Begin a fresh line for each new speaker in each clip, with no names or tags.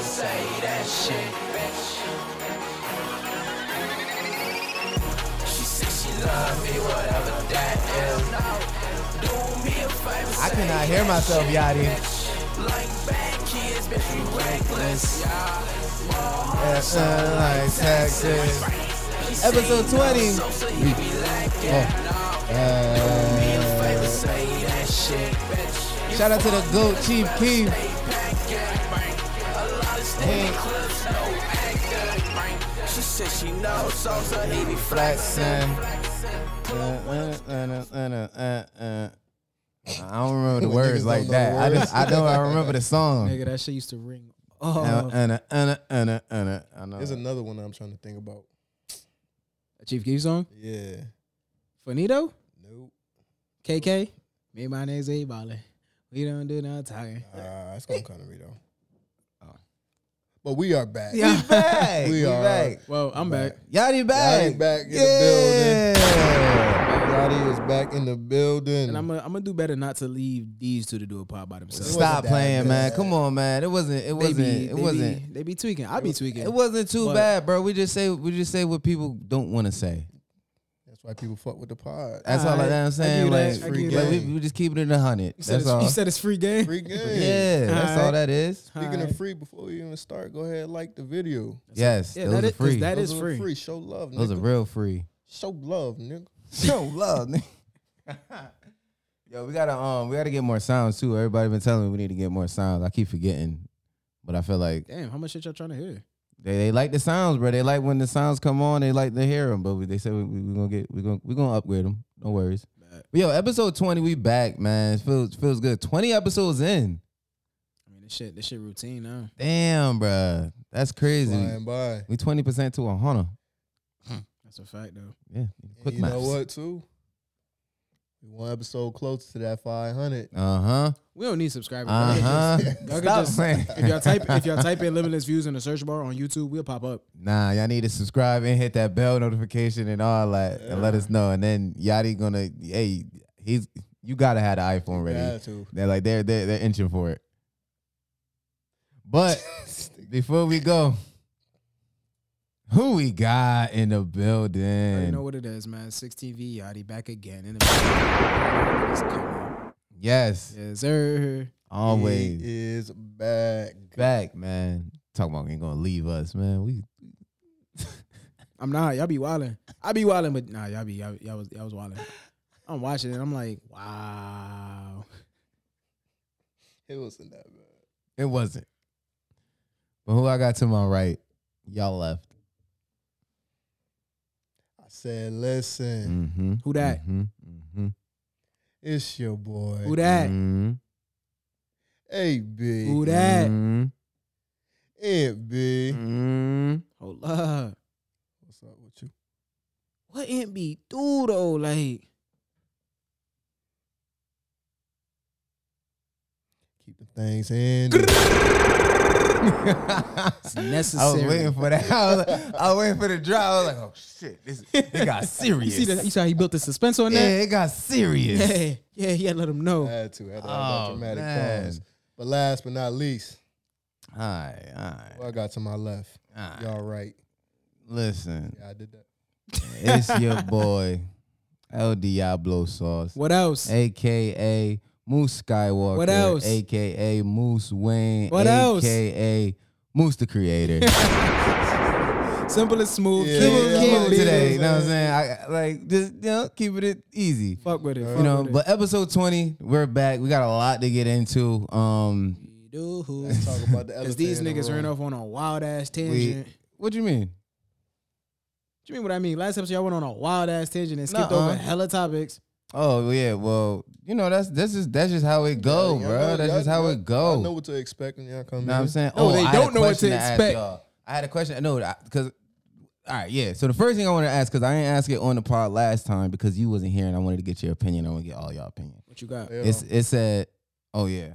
that shit. She said she love me, whatever that is. Do me a favor,
I
say
cannot hear myself, Yachty.
like bad kids, bitch, we reckless.
It's like Texas. Episode 20. Oh. Uh,
Say that shit, bitch.
shout out to the GOAT, Chief Keef. Hey,
She said she knows Sosa, he be
flexing. Uh, uh, uh, uh, uh, uh, uh. I don't remember the
Niggas
words
don't
like
know
that.
the
I
words.
just I know I remember the song.
Nigga, that shit used to ring.
Uh,
Oh,
uh, uh, uh, uh, uh, I know.
There's another one I'm trying to think about.
Chief Keef song.
Yeah.
Finito?
Nope.
KK? Me, my name's A Baller. We don't do no talking.
Uh, it's gonna come to me though.
Oh.
But we are back.
Yeah.
We back.
We
We
are.
back.
Well, I'm back.
Yachty back.
Yachty back in the
yeah.
Yachty is back in the building.
And I'm gonna I'm gonna do better not to leave these two to do a pod by
It
themselves.
wasn't
Stop
that
playing, man.
bad.
Come on, man. It wasn't. It wasn't.
They be,
it
they
wasn't.
Be, they be tweaking. I be tweaking.
it wasn't too
But-
bad, bro. We just say we just say what people don't want to say.
That's why people fuck with the pod.
That's all,
Alright,
I, am
I
saying.
give you
Like,
that, I give
you
like, we,
that.
we just keep it in a hundred.
you, said
That's
it's,
all.
you said it's free game.
free game.
yeah, that's all
Alright.
that is.
Speaking
Alright.
of free, before we even start, go ahead and like the video.
Yes,
Yeah,
those
that
are
is- 'cause
free.
that
That is,
is
Those are
free.
Free. Show love,
those are
nigga.
real free.
Show love, nigga.
Show love, nigga. Yo, we gotta um, we gotta get more sounds too. Everybody been telling me we need to get more sounds. I keep forgetting, but I feel like
Damn, how much shit y'all trying to hear?
they, they like the sounds, bro. They like when the sounds come on. They like to hear them, but we, they said we, we, we gonna get we gonna we gonna upgrade them. No worries.
Bad.
But yo, episode twenty, we back, man. It feels feels good. Twenty episodes in.
I mean, this shit, this shit routine now.
Damn, bruh. That's crazy.
Flying by.
We twenty percent to a hundred.
That's a fact though.
Yeah.
And
Quick
you
math.
know what, too? We one episode closer to that 500.
Uh huh.
We don't need subscribers.
Uh huh.
Y'all
Stop
can just-
saying.
If y'all type if y'all type in limitless views in the search bar on YouTube, we'll pop up.
Nah, y'all need to subscribe and hit that bell notification and all that, and let us know. And then Yachty gonna, hey, he's you gotta have the iPhone ready.
Yeah, too.
They're like they're they're they're inching for it. But before we go, who we got in the
You already
building?
know what it is, man. 16V Yachty back again. In the
yes,
yes, sir.
always
He is back.
back, man. Talking about ain't gonna leave us, man. We
I'm not. Y'all be wilding. I be wilding, but nah, y'all be y'all, y'all was y'all was wilding. I'm watching and I'm like, wow.
It wasn't that bad.
it wasn't. But who I got to my right, y'all left.
I said, listen,
Mm-hmm.
Who that?
Mm-hmm. Mm-hmm.
it's your boy.
Who that?
Mm-hmm.
Hey, B.
Who that? Mm.
Aunt B.
Mm-hmm.
Hold up.
What's up with you?
What ain't be do though? Like,
Keep the things handy.
it's I was
necessary.
waiting for that. I was, like, I was waiting for the drop. I was like, oh shit, this it got
you
serious.
see that? You see how he built the suspense on
yeah,
that?
it got serious.
Yeah, yeah. He had to let him know.
I had to. I had to
Oh,
have that dramatic
man.
pause. But last but not least,
All right, all
who I got to my left.
right, all right.
Y'all right.
Listen,
Yeah, I did that.
it's your boy, El Diablo Sauce,
What else?
aka Moose Skywalker,
What else?
aka Moose Wayne,
What else?
aka Moose the Creator.
Simple and smooth.
Yeah,
keep
Keep
it-
it
yeah,
keep
yeah.
it-
cute today. You know what I'm
Yeah.
saying? I, I- like just you know, keep it easy.
Fuck with it.
You
fuck
You know,
with it.
but episode 20, we're back. We got a lot to get into. Um
We do who?
Let's talk about the
Cause
elephant
these
in the
niggas
room.
ran off on a wild ass
we,
tangent.
what do you mean?
Do you mean what I mean? Last episode y'all went on a wild ass tangent and skipped
Nuh-uh.
over hella topics.
Oh yeah, well, you know, that's that's just that's just how it
Yeah,
go, Oh,
y'all
bro.
know-
that's
y'all-
just how
y'all-
it
y'all know
go.
what to expect when y'all come
You know what I'm
in.
saying?
No,
oh,
they
I had a
don't know what to
question ask
expect.
y'all. I had a question. No, because all right, yeah. So the first thing I want to ask, because I didn't ask it on the pod last time because you wasn't here and I wanted to get your opinion. I want to get all y'all opinion.
What you got?
Yeah.
It's it said, oh yeah.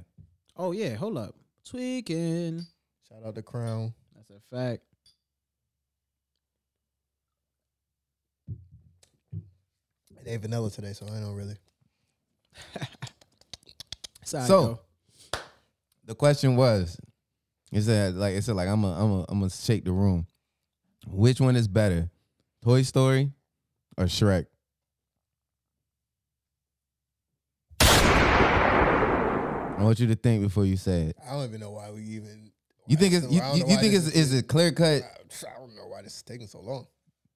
Oh yeah, hold up. Tweaking.
Shout out to Crown.
That's a fact.
It ain't vanilla today, so I don't really.
Side
So-
though.
The question was, It said like it said like I'm a I'm a I'm gonna shake the room. Which one is better, Toy Story or Shrek? I want you to think before you say it.
I don't even know why we even.
You think it's
I
you,
don't
you,
know
you
why
think
this
it's is it clear cut?
I don't know why this is taking so long.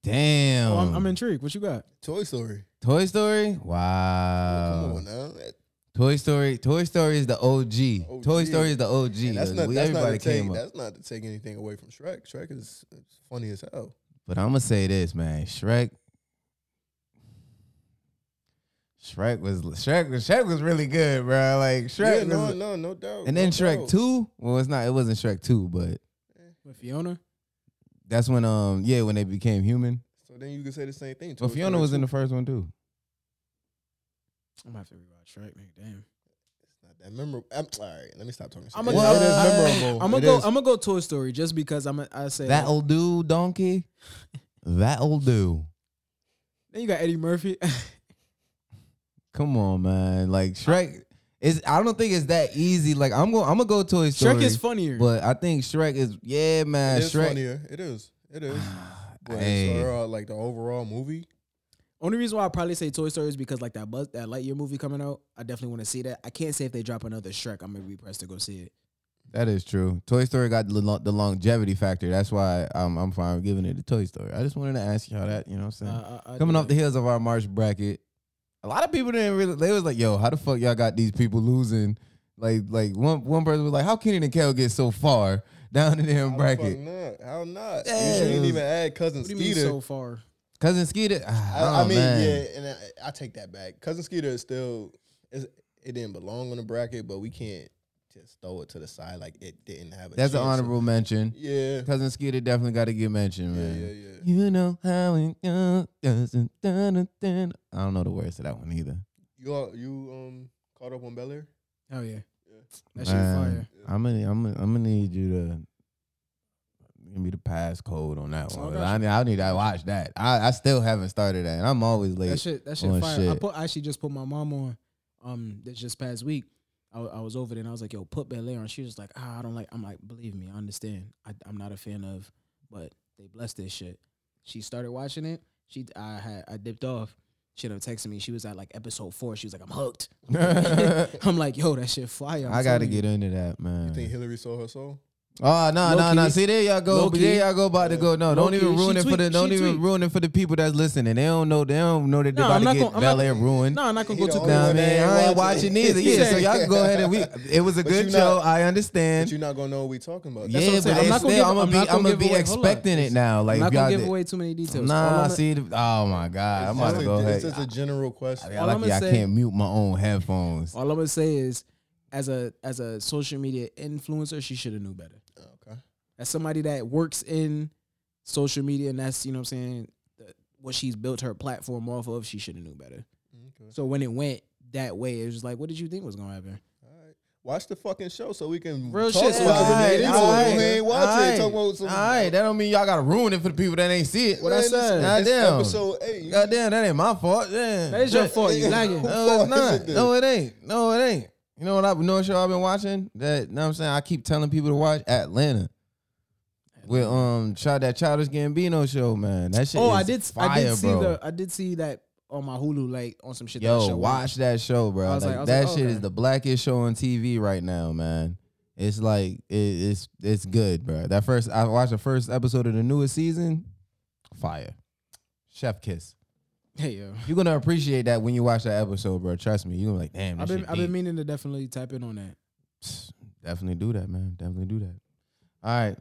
Damn.
Oh, I'm,
um,
I'm intrigued. What you got?
Toy Story.
Toy Story.
Come
Wow.
on now. That-
Toy Story. Toy Story is the OG. Toy
OG.
Story is the OG.
and that's
Like,
not.
we-
That's not,
everybody
to
came
take,
up.
that's not to take anything away from Shrek. Shrek is it's funny as hell.
But I'm gonna say this, man. Shrek. Shrek was Shrek was Shrek was really good, bro. Like Shrek
yeah, no,
was,
no, no doubt.
and then
no
Shrek
doubt.
Two. Well, it's not. It wasn't Shrek Two, but
With Fiona?
that's when um yeah when they became human.
So then you can say the same thing.
Well,
Toy
Fiona
Story
was in
2.
the first one too.
I'm gonna have to rewatch Shrek, nigga. Damn.
It's not that memorable. I'm, all right, let me stop talking.
I'm
shit.
gonna
What?
it is memorable.
I'm gonna
It
go.
is.
I'm gonna go Toy Story just because I'm. A, I said
That old dude, donkey. That old dude.
Then you got Eddie Murphy.
Come on, man. Like Shrek is. I don't think it's that easy. Like I'm going. I'm gonna go Toy Story.
Shrek is funnier.
But I think Shrek is. Yeah, man.
it is
Shrek.
funnier. It is. It is. But
Hey.
it's overall, like the overall movie.
Only reason why I probably say Toy Story is because like that Buzz, that Lightyear movie coming out. I definitely want to see that. I can't say if they drop another Shrek, I'm gonna be pressed to go see it.
That is true. Toy Story got the, lo- the longevity factor. That's why I'm, I'm fine with giving it to Toy Story. I just wanted to ask y'all that. You know what I'm saying?
Uh, I- I
Coming
do
off the
that.
heels of our March bracket, a lot of people didn't really. They was like, "Yo, how the fuck y'all got these people losing?" Like, like one one person was like, "How Kenan and Kel get so far down in their
How the fuck
bracket?"
not? How not?
Yeah.
You shouldn't even add cousin
What do you mean
Skeeter.
so far?
Cousin Skeeter.
I,
ah,
I
oh,
mean,
man.
yeah, and I, I take that back. Cousin Skeeter is still is, it didn't belong on the bracket, but we can't just throw it to the side like it didn't have a.
That's an
chance.
honorable mention.
Yeah.
Cousin Skeeter definitely got to get mentioned,
Yeah,
man.
yeah, yeah.
You know how it goes. doesn't- dun- dun- I don't know the words to that one either.
You all, you um caught up on Bel Air?
Hell Oh, yeah,
Yeah.
that shit
Man,
fire.
I'm gonna, I'm gonna, I'm gonna need you to give me the passcode on that
Oh,
one.
gotcha.
I need, I need to watch that. I, I still haven't started that, and I'm always
That
late.
shit, that shit
on
fire. I
oh, shit.
put, I actually just put my mom on, um, this just past week. I, wa- I was over there and I was like, "Yo, put Bel Air on." She was like, "Ah, I don't like." I'm like, "Believe me, I understand. I, I'm not a fan of, but they blessed this shit." She started watching it. She, I had, I dipped off. She done texted me. She was at like episode four. She was like, "I'm hooked." I'm like, "Yo, that shit fire." I'm
I gotta
telling you.
get into that, man.
You think Hillary sold her soul?
oh no, no, no!
Low-key.
See there, y'all go.
Low-key.
There y'all go about to go. No, don't
Low-key.
even
She
ruin it for
tweet-
the. Don't
she
even
tweet.
ruin it for the people that's listening. They don't know. They don't know that they
No,
about
I'm
to
not
get
gonna- I'm not-
Bel Air ruined.
No, I'm not gonna
He the
go to
only
Nah,
the.
one
man,
that
I ain't
watch
watching
it.
either. Yeah, so
Yeah.
y'all can go ahead and we. It was a
But you
good
not-
show. I
But
understand.
you're not gonna know what we talking about.
Yeah,
That's what
but
I'm saying.
I'm
it's
not gonna
still,
give-
I'm
I'm
gonna be,
not gonna
I'm gonna
give
be
away- hold on.
expecting it now. Like if
I'm not
y'all
gonna give
did-
away too many details. All
Nah,
I'ma-
see, the, oh my god, I'm
It's
about
just
to
a-
go ahead.
It's just a general question.
I,
All
like,
I'ma
yeah, I
say-
can't mute my own headphones.
All I'm gonna say is, as a as a social media influencer, she should have knew better.
Okay.
As somebody that works in social media, and that's you know what I'm saying, the, what she's built her platform off of, she should have knew better.
Okay.
So when it went that way, it was like, what did you think was gonna happen?
All right. Watch the fucking show so we can
Real
talk
shit.
about
All right,
it. You
all
know,
right,
we ain't watching it. Talk about some.
all right, that don't mean y'all gotta ruin it for the people that ain't see it.
What
I
I
said.
said.
Goddamn.
Episode eight.
Goddamn, that ain't my fault. Damn.
That is your fault. You
yeah.
lagging.
Who
No, it's
fault is
not.
it then?
no, it ain't. No, it ain't. You know what I you know what show I've been watching? That you know what I'm saying? I keep telling people to watch Atlanta. With um child that childish Gambino show, man. That shit
Oh,
is
I did.
fire,
I did see
bro.
the. I did see that on my Hulu, like on some shit. that
Yo,
show
watch that show, bro.
I was
Like,
like- I was
that
like,
shit
okay.
is the blackest show on TV right now, man. It's like it, it's it's good, bro. That first I watched the first episode of the newest season, fire. Chef kiss.
Hey yo,
You're gonna appreciate that when you watch that episode, bro. Trust me. You're gonna be like, damn,
I've
that
been
shit
I've been
deep.
meaning to definitely tap in on that.
Psst, Definitely do that, man. Definitely do that. All right,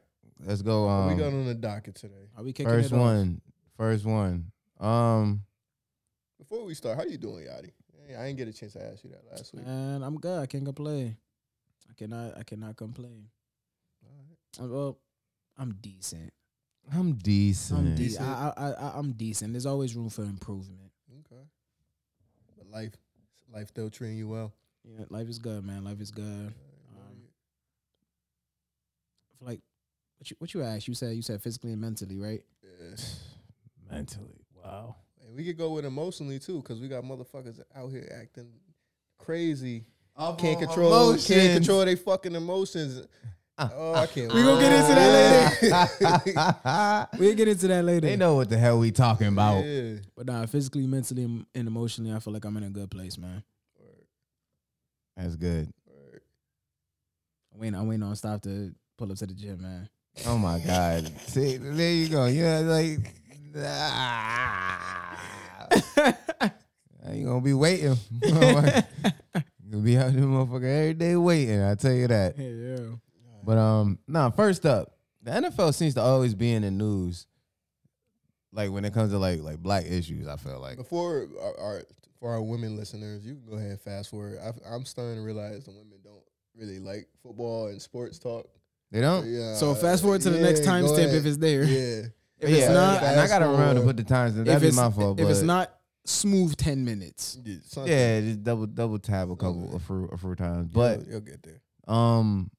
let's go. Um,
we got on the docket today.
Are we kicking
first
it off?
one, first one. Um,
Before we start, how you doing, Yachty? Hey, I didn't get a chance to ask you that last week.
And I'm good. I can't complain. I cannot. I cannot complain. Uh, well, I'm decent.
I'm decent.
I'm decent.
Decent.
I, I, I, I'm decent. There's always room for improvement.
Okay. But life, life still treating you well.
Yeah, life is good, man. Life is good. Um, Like, what you what you asked? You said you said physically and mentally, right?
Yeah.
Mentally, wow.
And we could go with emotionally too, because we got motherfuckers out here acting crazy. Can't control, can't control their fucking emotions. Oh, I can't.
Ah, We gonna get into that later.
they
We'll get into that later.
know what the hell we talking about.
Yeah.
But nah, physically, mentally, and and emotionally, I feel like I'm in a good place, man.
That's good.
I'm waiting, I'm waiting on stop to pull up to the gym, man.
Oh my god. See, there you go. Yeah, like ah. Now you gonna be waiting. You'll be out there, motherfucker, every day waiting. I tell you that.
Yeah, yeah.
But um, nah. First up, the NFL seems to always be in the news. Like when it comes to like like black issues, I feel like
Before our, our for our women listeners, you can go ahead and fast forward. I, I'm starting to realize the women don't really like football and sports talk.
they don't.
Yeah.
Oh, So fast forward to the next
Uh, yeah, go
timestamp
ahead.
if it's there.
Yeah.
If it's
yeah,
not,
and I
fast
gotta remember to
forward.
put the times. in.
if
That'd
it's,
be my fault.
if it's
but-
not smooth 10 minutes.
Yeah, something.
yeah, just double double tab a couple a few a few times. But
you'll, you'll get there.
Um,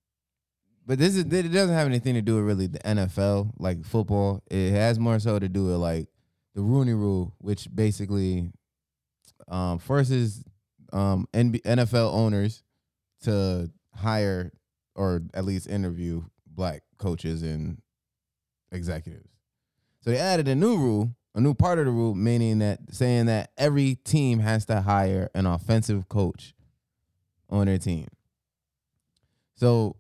but this is it doesn't have anything to do with really the NFL, like football. It has more so to do with like the Rooney Rule, which basically um, forces um, NB- NFL owners to hire or at least interview black coaches and executives. So they added a new rule, a new part of the rule, meaning that saying that every team has to hire an offensive coach on their team. So,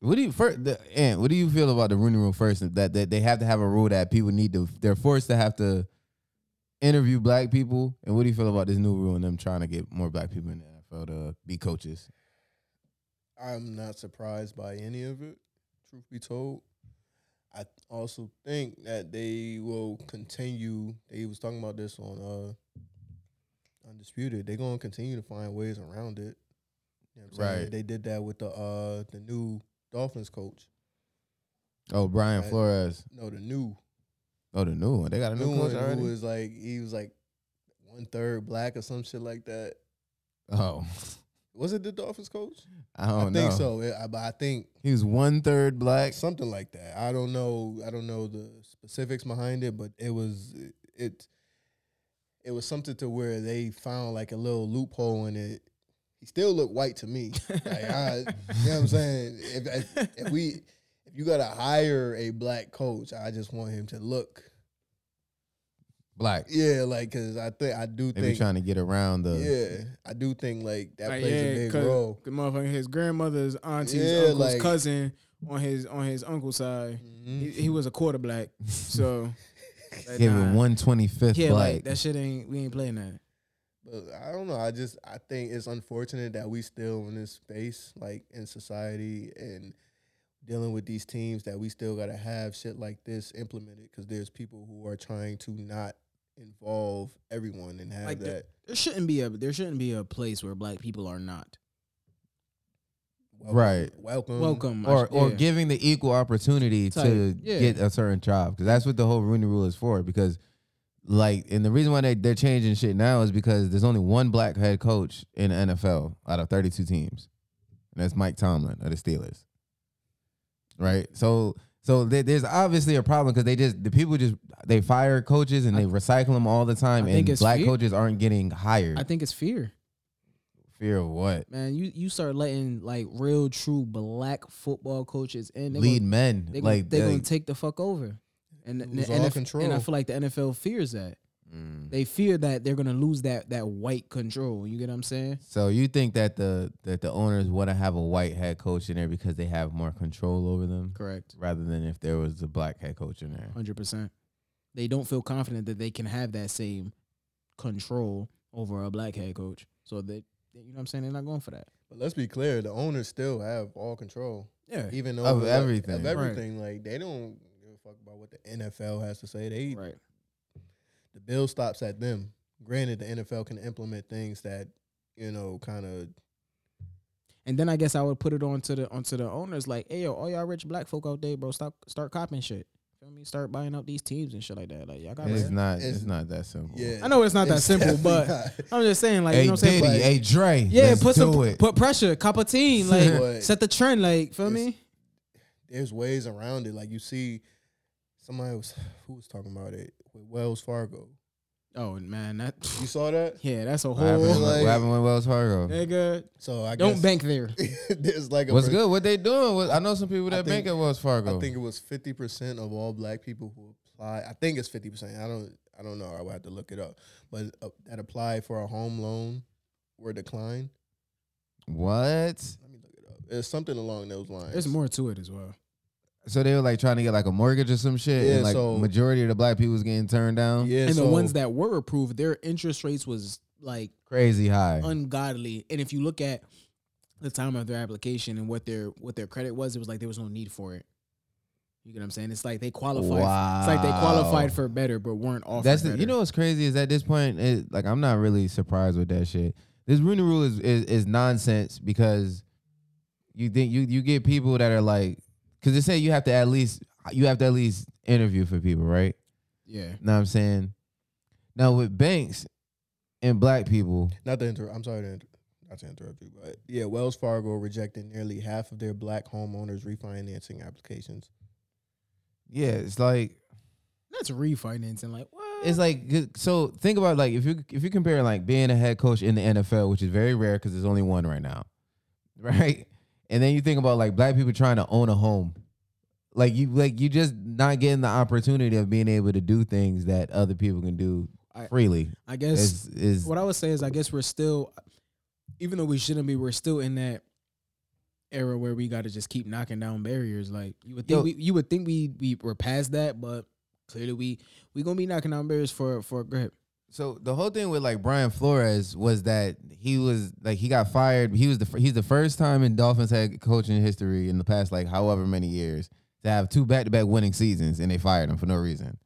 what do you first? The, and what do you feel about the Rooney Rule first? That that they have to have a rule that people need to they're forced to have to interview black people. And what do you feel about this new rule and them trying to get more black people in the NFL to be coaches?
I'm not surprised by any of it, truth be told. I also think that they will continue. They was talking about this on uh Undisputed. They're gonna continue to find ways around it. You know what I'm saying?
Right.
They did that with the uh the new Dolphins coach.
Oh, Brian
Right.
Flores.
No, the new
Oh, the new one. They got a
the
new,
new one
coach already.
who was like he was like one third black or some shit like that.
oh,
Was it the Dolphins coach?
I don't
I
know.
think so. Yeah, I- but I think
He was one third black.
something like that. I don't know. I don't know the specifics behind it, but it was it. It was something to where they found like a little loophole in it. He still looked white to me. Like, I, you know what I'm saying? If, if, if we, if you gotta hire a black coach, I just want him to look.
Black.
Yeah, like because I think I do
They be
think.
trying to get around the.
Yeah, I do think like that
Like,
plays
yeah,
a big
'cause
role.
The motherfucker, his grandmother's auntie's
Yeah,
uncle's
like-
cousin on his on his uncle's side. He, he was a quarter black. So like,
Give
nah.
it one twenty fifth
Yeah,
black.
like that shit ain't we ain't playing that.
But I don't know. I just I think it's unfortunate that we still in this space, like in society, and dealing with these teams that we still gotta have shit like this implemented because there's people who are trying to not involve everyone and have
Like the-
that.
There shouldn't be a there shouldn't be a place where black people are not
welcome-
Right.
Welcome.
welcome. I
or
sh-
or
yeah.
giving the equal opportunity to
Type, yeah.
get a certain job because that's what the whole Rooney Rule is for. Because like, and the reason why they they're changing shit now is because there's only one black head coach in the NFL out of 32 teams, and that's Mike Tomlin of the Steelers. Right. So so there- there's obviously a problem because they just the people just they fire coaches and they recycle them all the time,
I
and
think it's
black
fear.
coaches aren't getting hired.
I think it's fear.
fear of what?
Man, you, you start letting like real true black football coaches in they
Lead
gonna-
men
they
like
gonna, they gonna
like-
take the fuck over. And, and,
Lose
the
all
NF and I
control.
feel like the NFL fears that.
Mm.
They fear that they're gonna lose that that white control. You get what I'm saying?
So you think that the that the owners want to have a white head coach in there because they have more control over them,
Correct.
rather than if there was a black head coach in there?
Hundred percent. They don't feel confident that they can have that same control over a black head coach. So that you know what I'm saying? They're not going for that.
But let's be clear, the owners still have all control,
Yeah.
even though
Of everything.
Of
Right.
everything, like they don't give a fuck about what the NFL has to say. They
Right.
the bill stops at them. Granted, the NFL can implement things that you know kind of
And then I guess I would put it onto the onto the owners like, hey yo, all y'all rich black folk out there, bro, stop start copping shit. Feel me? Start buying up these teams and shit like that. Like y'all got.
It's
bread.
not. It's,
It's-
not that simple.
yeah.
I know it's not that
It's
simple, but
definitely
I'm just saying, like
hey
you know what I'm
Diddy,
saying. Like,
hey Dre,
yeah,
let's
put
do
some
it.
put pressure, cup of tea, like
What?
set the trend, like feel
It's-
me?
there's ways around it. Like you see, somebody was who was talking about it with Wells Fargo.
Oh man, that
You saw that?
yeah, that's a
What happened,
whole
with-
like-
what happened with Wells Fargo?
nigga.
So I
Don't
guess
bank there.
there's like a
What's
per-
good? What they doing? What, I know some people that
think-
bank at Wells Fargo.
I think it was fifty percent of all black people who apply. I think it's fifty percent. I don't. I don't know. I would have to look it up. But uh, that applied for a home loan were declined.
what?
Let me look it up. It's something along those lines.
There's more to it as well.
So they were like trying to get like a mortgage or some shit,
Yeah,
and like
so-
majority of the black people was getting turned down.
Yeah.
And
so,
the ones that were approved, their interest rates was like
Crazy high.
ungodly. And if you look at the time of their application and what their what their credit was, it was like there was no need for it. You get what I'm saying? It's like they qualified.
Wow.
It's like they qualified for better, but weren't offered.
That's the,
better.
you know what's crazy is at this point, it, like I'm not really surprised with that shit. This Rooney Rule is, is is nonsense because you think you you get people that are like because they say you have to at least you have to at least interview for people, right?
Yeah.
Know what I'm saying? Now with banks and black people,
not to interrupt. I'm sorry to inter- not to interrupt you, but yeah, Wells Fargo rejected nearly half of their black homeowners refinancing applications.
yeah, it's like
That's refinancing. Like what?
it's like good- so think about like if you if you compare like being a head coach in the NFL, which is very rare because there's only one right now, right? And then you think about like black people trying to own a home, like you like you just not getting the opportunity of being able to do things that other people can do
I-
freely.
I guess
Is is
what I would say is I guess we're still, even though we shouldn't be, we're still in that era where we got to just keep knocking down barriers. Like you would think
Yo.
we, you would think we we were past that, but clearly we we gonna be knocking down barriers for for go ahead.
so the whole thing with like Brian Flores was that he was like he got fired. He was the fir- he's the first time in Dolphins head coaching history in the past like however many years to have two back to back winning seasons, and they fired him for no reason.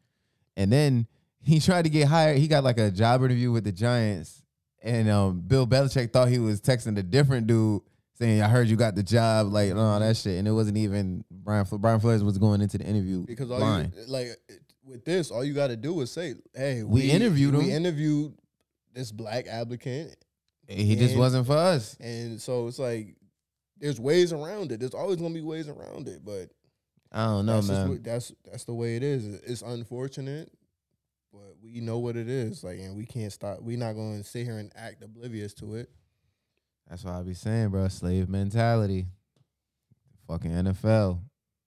And then he tried to get hired. He got like a job interview with the Giants, and um, Bill Belichick thought he was texting a different dude saying, "I heard you got the job," like and all that shit. And it wasn't even Brian. Fl- Brian Flores was going into the interview
Because all
blind.
you like it- with this, all you got to do is say, "Hey,
We interviewed him."
We interviewed this black applicant,
he just
And-
wasn't for us.
And so it's like there's ways around it. There's always gonna be ways around it, but
I don't know,
that's, just
man.
what, that's that's the way it is. It's unfortunate, but we know what it is. Like, and we can't stop. We're not gonna sit here and act oblivious to it.
That's what I be saying, bro. Slave mentality. Fucking NFL.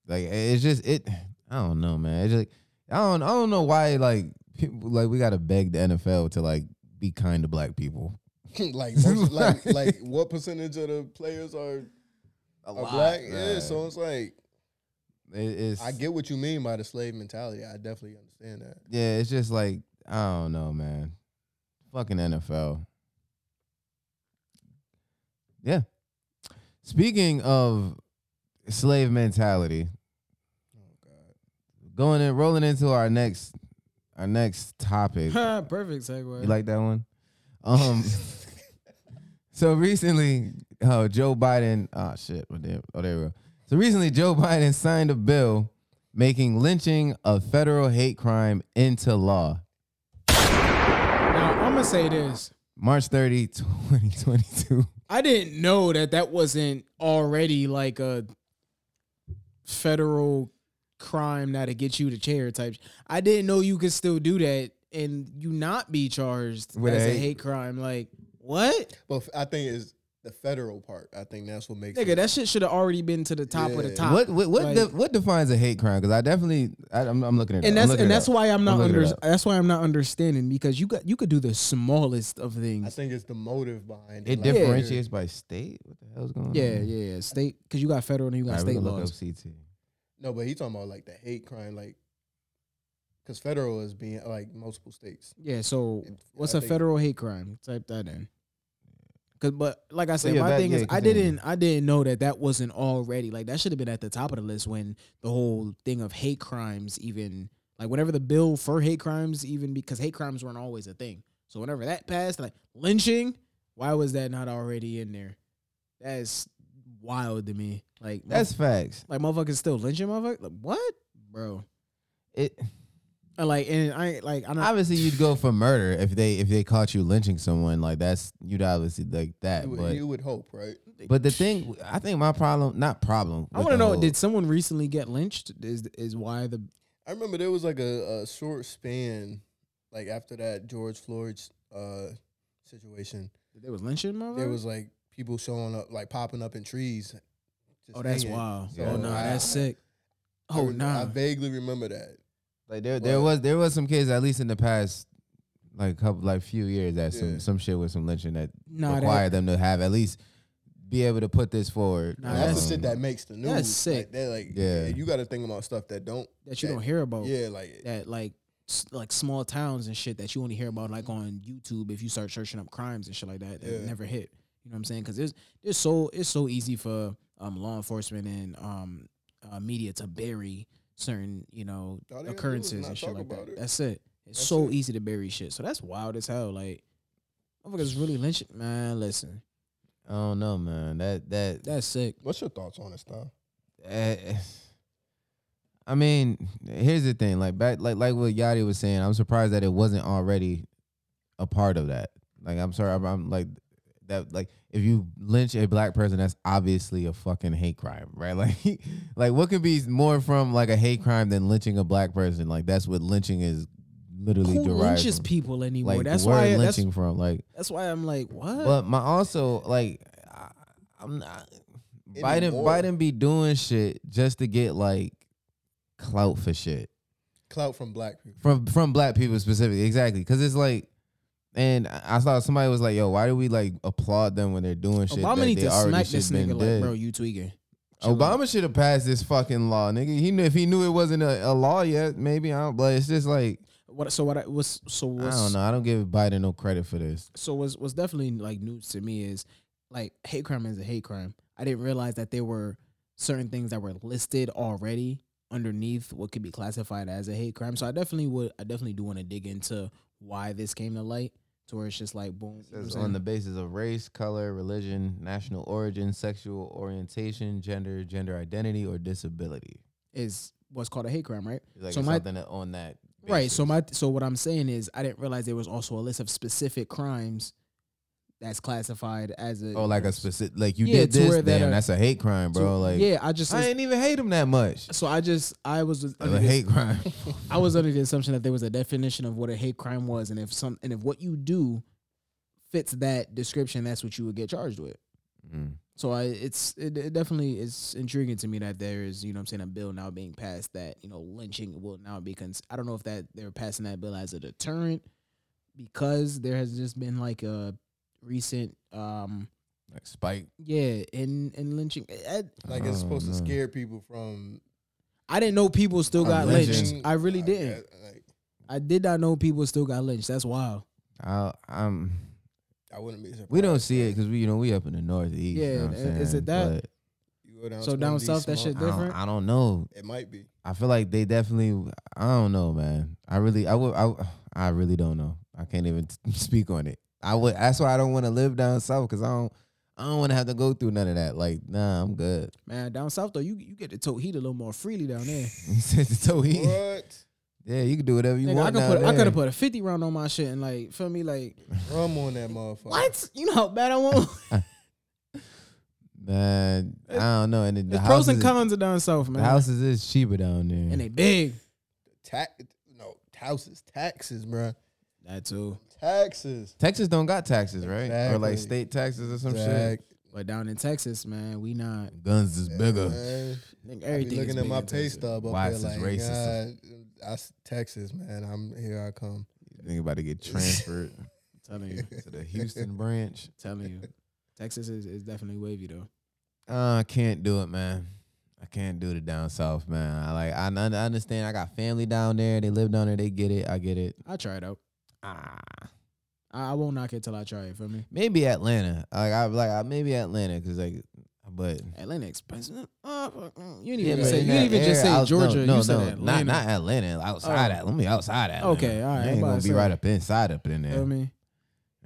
Like it- it's just it. I don't know, man. It's like I don't. I don't know why. Like people, like we gotta beg the NFL to like be kind to black people.
like, most, like, like what percentage of the players are,
A
are black? Yeah. So it's like
it, it's.
I get what you mean by the slave mentality. I definitely understand that.
Yeah, it's just like I don't know, man. Fucking NFL. Yeah. Speaking of slave mentality, going in rolling into our next our next topic.
Ha, Perfect segue.
You like that one? Um. so recently, uh, Joe Biden. Oh shit! what the- Oh, there we go. So recently, Joe Biden signed a bill making lynching a federal hate crime into law.
now I'm gonna say this.
March 30, 2022.
I didn't know that that wasn't already like a federal crime now to get you to chair type. I didn't know you could still do that and you not be charged
With
as
a
a
hate-
hate crime. Like what?
But f- I think it's the federal part. I think that's what makes
Nigga,
it.
that shit should have already been to the top of the
Yeah.
top.
What what what,
Ah, Like-
de- what defines a hate crime? Because I definitely I, I'm, I'm looking at
and that's and that's
up.
why I'm not
looking it
under,
up.
that's why I'm not understanding because you got you could do the smallest of
I
things.
think it's the motive behind it.
it
like,
differentiates by state. What the hell's going
Yeah,
on?
yeah, yeah. State because you got federal and you got
Alright, we
state
can look up
laws.
CT.
No, but he's talking about like the hate crime, like because federal is being like multiple states.
Yeah, so
It-
What's
I
a
think-
federal hate crime? Type that in. Cause, but like I said,
yeah,
my
that-
thing
yeah,
is, I
continue.
didn't, I didn't know that that wasn't already like that should have been at the top of the list when the whole thing of hate crimes even like whenever the bill for hate crimes even because hate crimes weren't always a thing. So whenever that passed, like lynching, why was that not already in there? That's wild to me. Like
That's facts.
like motherfuckers still lynching motherfuckers. Like, what, bro?
It
And like and I like I don't.
obviously you'd go for murder if they if they caught you lynching someone like that's you'd obviously like that.
You would,
But
you would hope, right?
but the thing I think my problem not problem.
I
with
want to
the
know:
whole-
Did someone recently get lynched? Is is why the
I remember there was like a, a short span, like after that George Floyd uh, situation,
They was lynching motherfucker.
there was like people showing up, like popping up in trees. just
oh, that's
hanging.
wild.
Yeah.
oh no,
I-
that's sick.
I
Oh
rem-
nah.
I vaguely remember that.
Like there, there
Well-
was there was some kids at least in the past like couple like few years that
Yeah.
some some shit with some lynching that
nah,
required them
that,
to have at least be able to put this forward.
Nah,
that's
Um,
the shit that makes the news.
that's
Like,
sick.
they're like,
Yeah.
yeah, you got to think about stuff that don't.
that you
that-
don't hear about.
Yeah, like
Oh. That like s- like small towns and shit that you only hear about like on YouTube if you start searching up crimes and shit like that. That
Mm-hmm. Yeah.
never hit. You know what I'm saying? Because it's it's so it's so easy for um law enforcement and um uh, media to bury certain you know
All they gotta do is
occurrences
not
and shit
talk
like that.
about it.
That's it. It's
That's
so
it.
easy to bury shit. So that's wild as hell. Like. Motherfuckers really lynching, man. Listen,
I don't know, man. That that
that's sick.
what's your thoughts on this stuff?
Eh, I mean, here's the thing. Like back, like like what Yadi was saying, I'm surprised that it wasn't already a part of that. Like I'm sorry, I'm, I'm like that. Like if you lynch a black person, that's obviously a fucking hate crime, right? Like, like what could be more from like a hate crime than lynching a black person? Like that's what lynching is literally
Who
derived.
lynches
from.
people anymore?
Like
that's
the word
why. That's,
lynching from. Like,
that's why I'm like, what?
but my also like, I, I'm not. Biden
Anymore.
Biden be doing shit just to get like clout for shit
Clout from black people.
from from black people specifically exactly because it's like and I I saw somebody was like yo why do we like applaud them when they're doing shit
Obama
that
need
they
to
already
smack
should
this
been
nigga like,
dead?
bro, you tweaking. Chill out.
Obama should have passed this fucking law nigga he knew if he knew it wasn't a, a law yet maybe I don't but it's just like
What? So what? I was so
I
was
don't know I don't give Biden no credit for this
so was was definitely like news to me is like hate crime is a hate crime. I didn't realize that there were certain things that were listed already underneath what could be classified as a hate crime. So I definitely would. I definitely do want to dig into why this came to light. To where it's just like boom. you know what I'm
on
saying?
the basis of race, color, religion, national origin, sexual orientation, gender, gender identity, or disability.
is what's called a hate crime, right?
Like
So
it's
my-
something that on that.
Right. So
basis.
my so what I'm saying is I didn't realize there was also a list of specific crimes that's classified as a
oh, like a specific, like you
Yeah,
did
to
this,
where that
damn,
a-
that's a hate crime,
to-
bro. Like,
yeah, I just
I didn't even hate him that much.
so I just I was just
It was
under
a
the-
hate crime.
I was under the assumption that there was a definition of what a hate crime was, and if some and if what you do fits that description, that's what you would get charged with.
Mm.
So I it's it, it definitely is intriguing to me that there is you know what I'm saying a bill now being passed that you know lynching will now be cons- I don't know if that they're passing that bill as a deterrent because there has just been like a recent um
Like Spike.
yeah in in lynching eh, I,
Like it's
Oh,
supposed to
no.
scare people from
I didn't know people still
I'm
got
lynching.
lynched I really didn't
I, like,
I did not know people still got lynched that's wild
I, I'm.
I wouldn't be surprised.
We don't see it because we, you know, we up in the northeast.
Yeah,
you know what I'm
and is
saying?
it that-
But
You go down
So
to one
down
of these
south, that
small-
I
shit-
don't,
Different?
I don't know.
It might be.
I feel like they definitely. I don't know, man. I really, I would, I, I really don't know. I can't even speak on it. I would. That's why I don't want to live down south because I don't. I don't want to have to go through none of that. Like, nah, I'm good.
man down south though you you get to toe heat a little more freely down there
He said the toe heat.
What?
Yeah, you can do whatever you
Nigga, I
want.
could
down
put I
there.
could have put a fifty round on my shit and like feel me like
Rum on that motherfucker.
what you know how bad I want.
Man, I don't know. And the,
There's pros
houses,
and cons of down south,
the
man.
houses is cheaper down there.
And they big.
Ta- no, houses, taxes, bruh.
That too.
Taxes.
Texas don't got taxes, right? Or like
Exactly.
state taxes or some shit.
Tax-
But down in Texas, man, we not.
Guns is bigger.
Man.
Nigga,
I be
everything is
looking at
big
my
in
pay
Texas.
stub up
Why
here
is this
like,
racist?
God, I s- Texas, man. I'm here. I come.
Think about to get transferred
Telling you,
to the Houston branch.
telling you, Texas is, is definitely wavy though.
Uh, I can't do it, man. I can't do the down south, man. I like I, un- I understand. I got family down there. They live down there. They get it. I get it.
I try it out.
Ah,
I, I won't knock it till I try it. For me,
maybe Atlanta. Like I like I maybe Atlanta because like, but
Atlanta expensive. Uh, fuck, mm, you didn't
Yeah,
even
but
say.
in
You
that
didn't even
area,
just
I
say
was-
Georgia.
No, no,
you said
no,
Atlanta.
not not Atlanta. Outside,
Oh.
that, let me outside. Atlanta.
Okay, all right,
I
I'm
ain't
about
gonna
to
be
say.
right up inside up in there.
Feel me?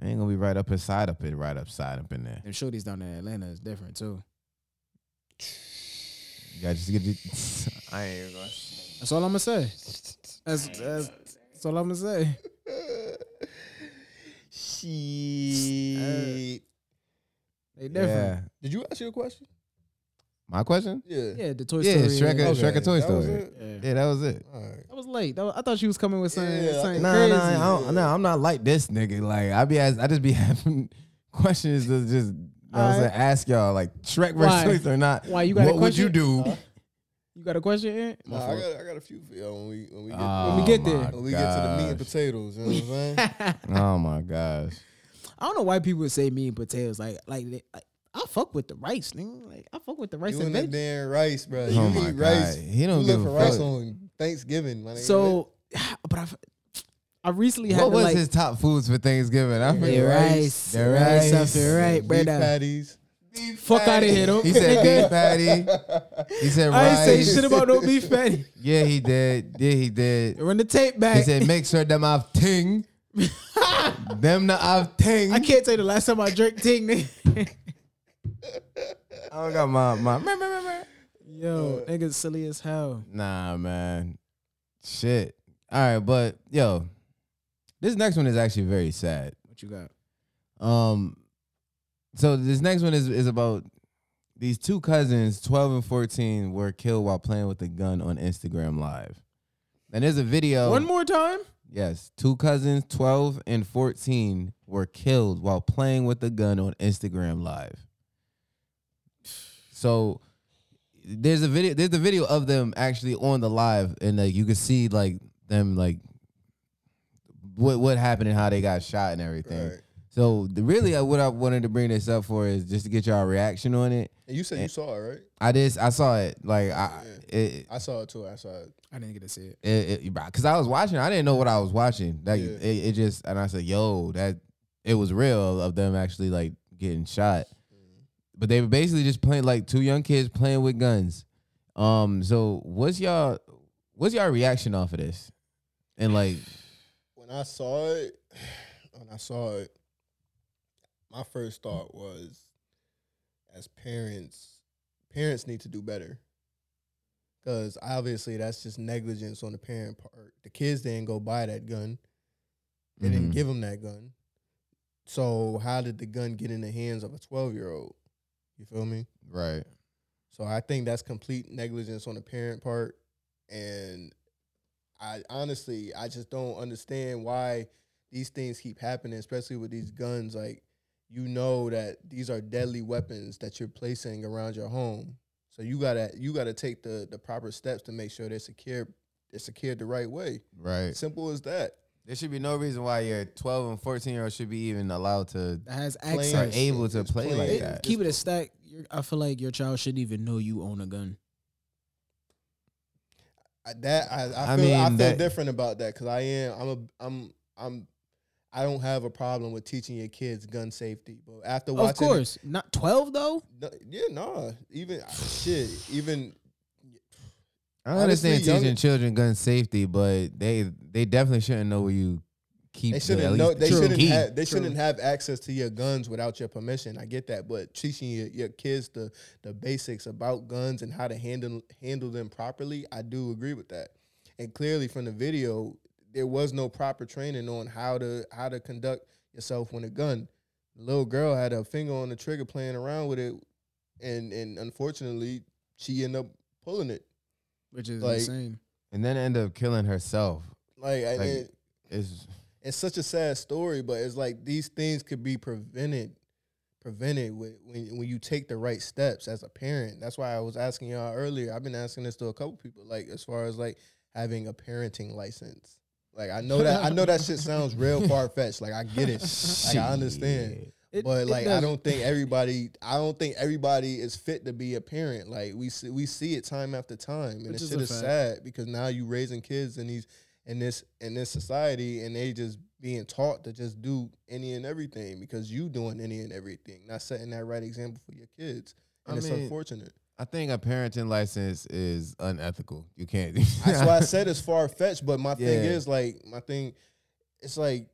I ain't gonna be right up inside up in right upside up in there.
Them shorties down in Atlanta is different too.
You gotta just get. The, I ain't even gonna.
That's all I'm gonna say. That's that's, that's all I'm gonna say.
Shit.
They different.
Yeah.
Did you ask your question?
My question?
Yeah.
Yeah, the Toy
Yeah,
Story.
Shrek
yeah.
and- Shrek and Toy
that was
Story.
it?
Yeah.
Yeah, that was it.
All right.
That was late. That was- I thought she was coming with something,
Yeah,
something
No,
crazy.
no, I don't, no, I'm not like this nigga. Like I be as I just be having questions to just you know what I'm saying,
Alright.
ask y'all like Shrek
Why?
versus Toy Story or not.
Why, you got a
what would you
question?
do?
You got a question? Ant?
Nah, I got I got a few for y'all when we when we get
Oh,
When we get
my
there.
when we get to the meat and
gosh.
potatoes. You know what I'm saying?
Oh my gosh.
I don't know why people would say meat and potatoes. Like, like, they- like I fuck with the rice, nigga. Like, I fuck with the rice
you and
and
that
veg.
damn rice, bro. You
Oh
eat
my
rice.
God. He don't
you
give a
look for rice
fuck.
on Thanksgiving. My nigga.
So, but I've, I recently had
What
to,
was
like,
his top foods for Thanksgiving? I
the
forget.
rice,
The
the rice,
rice.
I feel right,
beef
brother.
patties.
Fuck out of here, though.
He said beef patty. He said
I ain't
rice.
say shit about no beef patty.
yeah, he did. Yeah, he did.
Run the tape
He
back.
said, make sure them I've ting. them that I've ting.
I can't tell you the last time I drank ting. nigga.
I don't got my my. meh, meh, meh, meh.
Yo, niggas silly as hell.
Nah, man. Shit. All right, but yo, this next one is actually very sad.
What you got?
Um, so this next one is is about these two cousins, twelve and fourteen, were killed while playing with a gun on Instagram Live. And there's a video.
One more time?
Yes, two cousins, 12 and 14, were killed while playing with a gun on Instagram Live. So there's a video there's a video of them actually on the live and like you can see like them like what what happened and how they got shot and everything.
Right.
So the, really uh, what I wanted to bring this up for is just to get y'all reaction on it.
And you said you saw it, right?
I just I saw it like I it,
I saw it too. I saw it.
I didn't get to see it.
it, it, because I was watching, I didn't know what I was watching. Like
Yeah.
it, it just, and I said, "Yo, that it was real of them actually like getting shot." But they were basically just playing like two young kids playing with guns. Um, so what's y'all, what's y'all reaction off of this? And like,
When I saw it, when I saw it, my first thought was, as parents, parents need to do better. Because obviously that's just negligence on the parent part. The kids didn't go buy that gun. They didn't
Mhm.
give him that gun. So how did the gun get in the hands of a twelve year old? You feel me?
right?
So I think that's complete negligence on the parent part. And I honestly, I just don't understand why these things keep happening, especially with these guns. Like, you know that these are deadly weapons that you're placing around your home. So you gotta you gotta take the the proper steps to make sure they're secure they're secured the right way.
Right.
Simple as that.
There should be no reason why your 12 and 14 year old should be even allowed to.
That has
Plain-
Are
access.
able to
It's
play
plain-
like
It-
that.
Keep it a stack. Your- I feel like your child shouldn't even know you own a gun.
I- that I, I feel
I
I,
mean,
feel
that-
different about that because I am I'm a I'm I'm I don't have a problem with teaching your kids gun safety, but after watching
of course. Not 12, though?
no, yeah, nah, even shit, even
I understand
Honestly, young-
teaching children gun safety, but they they definitely shouldn't know where you keep. the-
they
at
shouldn't
least
know
the
they
key.
shouldn't have they
True.
shouldn't have access to your guns without your permission. I get that, but teaching your, your kids the the basics about guns and how to handle handle them properly, I do agree with that. And clearly from the video, there was no proper training on how to how to conduct yourself when a gun. The little girl had a finger on the trigger playing around with it and and unfortunately she ended up pulling it.
Which is
Like-
insane.
and then end up killing herself.
Like, I
Like-
and,
It's
it's such a sad story, but it's like these things could be prevented, prevented with, when when you take the right steps as a parent. That's why I was asking y'all earlier. I've been asking this to a couple people, like as far as like having a parenting license. Like I know that I know that shit sounds real far fetched. Like I get it, like I understand.
Shit.
It-
But
it
like I
does-
don't think everybody, I don't think everybody is fit to be a parent. Like we see, we see it time after time, and
Which
this
is
shit
a
is
fact.
sad because now you raising kids in these in this in this society, and they just being taught to just do any and everything because you doing any and everything, not setting that right example for your kids,
I
and it's
mean-
unfortunate.
I think a parenting license is unethical. You can't.
That's why I said it's far fetched. But my thing
Yeah.
is like my thing, it's like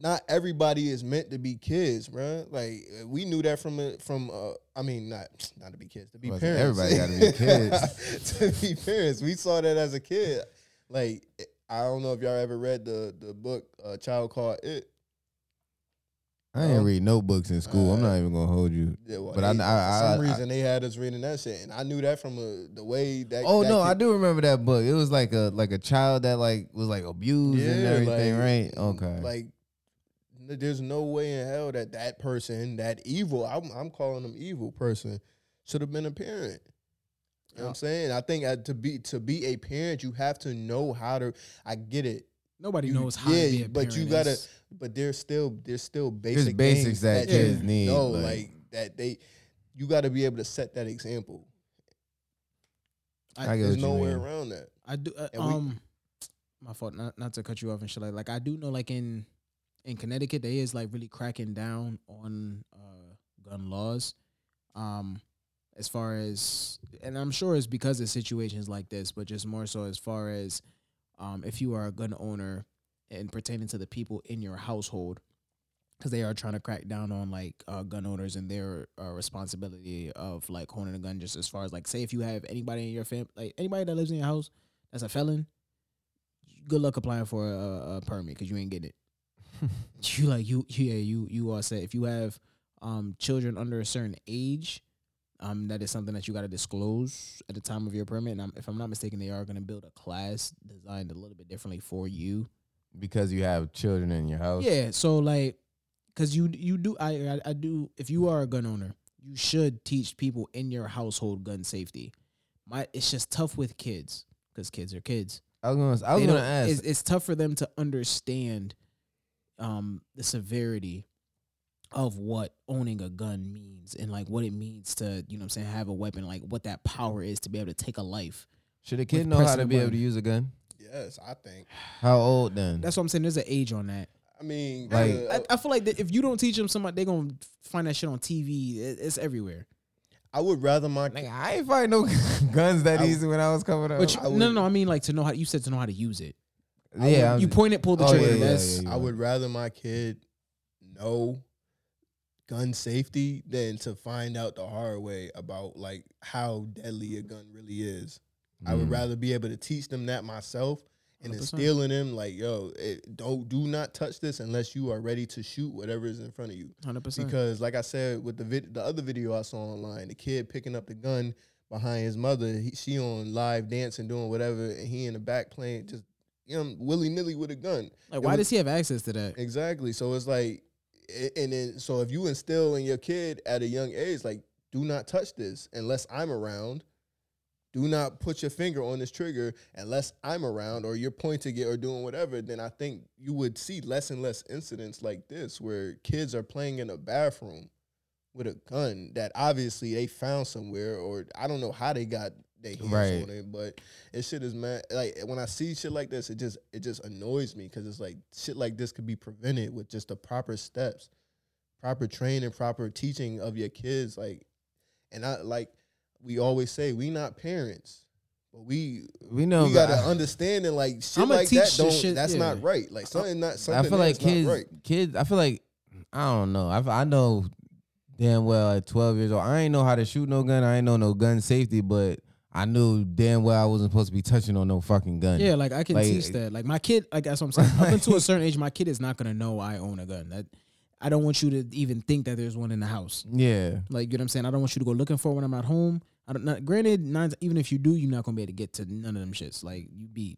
not everybody is meant to be kids, bruh. Like we knew that from a, from uh, I mean not not to be kids to be
Well,
parents.
everybody gotta be kids.
to be parents. We saw that as a kid. Like I don't know if y'all ever read the the book uh, Child Called It.
I ain't read no books in school. I'm not
Uh,
even gonna hold you.
Yeah, well,
But I-
they-
I- I-
for some
I-
reason they had us reading that shit, and I knew that from uh, the way that.
Oh
that
no,
kid-
I do remember that book. It was like a like a child that like was like abused and
Yeah,
everything,
like-
right? Okay.
Like, n- there's no way in hell that that person, that evil, I'm, I'm calling them evil person, should have been a parent. You know what I'm saying? I think uh, to be to be a parent, you have to know how to. I get it,
Nobody
you-
knows how
yeah,
to be a
but you
parent.
gotta-
It's-
but there's still there's still basic
basics
things
that
you
kids need,
know,
like-
like, that they you got to be able to set that example.
I get
There's
what you
no way
mean.
around that.
I do. Uh,
And we-
um, my fault. Not, not to cut you off and shit like. Like I do know, like in in Connecticut, they is like really cracking down on uh, gun laws. Um, as far as, and I'm sure it's because of situations like this, but just more so as far as, um, if you are a gun owner and pertaining to the people in your household. Because they are trying to crack down on like uh, gun owners and their uh, responsibility of like holding a gun, just as far as like say if you have anybody in your fam, like anybody that lives in your house, as a felon, good luck applying for a, a permit because you ain't getting it. you like you yeah you you are set. If you have um children under a certain age, um that is something that you got to disclose at the time of your permit. And I'm, if I'm not mistaken, they are going to build a class designed a little bit differently for you.
because you have children in your house.
Yeah, so like, cause you you do I, I I do if you are a gun owner, you should teach people in your household gun safety. My it's just tough with kids because kids are kids.
I was gonna I was
They
gonna
don't-
ask
It's, it's tough for them to understand um, the severity of what owning a gun means and like what it means to you know what I'm saying have a weapon, like what that power is to be able to take a life.
should a kid
with
know how to
pressing
be able to
button.
use a gun?
Yes, I think.
How old then?
That's what I'm saying. There's an age on that.
I mean,
Like-
uh,
I, I feel like that if you don't teach them somebody, they're gonna find that shit on TV. It, it's everywhere.
I would rather my
Nigga, I ain't find no guns that
I-
easy when I was coming up.
But you,
Uh, I
no,
would-
no, no, I mean like to know how you said to know how to use it.
yeah,
you point it, pull the
Oh, yeah,
trigger.
yeah,
That's
yeah, yeah.
I would rather my kid know gun safety than to find out the hard way about like how deadly a gun really is. I would rather be able to teach them that myself and
100%.
instill in them like, yo, it, don't do not touch this unless you are ready to shoot whatever is in front of you.
hundred percent.
Because like I said with the vid- the other video I saw online, the kid picking up the gun behind his mother, he, she on live dancing doing whatever, and he in the back playing just you know willy nilly with a gun.
Like
it
why
was-
does he have access to that?
Exactly. So it's like, a- and then so if you instill in your kid at a young age, like, do not touch this unless I'm around. Do not put your finger on this trigger unless I'm around or you're pointing it or doing whatever. Then I think you would see less and less incidents like this where kids are playing in a bathroom with a gun that obviously they found somewhere or I don't know how they got their hands
Right.
on it, but it shit is mad. Like when I see shit like this, it just it just annoys me because it's like shit like this could be prevented with just the proper steps, proper training, proper teaching of your kids. Like, and I like we always say we not parents, but we
we know
we
but
got to
I-
understand and like shit
I'ma
like
teach
that.
this
Don't
shit,
that's
yeah.
not right. Like something not
I
something.
feel like
that's not
kids,
right.
kids. I feel like I don't know. I, f- I know damn well at twelve years old. I ain't know how to shoot no gun. I ain't know no gun safety, but I knew damn well I wasn't supposed to be touching on no fucking gun.
Yeah, like I can
Like-
teach that. Like my kid, like that's what I'm saying. Up until a certain age, my kid is not gonna know I own a gun. That I don't want you to even think that there's one in the house.
yeah.
Like you know what I'm saying. I don't want you to go looking for it when I'm at home. I don't. Not, granted, nine, even if you do, you're not gonna be able to get to none of them shits. Like you be,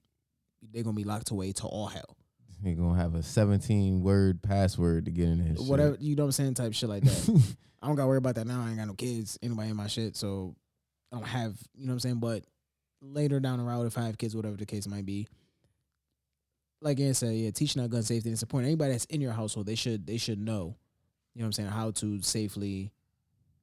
they're gonna be locked away to all hell.
He gonna have a seventeen word password to get in his
Whatever you know what I'm saying, type shit like that. I don't gotta worry about that now. I ain't got no kids, anybody in my shit, so I don't have you know what I'm saying. But later down the road, if I have kids, whatever the case might be, like Ann said, yeah, teaching on gun safety and supporting anybody that's in your household, they should they should know, you know what I'm saying, how to safely,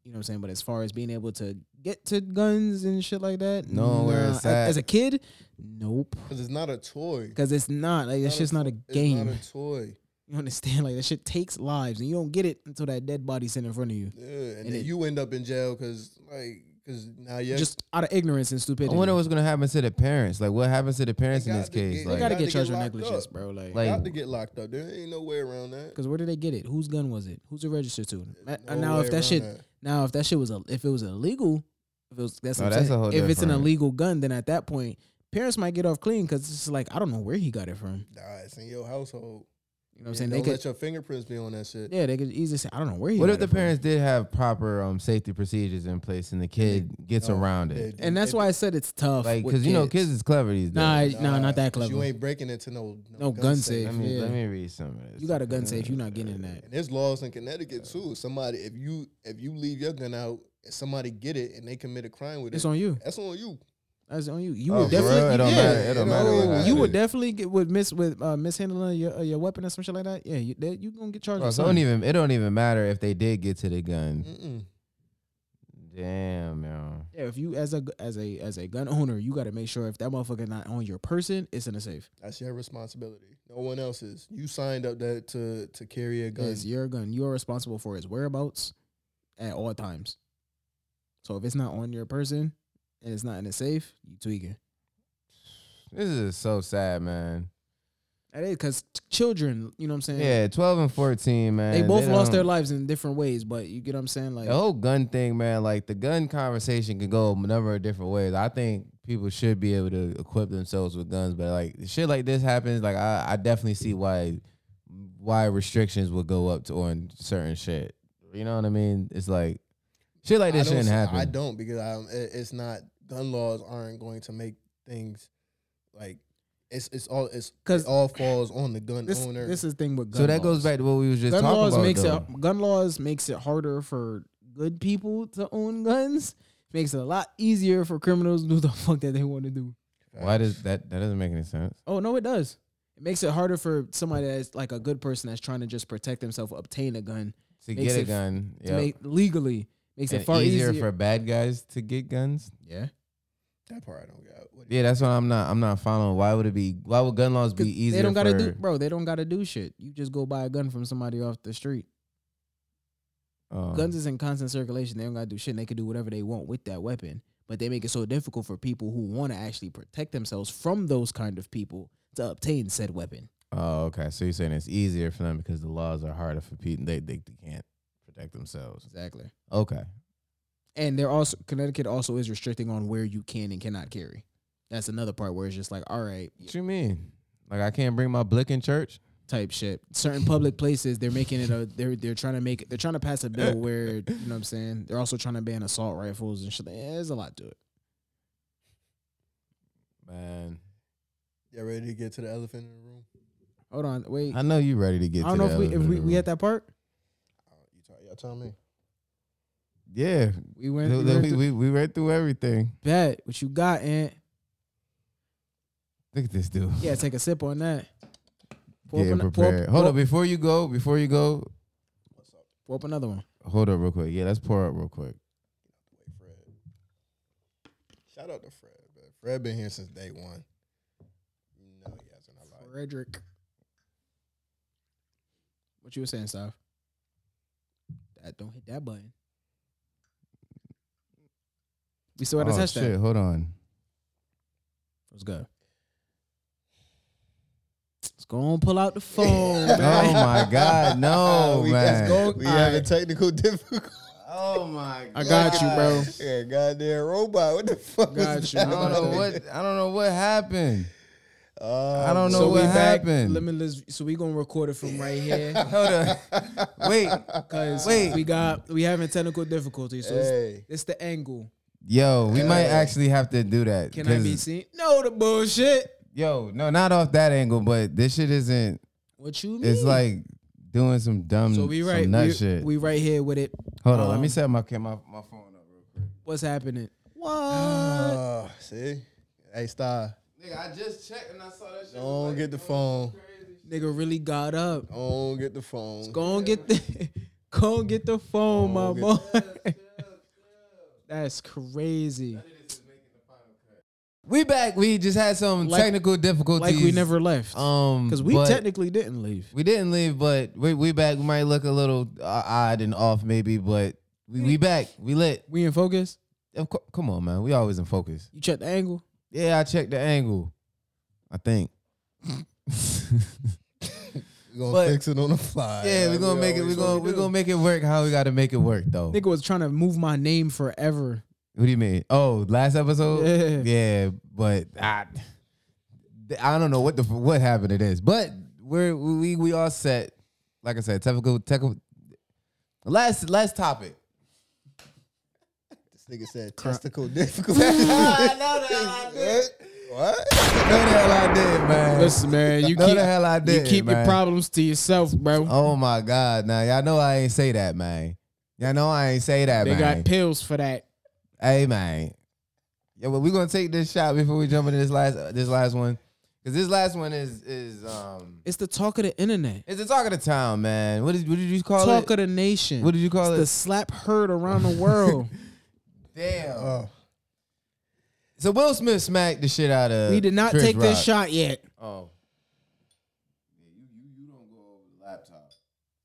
you know what I'm saying. But as far as being able to get to guns and shit like that,
Knowing where
nah.
it's
A-
at.
as a kid, nope,
Because it's not a toy.
because it's not like
It's
it's
not
just
a
not a
It's
game.
not a toy.
you understand? Like that shit takes lives, and you don't get it until that dead body's sitting in front of you.
Yeah, and,
And
then
it-
you end up in jail because like because now you
just out of ignorance and
I
stupidity.
wonder what's gonna happen to the parents. Like what happens to the parents in
got
this
to
case?
get-
they
like
gotta
got to
get
get
charged with
locked
negligence,
up.
bro. Like,
Like-
got to get locked up. There ain't no way around that.
because where did they get it? Whose gun was it? Who's it registered to? Ma-
No
now,
way
if that
around
shit, now if that shit was a, if it was illegal, if it was that's,
Oh,
what I'm
that's
saying.
a whole
if it's an
different-
illegal gun, then at that point, parents might get off clean because it's just like I don't know where he got it from.
Nah, it's in your household.
You know what I'm saying? They
Don't
could,
let your fingerprints be on that shit.
yeah, they could easily say, I don't know where. He
What
got
if the
it from."
parents did have proper um, safety procedures in place and the kid gets
No,
around
they-
it?
they-
And that's
they-
why I said it's tough.
Like,
with
because you know, kids is clever these days.
Nah, no,
Nah,
not that
'cause
clever.
You ain't breaking into no
No gun safe.
let me
yeah.
let me read some of this.
You got a gun safe. You're not getting in that.
And there's laws in Connecticut too. Somebody, if you if you leave your gun out, and somebody get it and they commit a crime with
It's
it.
on you.
that's on you.
That's on you. You
Oh,
would
for real?
definitely.
It don't
yeah,
matter- it don't matter what
no,
I
you would
did.
definitely get with miss with uh, mishandling your uh, your weapon or some shit like that. Yeah, you that, you gonna get charged.
Bro,
with
so it don't
something.
even it don't even matter if they did get to the gun.
Mm-mm.
Damn, yo.
Yeah, if you as a as a as a gun owner, you got to make sure if that motherfucker not on your person, it's in a safe.
That's your responsibility. No one else's. You signed up that to to carry a gun.
It's your gun. You are responsible for its whereabouts at all times. So if it's not on your person and it's not in a safe, you tweaking.
This is so sad, man.
That is because children, you know what I'm saying.
Yeah, twelve and fourteen, man.
They both lost their
don't- Oh,
lives in different ways, but you get what I'm saying? Like,
The whole gun thing, man. Like the gun conversation can go a number of different ways. I think people should be able to equip themselves with guns, but like shit like this happens. Like I, I definitely see why why restrictions would go up to on certain shit. You know what I mean? It's like shit like
I
this
don't
shouldn't
see-
happen.
I don't because I, it- it's not gun laws aren't going to make things like it's it's all it's
'Cause
it all falls on the gun
this,
owner.
this is the thing with gun
oh, so that goes
laws.
back to what we was just
gun
talking
laws
about.
makes
though.
it gun laws makes it harder for good people to own guns. Makes it a lot easier for criminals to do the fuck that they want to do.
Why does that that doesn't make any sense?
Oh no, it does. It makes it harder for somebody that's like a good person that's trying to just protect themselves, obtain a gun
To
Makes
get a
it-
gun,
to
yeah,
make legally. Makes it
and
far
easier, for bad guys to get guns.
yeah.
that part I don't got? What-
Yeah, that's what I'm not. I'm not following. Why would it be? Why would gun laws
'Cause
be easier?
They don't gotta
for,
do, bro. They don't gotta do shit. You just go buy a gun from somebody off the street.
Oh.
Guns is in constant circulation. They don't gotta do shit. And they can do whatever they want with that weapon. But they make it so difficult for people who want to actually protect themselves from those kind of people to obtain said weapon.
Oh, okay. So you're saying it's easier for them because the laws are harder for people. They, they they can't protect themselves.
Exactly.
Okay.
And they're also Connecticut also is restricting on where you can and cannot carry. That's another part where it's just like, all right,
What you mean? Like I can't bring my blick in church?
type shit. Certain public places, they're making it a they're they're trying to make they're trying to pass a bill where you know what I'm saying. They're also trying to ban assault rifles and shit. Yeah, there's a lot to it.
Man,
Y'all ready to get to the elephant in the room?
Hold on, wait.
I know you ready to
I
get.
don't
to
know
the
if we if
elephant in
we,
the
we
room.
had that part.
Uh, You tell, y'all tell me.
Yeah,
We went.
we,
we went
we,
through-
we, we read through everything.
bet what you got, Aunt.
Look at this dude.
Yeah, take a sip on that. Pour
Getting
up an- pour
prepared.
up-
hold
pour
up before you go. Before you go,
Pour up another one.
hold up real quick. Yeah, let's pour up real quick.
Wait, Fred. Shout out to Fred. Man. Fred been here since day one. No, he hasn't. I lied.
Frederick. What you were saying, Steph? That don't hit that button. We still had a
oh
hashtag.
shit! Hold on.
Let's go. Let's go on, pull out the phone,
Oh
man.
my god! No,
we
Oh, man.
Just go, we have a
Alright.
technical difficulty.
Oh my!
I got you, bro.
Yeah, goddamn robot. What the fuck?
Got
was
you.
I
That?
don't know what I don't know what happened.
Uh,
I don't know
so
what
we back.
happened.
Limitless. So we gonna record it from right here
Hold on. Wait.
because
Wait.
we got we having technical difficulties. So it's,
Hey,
it's the angle.
Yo, we might actually have to do that.
uh, Can I be
'cause-
seen? No, the bullshit.
Yo, no, not off that angle, but this shit isn't.
What you mean?
It's like doing some dumb,
so we right
some nut
we,
shit.
we right here with it.
Hold on, let me
um,
set my cam- my my phone up real quick.
What's happening? What?
uh, see, hey, star.
Nigga, I just checked and I saw that shit.
Don't get the phone.
Nigga really got up.
Don't get the phone.
Go and get the go and get the phone, my
Go
boy. That's crazy.
We back. We just had some
Like-
technical difficulties.
Like we never left.
um
Cause we
but-
technically didn't leave.
We didn't leave, but we we back. We might look a little uh, odd and off, maybe, but we, we back. We lit.
We in focus.
Of course, come on, man. We always in focus.
You check the angle.
Yeah, I checked the angle. I think.
We're gonna
But-
fix it on the fly.
yeah, we're gonna make it. We're gonna we're gonna make it work. How we gotta make it work though?
Nigga was trying to move my name forever.
What do you mean? Oh, last episode.
Yeah.
yeah but I, I don't know what the f- what happened to this, but we're we we all set. Like I said, technical technical. Last last topic.
This nigga said testicle difficulty. what?
Know the hell I did, man.
Listen, man, you
Know
keep
the hell I
you
did.
keep your
man.
problems to yourself, bro.
Oh my God! Now y'all know I ain't say that, man. Y'all know I ain't say that,
they
man.
got pills for that.
Hey man. Yeah, but we're gonna take this shot before we jump into this last uh, this last one. Cause this last one is is um
It's the talk of the internet,
it's the talk of the town, man. What did what did you call
talk
it?
of the nation.
what did you call
it's
it?
the slap heard around the world.
Damn.
Oh,
so Will Smith smacked the shit out of
we did not
Chris
take this
Rock.
shot yet.
Oh. Yeah, you, you you don't go over the laptop.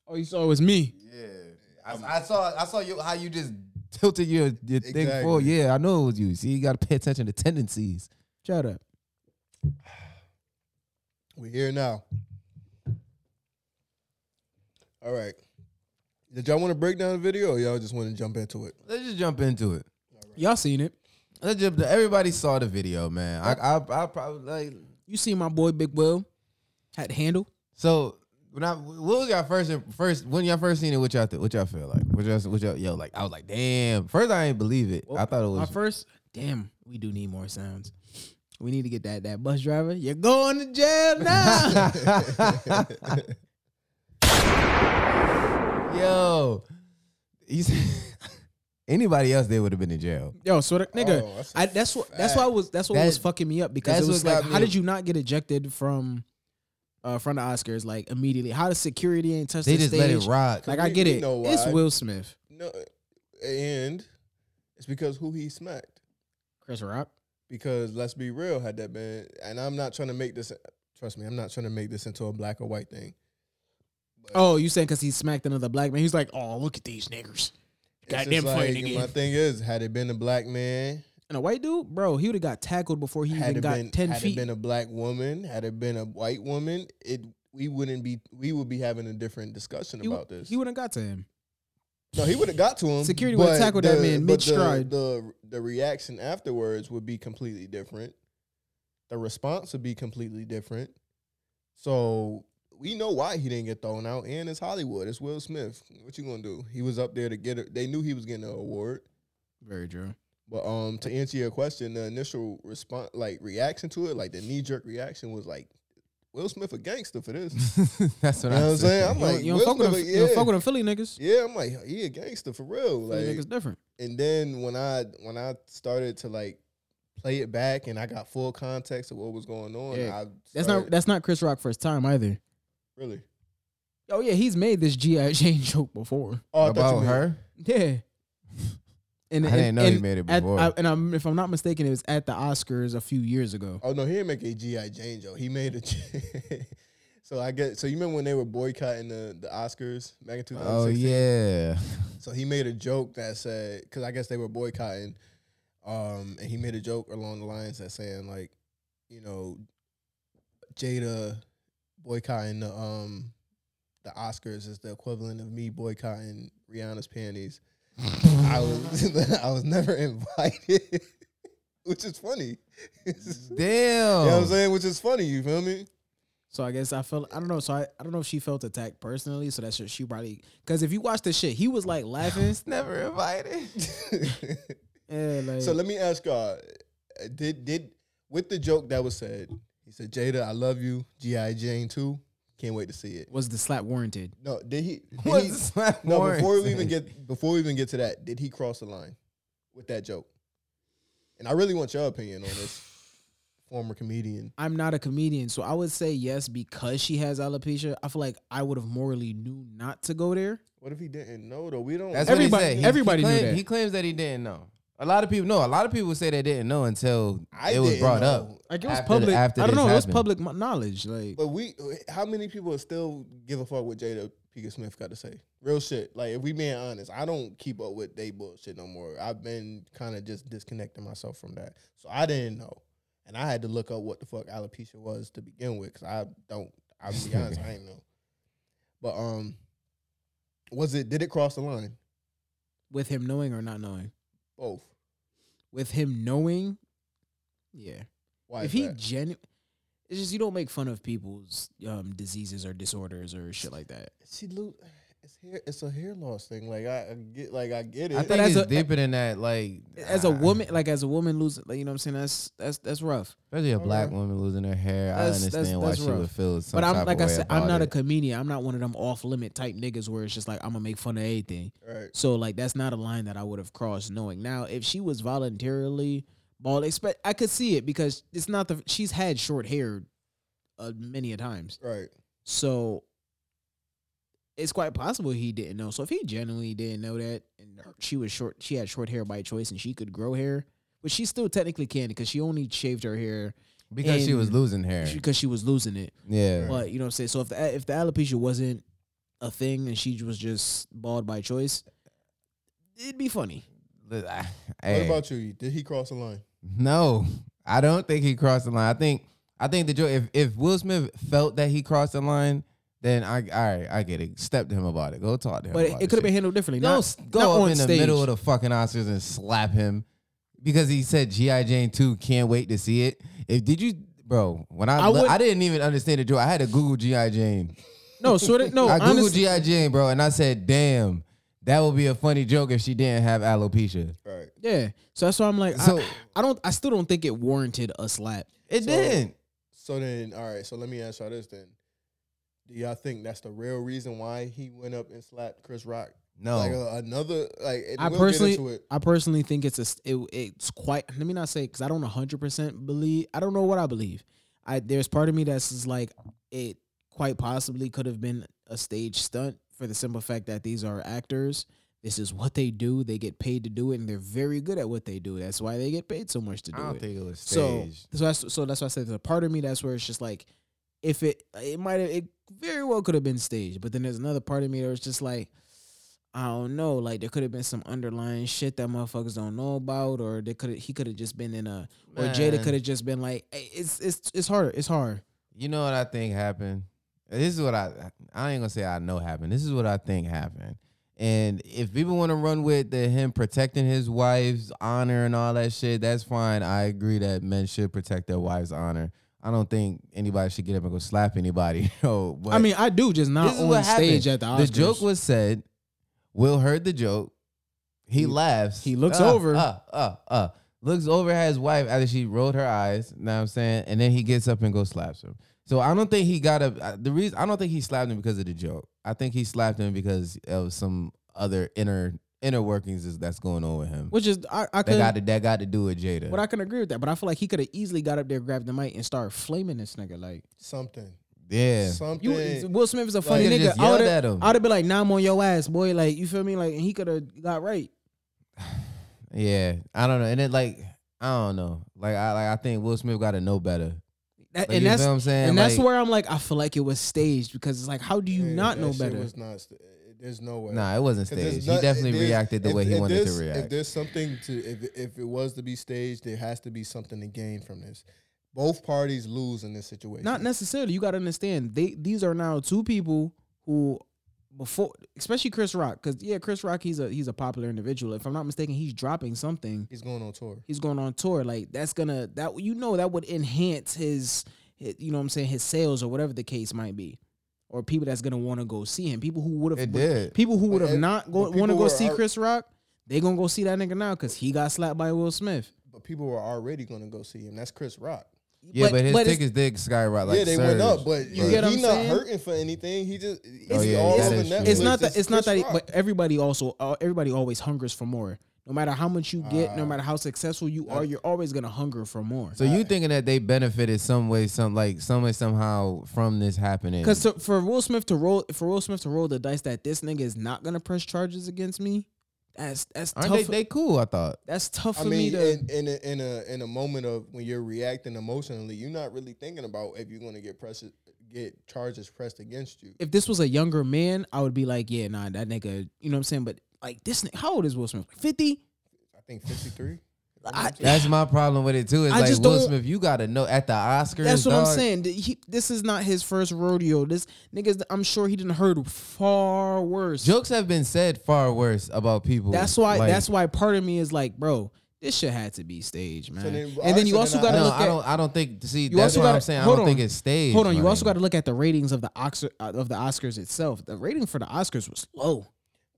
Oh, you saw it was me.
Yeah. I, I saw I saw you how you just tilted your, your thing
Exactly.
forward. Yeah, I know it was you. See, you gotta pay attention to tendencies.
Shut up.
we're here now. All right. Did y'all want to break down the video or y'all just want to jump into it?
Let's just jump into it.
Y'all seen it?
Let's jump to- everybody saw the video, man. I, I, I probably like.
You seen my boy Big Will had the handle?
So when I, what was y'all first, first when y'all first seen it? What y'all, th- what y'all feel like? What y'all, what y'all, yo, like I was like, damn. First, I ain't believe it. I thought it
my
was.
first. Damn, we do need more sounds. We need to get that that bus driver. You're going to jail now.
yo, he's, anybody else there would have been in jail.
Yo, so the, nigga,
Oh, that's a
I, that's what that's why I was that's what
That-
was fucking me up because
that's
it was
what
like,
got me
how
to-
did you not get ejected from uh from the Oscars like immediately? How does security ain't touch
They
the
just
stage?
let it rock.
Like
We-
I get
we
it.
know
It's
why.
Will Smith,
No, and it's because who he smacked.
Chris Rock.
Because let's be real, had that been, and I'm not trying to make this. Trust me, I'm not trying to make this into a black or white thing.
Oh, you saying because he smacked another black man? He's like, oh, look at these niggers.
It's
Goddamn
just
funny
like,
nigga.
My thing is, had it been a black man,
And a white dude, bro, he would have got tackled before he
had
even
it
got
been
ten
had
feet.
it been a black woman, had it been a white woman, it we wouldn't be we would be having a different discussion
he
about this.
wouldn't got to him.
no, he would have got to him.
Security would've
but
tackled that
the-
man
but the-
mid-stride.
The, the reaction afterwards would be completely different. The response would be completely different. So we know why he didn't get thrown out, and it's Hollywood. It's Will Smith. What you gonna do? He was up there to get it. They knew he was getting an award.
Very true.
But um, to answer your question, the initial response, like reaction to it, like the knee jerk reaction was like, "Will Smith a gangster for this."
That's what,
You know
I'm
what I'm saying?
saying.
I'm like,
you, don't
Will
fuck with them,
Smith,
you don't
yeah.
fuck with them Philly niggas.
yeah, I'm like, he a gangster for real.
Philly
Like,
niggas different.
and then when I when I started to like play it back and I got full context of what was going on,
Yeah.
I
That's
started-
not that's not Chris Rock first time either.
really.
Oh yeah, he's made this GI Jane joke before.
Oh, I thought you
About
meant-
her.
Yeah. And,
I didn't know he
and
made it
at-
before.
I- and I'm, if I'm not mistaken, it was at the Oscars a few years ago.
Oh no, he didn't make a GI Jane joke. He made a. so I get. So you remember when they were boycotting the the Oscars back in 2016?
Oh yeah.
So he made a joke that said, because I guess they were boycotting, um, and he made a joke along the lines that saying like, you know, Jada boycotting the um the Oscars is the equivalent of me boycotting Rihanna's panties. I was I was never invited, which is funny. you know
Damn.
what
Oh.
I'm saying? Which is funny. You feel me?
So I guess I felt I don't know. So I, I don't know if she felt attacked personally. So that's what she probably because if you watch the shit, he was like laughing.
Never invited.
yeah, like,
So let me ask y'all: uh, Did did with the joke that was said? He said, "Jada, I love you. GI Jane too. Can't wait to see it."
was the slap warranted?
No, did he? did
What's
he-
the slap
no,
warrant
before we even
saying?
get before we even get to that, did he cross the line with that joke? And I really want your opinion on this, former comedian.
I'm not a comedian, so I would say yes because she has alopecia. I feel like I would have morally knew not to go there.
What if he didn't know though? We don't.
That's
know.
what he
Everybody-
said. He-
everybody
he
knew
claimed,
that.
He claims that he didn't know. A lot of people know. A lot of people say they didn't know until
I
it was
didn't
brought
know.
up.
Like it was
After the-
public.
after
I don't
this
know. It was
happened.
public mo- knowledge. Like
But we, how many people still give a fuck what Jada Pinkett Smith got to say? Real shit. Like if we being honest, I don't keep up with they bullshit no more. I've been kind of just disconnecting myself from that, so I didn't know, and I had to look up what the fuck alopecia was to begin with because I don't. I'll be honest, I ain't know. But um, was it? Did it cross the line?
with him knowing or not knowing.
Both.
With him knowing, yeah.
Why?
if
is
he
that?
genuine, It's just you don't make fun of people's um, diseases or disorders or shit like that.
See, Lou, it's hair. It's a hair loss thing. Like I, I get, like I get it.
I
But
think
as
it's
a-
deeper than that. Like
As a
ah,
woman, like as a woman losing, like you know what I'm saying. That's that's that's rough.
especially a black
Okay.
woman losing her hair, I
That's- that's-
understand why
that's
she would
rough.
feel some
But
type
I'm
of
like I
way
said, I'm
about
not a
it.
comedian. I'm not one of them off limit type niggas where it's just like I'm gonna make fun of anything.
right.
So like that's not a line that I would have crossed knowing. Now if she was voluntarily bald, expect I could see it because it's not the she's had short hair uh, many a times.
Right.
So it's quite possible he didn't know. So if he genuinely didn't know that and her- she was short she had short hair by choice and she could grow hair, but she still technically can because she only shaved her hair
because she was
and-
losing hair.
because she was losing it.
yeah,
But you know what I'm saying? So if the if the alopecia wasn't a thing and she was just bald by choice, it'd be funny.
But I-
What
hey,
about you? Did he cross the line?
no, I don't think he crossed the line. I think I think the joke if if Will Smith felt that he crossed the line, then I all right, I get it. Step to him about it. Go talk to him. about
But it,
the
it could have
shit.
been handled differently.
Don't
not,
s- go
not
up
on
in the
stage.
middle of the fucking Oscars and slap him because he said GI Jane two. Can't wait to see it. If did you, bro? When I
I
I,
would-
I didn't even understand the joke. I had to Google GI Jane.
no, sort of. No,
I googled
Oh, honestly,
GI Jane, bro, and I said, damn, that would be a funny joke if she didn't have alopecia.
Right.
yeah. So that's why I'm like,
So-
I, I don't. I still don't think it warranted a slap.
It
So-
didn't.
So then, all right. So let me ask y'all this then. Do y'all think that's the real reason why he went up and slapped Chris Rock?
No,
Like uh, another like. And
I
we'll
personally-
get into it.
I personally think it's a. s- It, it's quite. Let me not say because I don't 100 percent believe. I don't know what I believe. I there's part of me that's just like it quite possibly could have been a stage stunt for the simple fact that these are actors. This is what they do. They get paid to do it, and they're very good at what they do. That's why they get paid so much to do
I don't
it.
think it was
So,
staged.
so that's so that's why I said there's a part of me that's where it's just like, if it it might have it very well could have been staged, but then there's another part of me that was just like, I don't know, like there could have been some underlying shit that motherfuckers don't know about, or they could he could have just been in a or Jada
Man.
could have just been like, "Hey, it's it's it's hard, it's hard.
You know what I think happened? This is what I I ain't gonna say I know happened. This is what I think happened. And if people want to run with the him protecting his wife's honor and all that shit, that's fine. I agree that men should protect their wife's honor. I don't think anybody should get up and go slap anybody. No, but
I mean, I do just not
this is what
on stage at
happened.
the Oscars.
The joke was said. Will heard the joke. He,
He-
laughs.
he looks
Uh,
over.
Uh, uh, uh. Looks over at his wife after she rolled her eyes. Know what I'm saying? And then he gets up and go slaps him. So I don't think he got a uh, the reason. I don't think he slapped him because of the joke. I think he slapped him because of some other inner inner workings is- that's going on with him.
which is I I
that
could
got to, that got to do with Jada.
but I can agree with that, but I feel like he could have easily got up there, grabbed the mic, and started flaming this nigga like.
Something.
yeah.
Something.
You, Will Smith is a funny
Like,
nigga.
just
I
yelled
would've-
at him.
I would have been like, "Nah, I'm on your ass, boy." Like, you feel me? Like, and he could have got right.
Yeah. I don't know. And it like I don't know. Like I like I think Will Smith got to know better. Like,
That- and
you
that's
feel what I'm saying?
and that's
Like-
where I'm like, I feel like it was staged because it's like, how do you
Yeah,
not know
that shit
better?
Was not. st- it- There's no way.
Nah, it wasn't
'Cause there's
staged.
not-
he definitely
there's-
reacted the
if-
way he
if
wanted to
there's- If
react.
there's something to, if if it was to be staged, there has to be something to gain from this. Both parties lose in this situation.
not necessarily. You got to understand, they these are now two people who before, especially Chris Rock, because yeah, Chris Rock, he's a he's a popular individual. If I'm not mistaken, he's dropping something.
He's going on tour.
He's going on tour. Like that's gonna that you know that would enhance his, his you know what I'm saying his sales or whatever the case might be, or people that's gonna want to go see him. People who would have
It did.
People who would
But
have
ev-
not
but
go,
people
want to go
were
see
al-
Chris Rock, they gonna go see that nigga now because he got slapped by Will Smith.
But people were already going to go see him. That's Chris Rock.
Yeah, but, his
it's-
tickets did skyrocket. Like
yeah, they
surged.
went up, but
You
he-
get what
he
I'm
not
saying?
hurting for anything. He just it's
Oh, yeah,
all
that
over
is true.
Netflix.
It's not that. It's not that.
Chris
He,
Rock.
but everybody also uh, everybody always hungers for more. No matter how much you get, no
Ah.
matter how successful you are, you're always gonna hunger for more.
So you thinking that they benefited some way, some like some way somehow from this happening?
Because for Will Smith to roll for Will Smith to roll the dice that this nigga is not gonna press charges against me, that's that's
aren't
tough.
they, they cool? I thought.
that's tough
I
for me
mean,
to.
in, in a in a in a moment of when you're reacting emotionally, you're not really thinking about if you're going to get press get charges pressed against you.
if this was a younger man, I would be like, yeah, nah, that nigga, you know what I'm saying? But like this nigga, how old is Will Smith? Like 50?
I think 53.
I,
That's my problem with it too. Is
I
like
just
Will
don't-
Smith, you got to know at the Oscars.
that's what I'm
dog,
saying. Th- he- this is not his first rodeo. This nigga's, I'm sure he didn't heard far worse.
Jokes have been said far worse about people.
That's why
Like,
that's why part of me is like, bro, this shit had to be staged, man.
then-
and then you
so
also
then
got
I-
to
No,
look
I
at
don't. I don't think. See,
You
that's
also
what
gotta-
I'm saying. I
hold
don't think
on.
it's staged.
Hold on, you
my
also
nigga.
got to look at the ratings of the Oxer, uh, of the Oscars itself. The rating for the Oscars was low.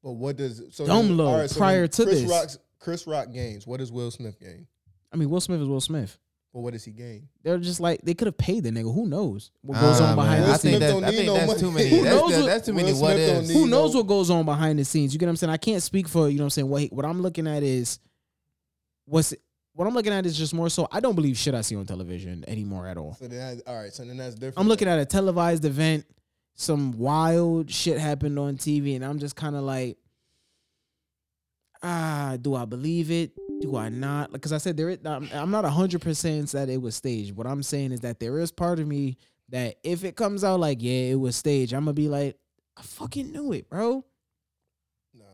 But what does so
Dumb
then-
low
all then
prior to
Chris
this.
Rock's, Chris Rock gains. What does Will Smith gain?
I mean, Will Smith is Will Smith.
Well, what does he gain?
They're just like they could have paid the nigga. Who knows what goes
Nah,
on
Ah, man,
behind
Will
I
the
think
Smith
scenes?
that,
don't
I think
need no
that's
money.
too many.
Who
that's,
knows
that-
what-
that's too
Will
many. What
Smith don't
ifs.
need-
Who knows
no-
what goes on behind the scenes? You get what I'm saying? I can't speak for you know what I'm saying. What he- what I'm looking at is what's what I'm looking at is just more so. I don't believe shit I see on television anymore at all.
So then, I, all right. So then that's different.
I'm looking at a televised event. Some wild shit happened on TV, and I'm just kind of like, ah, do I believe it? Do I not? Because I said there, is, I'm, I'm not hundred percent that it was staged. What I'm saying is that there is part of me that if it comes out like, yeah, it was staged, I'm gonna be like, I fucking knew it, bro.
Nah,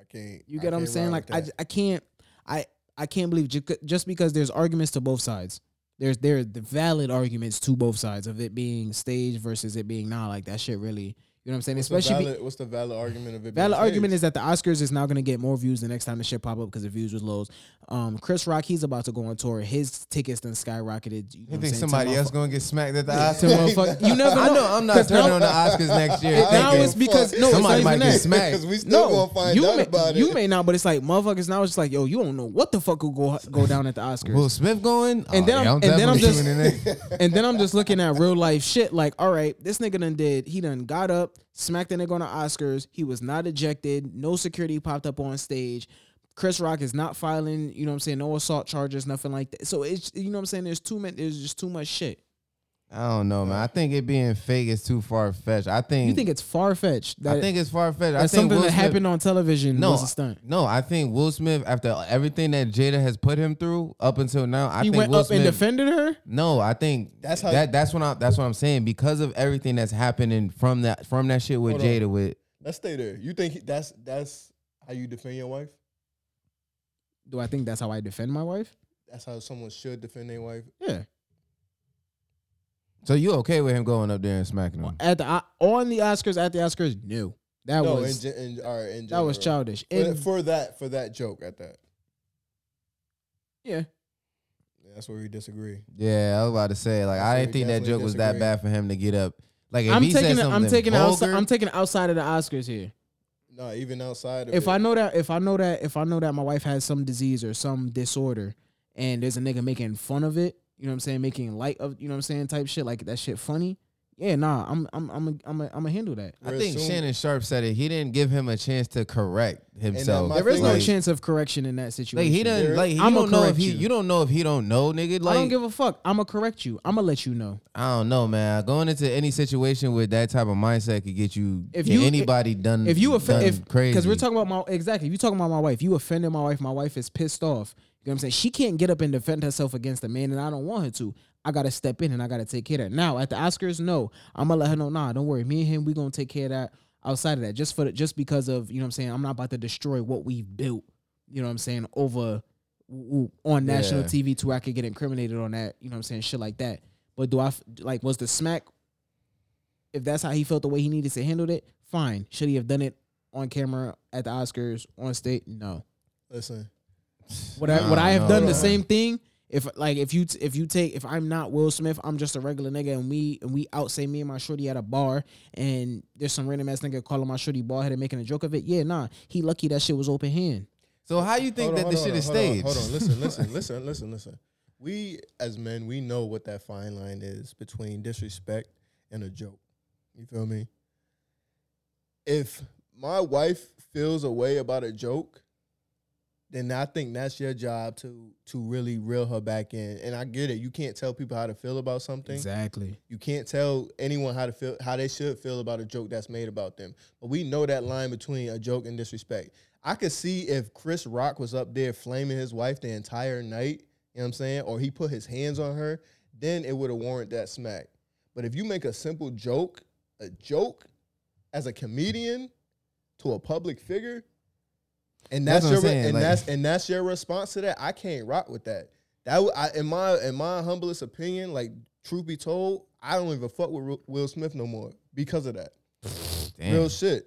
I can't.
You
I
get what I'm
can't
saying?
ride
Like
with
I,
that.
I can't I I can't believe ju- just because there's arguments to both sides. There's there are the valid arguments to both sides of it being staged versus it being not like that shit really. You know what I'm saying?
What's the
Especially be-
valid, what's the valid argument of it?
valid
being
argument
staged?
is that the Oscars is now going to get more views the next time the shit pop up because the views was low. Um, Chris Rock he's about to go on tour. His tickets then skyrocketed. You, know what
You
I'm
think
saying, to
somebody
motherfuck-
else gonna get smacked at the
to
Oscars?
motherfuck- You never know.
I know I'm not
'Cause now-
turning on the Oscars next year.
It- now
thinking,
it's because- no, it's
somebody
not even
might
that.
get smacked.
Because we still
no,
gonna find
you
out
may,
about
you
it.
may not, but it's like motherfuckers now. It's just like, yo, you don't know what the fuck will go go down at the Oscars.
Will Smith going? Oh,
And then I'm-
yeah,
and then I'm
definitely
just-
tuning in.
And then I'm just looking at real life shit. Like, all right, this nigga done did. He done got up, smacked the nigga on the Oscars. He was not ejected. No security popped up on stage. Chris Rock is not filing. You know what I'm saying? No assault charges, nothing like that. So it's you know what I'm saying. There's too many. There's just too much shit.
I don't know, man. I think it being fake is too far fetched. I think.
You think it's far fetched?
I think it's far fetched. I
that
think
something
Will
that
Smith-
happened on television
No,
was a stunt.
no, I think Will Smith, after everything that Jada has put him through up until now, I
he
think
went
Will
up
Smith,
and defended her.
No, I think that's
That's how-
that, that's what I that's what I'm saying because of everything that's happening from that from that shit with
Hold on.
Jada with
Let's stay there. You think he- that's that's how you defend your wife?
Do I think that's how I defend my wife?
That's how someone should defend their wife.
Yeah.
so you okay with him going up there and smacking him?
At the on the Oscars, at the Oscars, no. That
no,
was
in, gen- in, all right, in
that was
general.
childish.
For,
And-
for that for that joke at that.
yeah.
Yeah, that's where we disagree.
Yeah, I was about to say like I didn't
That's where
think
we
that
definitely
joke was that
disagree.
bad for him to get up. Like if
I'm
he said
taking it,
something
I'm taking it outside,
vulgar,
I'm taking it outside of the Oscars here.
No, even outside of
If
it,
I know that if I know that if I know that my wife has some disease or some disorder and there's a nigga making fun of it, you know what I'm saying, making light of, you know what I'm saying, type shit like that shit funny. Yeah, nah, I'm I'm I'm a, I'm a, I'm a handle that.
I
We're
think
assuming-
Shannon Sharp said it. He didn't give him a chance to correct himself.
my
There is no
like,
thing-
chance of correction in that
Like
situation.
he doesn't
There-
like he
I'ma
don't know if
correct
he
you.
you don't know if he don't know nigga like
I don't give a fuck. I'm gonna correct you. I'm gonna let you know.
I don't know, man. Going into any situation with that type of mindset could get you
If
if
you-
anybody done
If you
done
offend, if
crazy
because we're talking about my exactly, if you talking about my wife, you offended my wife. My wife is pissed off. You know what I'm saying? She can't get up and defend herself against a man, and I don't want her to. I gotta step in and I gotta take care of that. Now at the Oscars, no, I'm gonna let her know. Nah, don't worry. Me and him, we gonna take care of that outside of that. Just for the, just because of you know what I'm saying. I'm not about to destroy what we built. You know what I'm saying? Over w- w- on national
Yeah.
TV to where I could get incriminated on that. You know what I'm saying? Shit like that. But do I f- like was the smack if that's how he felt the way he needed to handle it, fine. Should he have done it on camera at the Oscars on stage? No.
listen,
Would I, would I have
no,
done the
no.
same thing if like if you t- if you take if I'm not Will Smith, I'm just a regular nigga and we and we out say me and my shorty at a bar and there's some random ass nigga calling my shorty bald head and making a joke of it? Yeah, nah. He lucky that shit was open hand.
So how you think
Hold
that
on,
this
hold
shit
on,
is
hold on,
staged?
Hold on, listen, listen, listen, listen, listen. We as men, we know what that fine line is between disrespect and a joke. You feel me? If my wife feels a way about a joke, then I think that's your job to to really reel her back in. And I get it. You can't tell people how to feel about something.
Exactly.
You can't tell anyone how to feel how they should feel about a joke that's made about them. But we know that line between a joke and disrespect. I could see if Chris Rock was up there flaming his wife the entire night, you know what I'm saying, or he put his hands on her, then it would have warranted that smack. But if you make a simple joke, a joke as a comedian to a public figure, and
That's
that's,
what I'm
your
saying,
and
like-
that's and that's your response to that, I can't rock with that. That w- I, in my in my humblest opinion, like truth be told, I don't even fuck with Ru- Will Smith no more because of that
Damn.
real shit.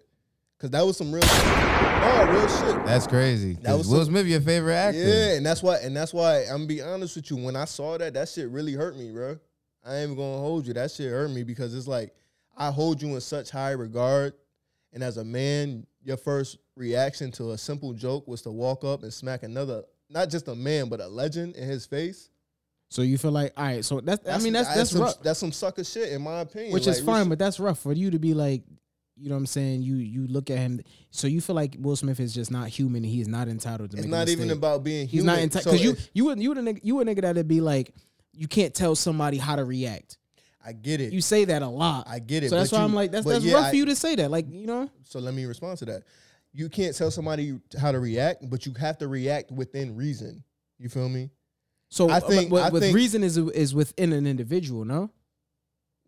Cause that was some real. That No, real shit.
That's crazy.
That was
Will
some-
Smith your favorite actor.
Yeah, and that's why, and that's why I'm gonna be honest with you. When I saw that, that shit really hurt me, bro. I ain't gonna hold you. That shit hurt me because it's like I hold you in such high regard, and as a man, your first reaction to a simple joke was to walk up and smack another, not just a man, but a legend in his face.
So you feel like, all right, so that's, I mean, that's that's,
some,
rough,
that's some sucker shit, in my opinion.
which is
Like, we
fine,
should-
but that's rough for you to be like, you know what I'm saying? You you look at him, so you feel like Will Smith is just not human. and He is not entitled to.
it's
make
not
a
even
mistake.
about being
He's
human.
not entitled
So
because you
if-
you would you would a nigga, you a nigga that'd be like, you can't tell somebody how to react.
I get it.
You say that a lot.
I get it.
so that's
but
why
you-
I'm like, that's
but
that's
yeah,
rough
I-
for you to say that. Like you know,
So let me respond to that. You can't tell somebody how to react, but you have to react within reason. You feel me?
so
I
I
think-
think, but,
I
with
think-
reason is is within an individual. No,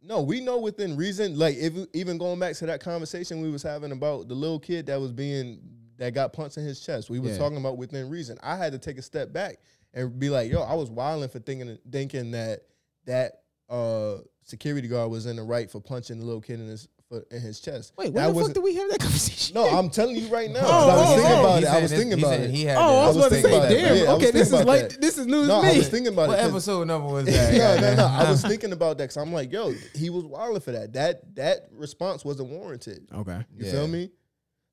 No, we know within reason. Like if even going back to that conversation we was having about the little kid that was being that got punched in his chest. We was
Yeah.
talking about within reason. I had to take a step back and be like, "Yo, I was wilding for thinking thinking that that uh security guard was in the right for punching the little kid in his foot in his chest." That
wait, when the fuck
wasn't-
did we have that conversation?
No, I'm telling you right now. 'cause
Oh,
I was
oh,
thinking
oh.
about
He
it. I
said
was
this-
thinking
he
about
said
it.
He had
Oh,
that.
I was,
was
about to say,
thinking about that.
damn.
Yeah, I was
okay, this
thinking
is
about
like
that.
this is news
No,
to me.
I was thinking about
What
it. 'cause-
episode number was that?
no, no, no. I was thinking about that because I'm like, yo, he was wilding for that. That that response wasn't warranted.
okay,
You
Yeah.
feel me?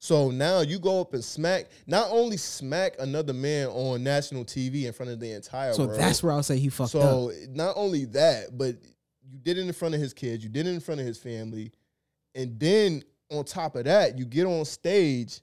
So now you go up and smack, not only smack another man on national TV in front of the entire
so
world.
that's where I'll say he fucked up.
so not only that, but you did it in front of his kids, you did it in front of his family, and then on top of that, you get on stage,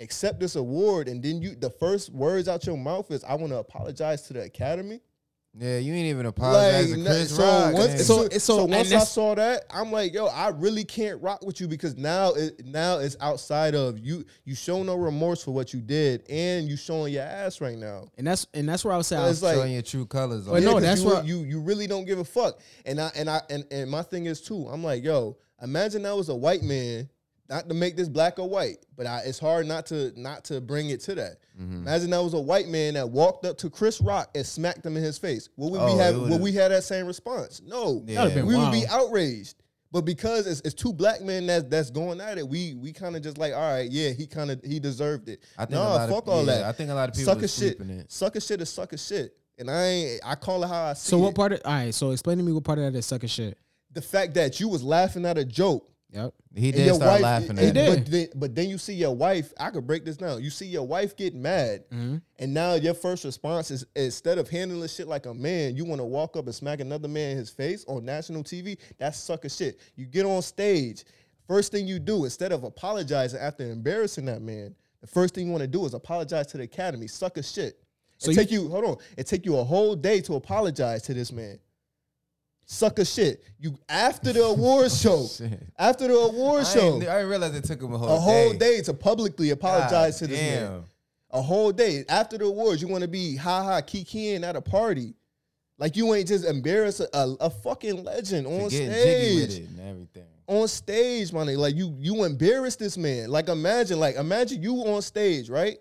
accept this award, and then you the first words out your mouth is, "I want to apologize to the Academy."
Yeah, you ain't even
Like,
apologize to
no-
Chris
so,
Rock.
once,
man.
so,
So-
so,
so- and
once I
that's-
saw that, I'm like, yo, I really can't rock with you because now it now it's outside of you. You show no remorse for what you did, and you showing your ass right now.
and that's and that's where I'll say
So
I'll
it's like,
showing your true colors.
But
on
no,
it.
'cause
that's
you,
what-
you you really don't give a fuck. And I and I and, and my thing is too. I'm like, yo, imagine I was a white man. Not to make this black or white, but I, it's hard not to not to bring it to that.
Mm-hmm.
Imagine I was a white man that walked up to Chris Rock and smacked him in his face. Would we
Oh,
be
it
have, would
would've-
we have that same response? No
Yeah.
That'd have been
we would be
wild.
outraged. But because it's, it's two black men that that's going at it, we we kind of just like, all right, yeah, he kind of he deserved it.
I think a
nah,
lot of-
fuck all
yeah,
that.
I think a lot of people
sucker
is
shit,
sleeping it.
sucker shit is sucker shit, and I ain't, I call it how I see
So what
it.
part of all right? So explain to me what part of that is sucker shit.
The fact that you was laughing at a joke,
Yep.
He
and
did
your
start
wife,
laughing
and-
at it.
did.
But then, but then you see your wife. I could break this down. You see your wife get mad,
Mm-hmm.
and now your first response is instead of handling shit like a man, you want to walk up and smack another man in his face on national TV. That's sucker shit. You get on stage. First thing you do instead of apologizing after embarrassing that man, the first thing you want to do is apologize to the academy. Sucker shit.
So
it
you-
take you hold on. It take you a whole day to apologize to this man. Sucker shit. You after the award show,
Shit.
after the award
I Oh,
show,
didn't, I didn't realize it took him a whole
a whole
day.
day to publicly apologize to
God
this man.
damn.
A whole day after the awards, you want to be ha ha kikiing at a party, like you ain't just embarrass a, a, a fucking legend on
To get jiggy with
stage.
it and everything.
On stage, money, like you you embarrass this man. Like imagine, like imagine you on stage, right?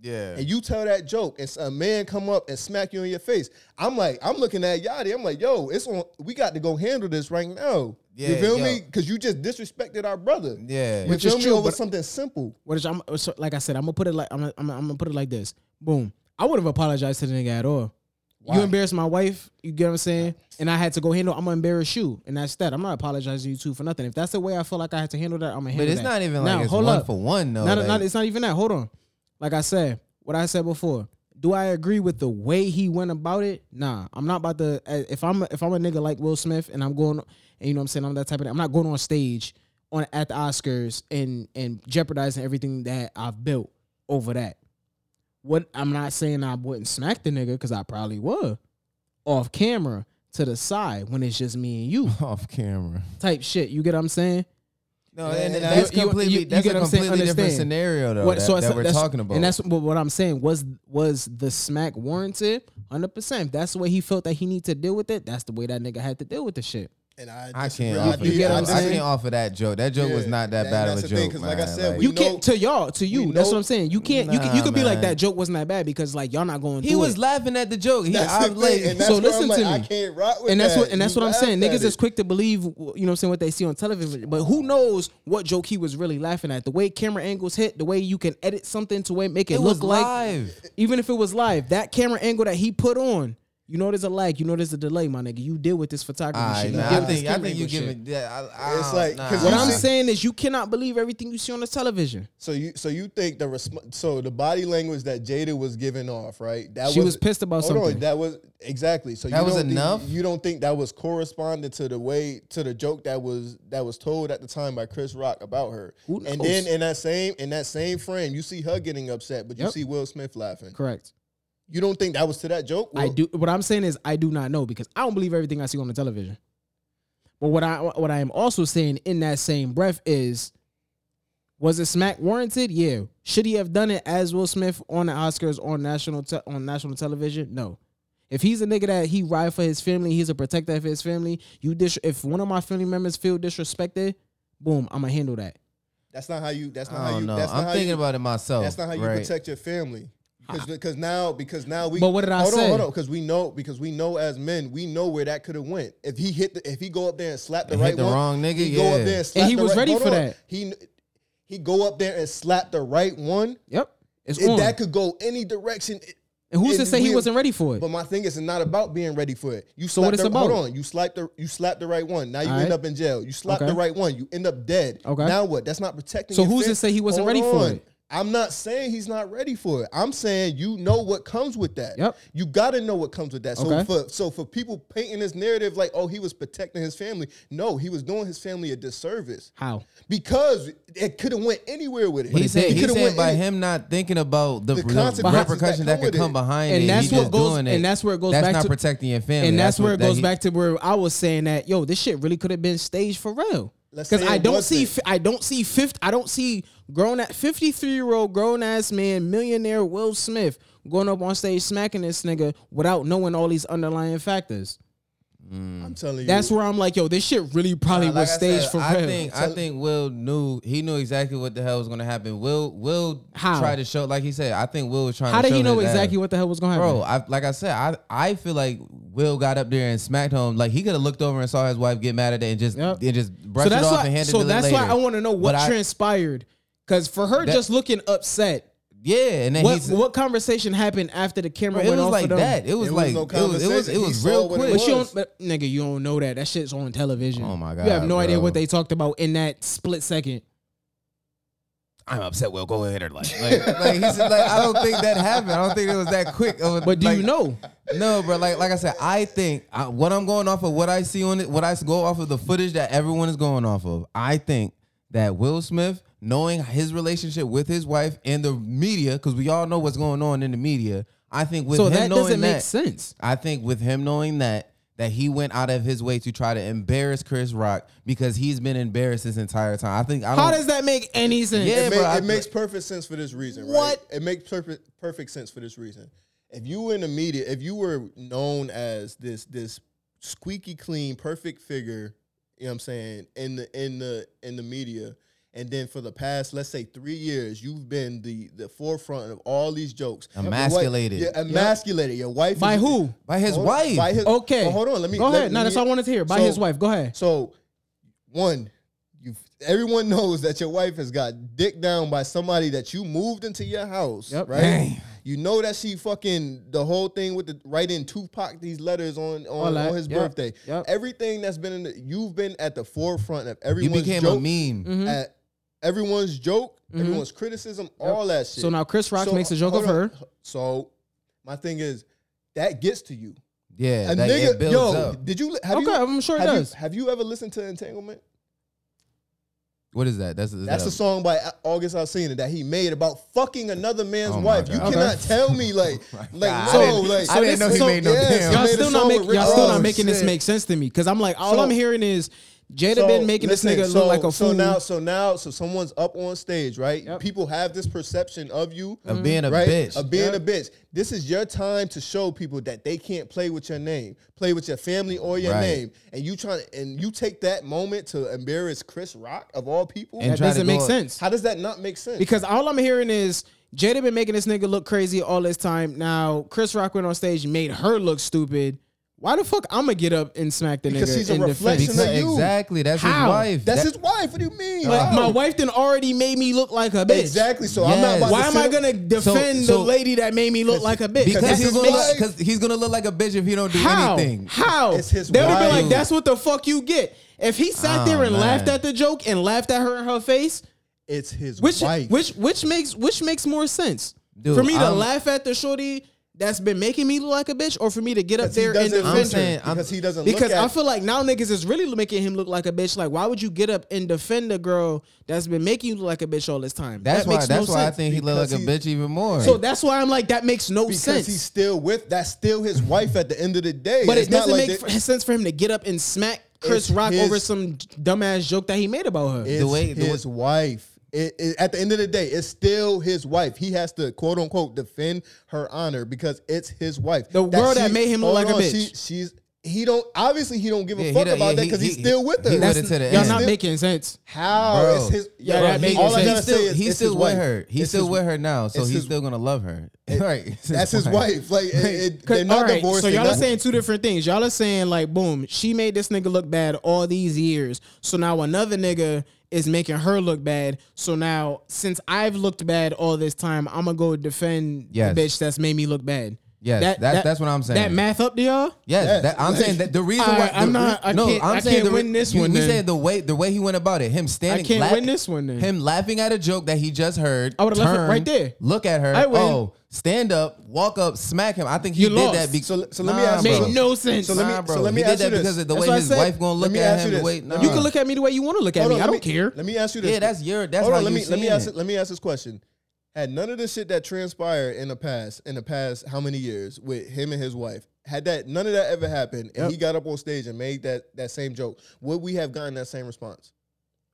Yeah.
and you tell that joke, and a man come up and smack you in your face. I'm like, I'm looking at Yachty. I'm like, yo, it's on. We got to go handle this right now. you
Yeah,
feel
yo.
me? Because you just disrespected our brother.
yeah.
you
Which
feel
is
me?
true,
Over
but-
something simple.
What is I'm so, like I said, I'm gonna put it like I'm gonna, I'm gonna, I'm gonna put it like this. Boom. I would have apologized to the nigga at all. You embarrassed my wife, you get what I'm saying? And I had to go handle I'm gonna embarrass you. And that's that. I'm not apologizing to you two for nothing. If that's the way I feel like I had to handle that, I'm gonna handle
But it's
that.
not even
Now,
like it's
hold
one
up.
for one though.
Not,
like,
not, it's not even that. Hold on. Like I said, what I said before. Do I agree with the way he went about it? Nah, I'm not about to. eh, If I'm if I'm a nigga like Will Smith and I'm going, and you know what I'm saying I'm that type of. I'm not going on stage on at the Oscars and and jeopardizing everything that I've built over that. What I'm not saying I wouldn't smack the nigga because I probably would, off camera to the side when it's just me and you
off camera.
type shit. You get what I'm saying?
No,
Yeah,
and,
and
that's
you- you-
completely
you- you
that's
get
a
what I'm saying?
completely different
Understand.
scenario though
What-
that,
so
that
that's-
we're
that's-
talking about.
and that's what, what I'm saying. Was was the smack warranted? Hundred percent. If that's the way he felt that he needed to deal with it, that's the way that nigga had to deal with the shit.
And I,
I
disagree.
can't.
I
Offer,
do-
You get
I,
what
I
I'm
disagree.
can't offer that joke. That joke was
Yeah,
not that
that-
bad of
that's
a
the thing,
joke,
'cause
man.
like I said,
Like,
we
You can't to y'all to you.
we
That's what
know-
I'm saying. You can't. you can.
Nah,
You could be like
man.
that joke wasn't that bad because like y'all not going
he
through
was
it.
laughing at the joke. He,
That's
I,
the thing,
like,
and that's
so
where
listen
I'm like,
to
I
me.
can't rock with
and that's
that.
what and that's
You
what I'm saying.
laughed
Niggas
at
is
it.
quick to believe, you know what I'm saying, what they see on television. But who knows what joke he was really laughing at? The way camera angles hit, the way you can edit something to way make it,
it
look
was
like
live.
even if it was live, that camera angle that he put on, you know there's a lag, you know there's a delay, my nigga. You deal with this photography
All right,
shit. You
man,
deal
I
with this
think I
camera
think you
angle shit.
giving. Yeah, I, I,
It's
don't-
like,
nah.
'cause
What
You
I'm
see-
saying is you cannot believe everything you see on the television.
So you so you think the resp- so the body language that Jada was giving off, right? That
She was pissed about
hold
something.
On, that was exactly. So
That
you
was
don't think-
enough?
you don't think that was corresponded to the way to the joke that was that was told at the time by Chris Rock about her?
Who
And
knows?
then in that same in that same frame, you see her getting upset, but you
Yep.
see Will Smith laughing.
Correct.
You don't think that was to that joke?
I
Well,
do. What I'm saying is, I do not know because I don't believe everything I see on the television. But what I what I am also saying in that same breath is, was it smack warranted? Yeah. Should he have done it as Will Smith on the Oscars on national te- on national television? No. If he's a nigga that he ride for his family, he's a protector of his family. You dis- if one of my family members feel disrespected, boom, I'ma handle that.
That's not how you. That's not
I
how you.
don't know.
That's not
I'm
how
thinking
you,
about it myself.
That's not how you
right?
protect your family. Because because now because now we
But what did I
hold
say?
on hold on because we know because we know as men we know where that could have went if he hit the, if he go up there and slap the
And hit
right
the
one,
wrong nigga,
he go
yeah.
up there
And
and slap
he
the
was
right-
ready
hold
for
on.
that.
he he go up there and slap the right one
Yep. It's
and
on.
that could go any direction
and who's to
and
say he
we-
wasn't ready for it?
but my thing is it's not about being ready for it you
So what
slapped
it's
the,
about?
hold on you slapped the you slapped the right one now you
All
end
right.
up in jail you slapped
Okay.
the right one you end up dead
Okay.
now what that's not protecting
So
your
who's to
fam-
say he wasn't
Hold
ready for it?
I'm not saying he's not ready for it. I'm saying you know what comes with that.
Yep.
You gotta know what comes with that. So
Okay.
for so for people painting this narrative like, oh, he was protecting his family. No, he was doing his family a disservice
How?
because it could have went anywhere with it.
He
did.
said,
He
he
coulda
said
went
by
any-
him not thinking about the,
The
the
consequences
repercussions
that
that,
come
could
with
come
it.
behind
And
it.
that's
he
what
just
goes-
doing it.
and that's where it goes
That's
back
not
to-
protecting your family.
and that's,
what-
where it
that
goes
he-
back to where I was saying that yo, this shit really could have been staged for real.
Let's
Because
say
I
it
don't see,
wasn't.
fi- I don't see fifth, I don't see grown at fifty three year old grown ass man millionaire Will Smith going up on stage smacking this nigga without knowing all these underlying factors.
I'm telling you.
That's where I'm like, yo, this shit really probably
Like
was
I
staged
said,
for real.
I think I think Will knew he knew exactly what the hell was gonna happen. Will Will
How?
try to show like he said. I think Will was trying.
How
to
did
show
he know
his ass.
exactly what the hell was going to happen?
Bro, I, like I said, I I feel like Will got up there and smacked him. Like he could have looked over and saw his wife get mad at it and just
Yep.
and just brushed it
that's
off
why,
and handed
so
it
that's
later.
why I want to know what
But I-
transpired. Because for her
That-
just looking upset,
yeah, and then
what
he's,
what conversation happened after the camera
bro, it
went
was
off?
like
for them?
that. It was
It was
like
no
it was it was
conversation.
it
He
was
saw
real
what it
quick.
But you
was.
don't, but, nigga, you don't know that. That shit's on television.
Oh my
You have
God,
no idea
bro.
what they talked about in that split second.
I'm upset. Will go ahead or like like, like, he's just like I don't think that happened. I don't think it was that quick. of
Uh,
a-
But do you
like-
know?
No, bro. Like, like I said, I think I, what I'm going off of, what I see on it, what I s- go off of the footage that everyone is going off of. I think that Will Smith, knowing his relationship with his wife and the media, because we all know what's going on in the media. I think with
So
him
that
knowing
doesn't
that,
make sense.
I think with him knowing that that he went out of his way to try to embarrass Chris Rock because he's been embarrassed this entire time. I think
Oh.
I don't.
How does that make any sense?
Yeah,
it,
bro,
make-
I-
it makes perfect sense for this reason.
What?
Right? It makes perfect perfect sense for this reason. If you were in the media, if you were known as this this squeaky clean, perfect figure, you know what I'm saying, in the in the in the media, and then for the past let's say three years, you've been the the forefront of all these jokes. Your wife-
Emasculated.
yeah, emasculated. Your wife
By
is-
who?
by his
Hold on,
wife?
by his-
Okay.
well, Oh, hold on. Let me
go
let-
ahead. No,
let
that's
me-
all I wanted to hear. By
So-
his wife. Go ahead.
so, one, you everyone knows that your wife has got dick down by somebody that you moved into your house,
Yep.
right?
Damn.
You know that she fucking the whole thing with the writing Tupac these letters on
All
on,
that.
on his
Yep.
birthday.
Yep.
Everything that's been in the, you've been at the forefront of
he
everyone's
became
joke, Mm.
a meme?
Mm-hmm.
at everyone's joke, everyone's criticism, all that shit.
So now Chris Rock makes a joke
hold
of
on.
her.
So my thing is that gets to you.
Yeah,
A
that
nigga,
it builds
yo,
up.
did you have you
Okay, I'm sure it
have you-
does.
have you ever listened to Entanglement?
What is that? That's is
That's
that
a song by A- August Alsina that he made about fucking another man's
Oh my
wife. You
God.
cannot
Okay.
tell me like, like
God.
I
no,
didn't-
like
I didn't
this
know
is
he
so-
made no
yes,
damn. Oh,
you
Y'all
made a
still
song
not
with
make,
Rick
y'all still
Ross.
not making this
Shit.
make sense to me because I'm like all
So-
I'm hearing is Jada been making this nigga
so,
look like a
so
fool.
now, so now, so someone's up on stage, right?
Yep.
People have this perception of you
Of being a
right?
bitch.
Of being
Yeah.
a bitch. This is your time to show people that they can't play with your name, play with your family or your
Right.
name, and you trying and you take that moment to embarrass Chris Rock of all people.
And
that
try to
doesn't make
go-
sense.
How does that not make sense?
Because all I'm hearing is Jada been making this nigga look crazy all this time. Now Chris Rock went on stage, and made her look stupid. Why the fuck I'ma get up and smack the
Because
nigga
he's a
in the
reflection
face?
Because
Listen to you.
exactly, that's
How?
his wife.
that's
That-
his wife. What do you mean?
But
Wow.
Uh, my wife then already made me look like a bitch.
Exactly. So I'm
Yes.
not. About
Why
to
am
sit
I
up-
gonna defend
so-
the lady that made me look like a bitch?
because
That's
he's
his
gonna look,
wife.
because he's gonna look like a bitch if he don't do
How?
anything.
How?
It's his
they would have been
wife.
like, that's what the fuck you get. If he sat
Oh,
there and
man.
laughed at the joke and laughed at her in her face,
It's his
which
wife.
which which makes which makes more sense
Dude,
for me to
I'm-
laugh at the shorty that's been making me look like a bitch, or for me to get up
Because he
there and
doesn't-
defend
I'm
her?
saying- I'm-
because he doesn't
Because
look at
I feel like now niggas is really making him look like a bitch. Like, why would you get up and defend a girl that's been making you look like a bitch all this time?
That's
that
why.
Makes
that's
no
why
sense.
I think he look
Because
like a
he's-
bitch even more.
So that's why I'm like, that makes no
because
sense.
he's still with that's still his wife at the end of the day.
But
It's
it
not
doesn't
like
make
that-
f- sense for him to get up and smack Chris
It's
Rock
his-
over some dumbass joke that he made about her.
It's
way- the way-
his wife. It, it- at the end of the day, it's still his wife. He has to quote unquote defend her honor because it's his wife.
The girl that made him
hold
look like a
on,
bitch.
She, she's he don't obviously he don't give
Yeah,
a
he
fuck
don't-
about
yeah,
that
he-
because he's
he-
still with
he
her.
with it to the
y'all
end.
not
Still-
making sense.
How
Bro.
it's his
Yeah,
yo,
that makes
all I
sense.
gotta
he's still,
say is
he's
it's
still
his
with
wife.
her. He's
It's
still
his-
with her now, so
it's
he's
his-
still gonna love her. right. it's
That's his wife. Like it, it, they're not
all right,
divorced.
so
They're
y'all are
not-
saying two different things. Y'all are saying like, boom, she made this nigga look bad all these years. So now another nigga is making her look bad. So now since I've looked bad all this time, I'm gonna go defend
Yes.
the bitch that's made me look bad.
Yes, that's- that's what I'm saying.
That math up to y'all?
Yes,
Yes,
that, I'm
like-
saying that the reason
I-
why
I'm
the-
not- I
no,
can't-
I'm
I
saying
can't
the, re-
win this
you-
one
We
then.
said the way the way he went about it, him standing.
can't win this one then.
Him laughing at a joke that he just heard.
I would've left it
turn,
right there.
Look at her.
I win.
Oh, stand up, walk up, smack him. I think he
You
did
lost.
that because
So- so let me
nah,
ask you
bro.
Made
Bro.
no sense.
So let me-
Nah, bro.
me
he did
ask
that
you
because
this.
of the
That's
way
what I
his
said.
wife gonna
Let
look
me
at
ask you
him. The
this.
way, nah.
You can look at me the way you want to look at
Hold
me.
on,
I
let
don't
me-
care.
Let me ask you this.
Yeah, that's your. That's
Hold
how
on, let
you
me let me
seeing
ask
it.
let me ask this question. Had none of this shit that transpired in the past, in the past how many years with him and his wife, had that none of that ever happened, and he got up on stage and made that that same joke, would we have gotten that same response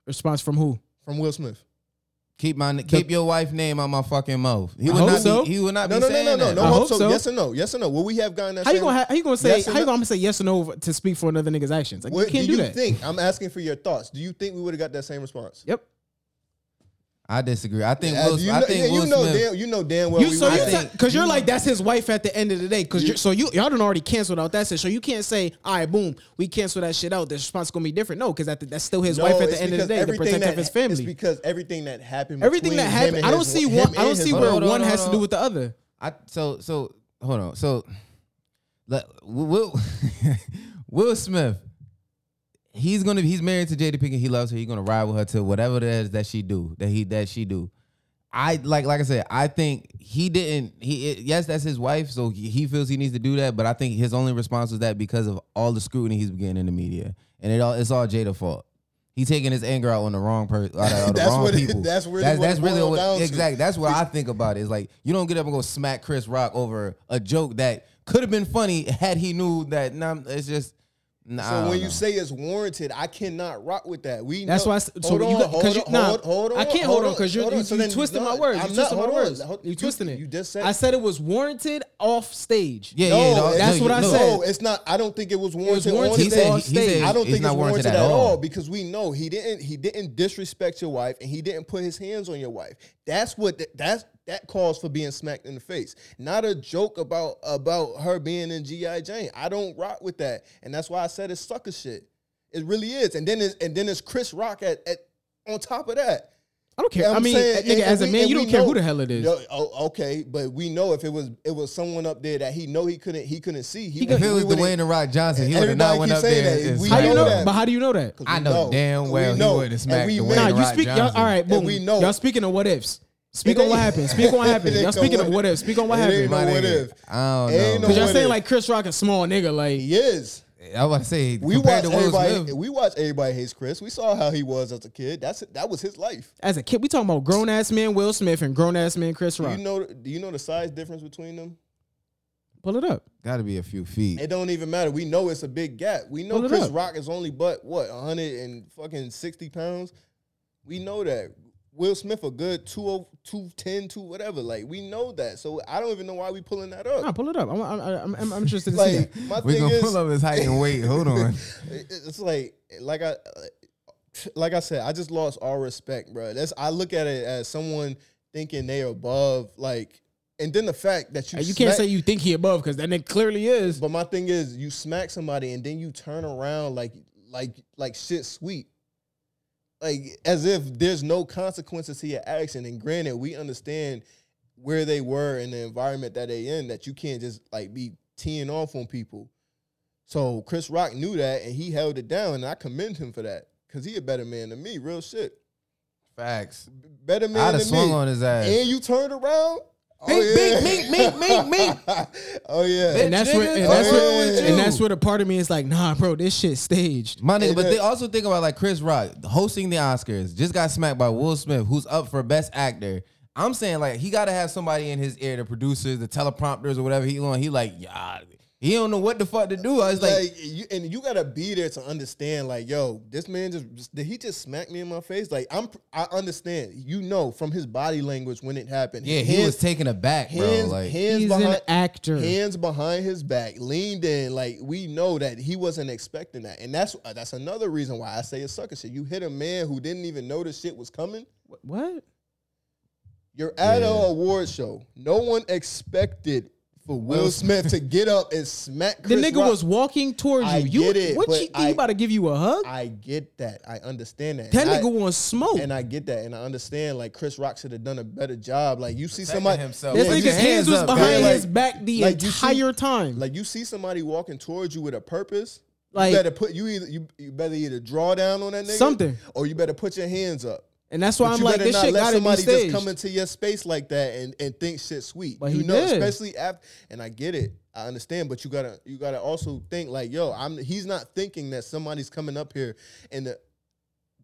Response from who?
from Will Smith?
Keep my keep your wife name on my fucking mouth. He
I
would
hope
not.
so.
Be, he would not
No,
be
no, no,
saying
no, no,
that.
no.
I
hope
hope
so.
so.
Yes or no? Yes or no? Will we have gotten that?
How you
same-
gonna ha- how you gonna say
Yes or
how you
no?
gonna say yes or no to speak for another nigga's actions? Like,
What
you can't
do
do,
you
that.
think? I'm asking for your thoughts. Do you think we would have got that same response?
Yep.
I disagree. I think.
As
Will,
you
I
know,
think
yeah,
Will
you know
Smith.
damn, you know damn well.
You
we
so
would
you
have-
because you're like that's his wife at the end of the day because
You-
you, so you y'all done already canceled out that shit so you can't say all right boom we cancel that shit out the response gonna be different no because that, that's still his
No,
wife at
it's
the end of the
because
day the
everything
protector
that,
of his
It's
family
because everything that happened.
everything
between
that
him
happened
and
I don't
his-
see
him
one
and
I don't
his
see
wife.
where
Hold on,
one
hold
has to
on.
do with the other
I so so hold on. So let- Will Will Smith, he's gonna he's married to Jada Pinkett. He loves her. He's gonna ride with her to whatever it is that she do that he that she do. I like like I said. I think he didn't. He it, yes, that's his wife, so he, he feels he needs to do that. But I think his only response was that because of all the scrutiny he's getting in the media, and it all it's all Jada's fault. He taking his anger out on the wrong person, out of the
That's
wrong
what it-
people.
that's really what it boiled down to.
exactly. That's what I think about it. It's like you don't get up and go smack Chris Rock over a joke that could have been funny had he knew that. Nah, it's just. Nah, I
So
don't
when you
know.
say it's warranted, I cannot rock with that. We
That's
know,
why I s- so
hold
you
on,
got- 'cause
hold
you-
on,
nah,
hold, hold on.
I can't hold on, 'cause you're-
hold
you-
so
you
then-
twisted my
no,
words. You
I'm
twisted
not-
my
hold on.
words.
Hold-
You twisting it.
You just said
I said it was warranted off stage
yeah,
No,
yeah, no,
that's
no,
what I
no.
said.
No, it's not. I don't think it was warranted.
warranted
on
He said,
stage.
he, he said
I don't
it's
think
not
it's warranted at all. because we know he didn't he didn't disrespect your wife and he didn't put his hands on your wife. That's what th- that's that calls for being smacked in the face. Not a joke about about her being in GI Jane. I don't rock with that, and that's why I said it's sucker shit. It really is. And then it's, and then it's Chris Rock at, at on top of that.
I don't care
Yeah,
I
I'm
mean
saying,
that
and-
nigga as a
and we-
man
and
you don't
we
care
know-
who the hell it is
No, oh, okay, but we know if it was it was someone up there that he know he couldn't he couldn't see. He,
If it
we
was
wouldn't-
Dwayne the Rock Johnson, he would have
Everybody
not went
keep
up
saying
there.
that.
and
We
how
smacked
do you
know
know
him.
that.
but how do you know that
'Cause
I
we
know damn
We
well he
know.
wouldn't have
And
smacked
we
Dwayne
know.
the
Nah, you
Rock
speak. Y'all,
Johnson.
all right, boom.
we know.
Y'all speaking of what ifs. Speak
It
on what
ain't-
happened. Speak on what happened.
It ain't
Y'all speaking
no
of what ifs. Speak on what
It ain't
happened.
no
My
what
nigga.
if.
I don't
Ain't
know.
Cause y'all
what
saying
if.
like Chris Rock a small nigga. Like
He is.
I want to say
We
compared
watched
to Will
everybody.
Smith.
We watched everybody hates Chris. We saw how he was as a kid. That's that was his life.
as a kid, we talking about grown ass man Will Smith and grown ass man Chris
Do
Rock.
you know? Do you know the size difference between them?
Pull it up.
Got to be a few feet.
It don't even matter. We know it's a big gap. We know
Pull it
Chris
up.
Rock is only but what hundred and fucking sixty pounds. We know that Will Smith a good oh, 20 210, 2 whatever. Like we know that. So I don't even know why we pulling that up.
Nah, pull it up. I'm, I'm, I'm, I'm- I'm interested to see
like
that.
my
we
thing
gonna
is,
pull up his height and weight. Hold on.
it- it's like like I like I said, I just lost all respect, bro. That's I look at it as someone thinking they above like, and then the fact that you
Hey, Uh, You can't
smack-
say you think he above because that nigga clearly is.
But my thing is, you smack somebody and then you turn around like like like shit sweet. Like as if there's no consequences to your action. And granted, we understand where they were and the environment that they in that you can't just like be teeing off on people. So Chris Rock knew that and he held it down and I commend him for that. Cause he a better man than me, real shit.
Facts.
Better man
I'd have
than
swung
me.
on his ass.
And you turned around?
Mink, mink, mink, mink, mink,
oh yeah.
And that's where, and
I'm
that's
rolling
where,
with
and
you.
that's where the part of me is like, nah, bro, this shit staged.
My nigga, but
that-
they also think about like Chris Rock hosting the Oscars, just got smacked by Will Smith, who's up for Best Actor. I'm saying like he got to have somebody in his ear, the producers, the teleprompters, or whatever he on. He like, yeah, he don't know what the fuck to do. I was like,
like, you, and you gotta be there to understand. Like, yo, this man just, just- did he just smack me in my face? Like, I'm I understand. You know from his body language when it happened.
yeah, he
Hands-
was taken aback, bro.
hands,
Like,
hands
He's an
behind
actor.
hands behind his back, leaned in. Like we know that he wasn't expecting that, and that's uh, that's another reason why I say it's sucker shit. You hit a man who didn't even know the shit was coming.
What?
You're at
Yeah.
an award show. No one expected for Will,
Will
Smith to get up and smack.
The
Chris
nigga
Rock.
was walking towards you.
I
you
get it,
what
but
you think
I-
he about to give you a hug?
I get that. I understand that.
that
And I-
nigga wants smoke.
and I get that, and I understand. Like Chris Rock should have done a better job. Like you see
protecting
somebody,
himself.
this
Put
nigga's
your
hands,
hands
was
up,
behind
man.
like-
his back the
like, you see-
entire time.
like you see somebody walking towards you with a purpose.
Like-
you better put you either you, you better either draw down on that nigga
Something.
or you better put your hands up.
and that's why
But
I'm
you
like,
better
this
not
shit
let
gotta be
somebody just
staged.
come into your space like that and, and think shit sweet.
But
you
he
know,
did.
especially after. And I get it. I understand, but you gotta you gotta also think like, yo, I'm. He's not thinking that somebody's coming up here and the,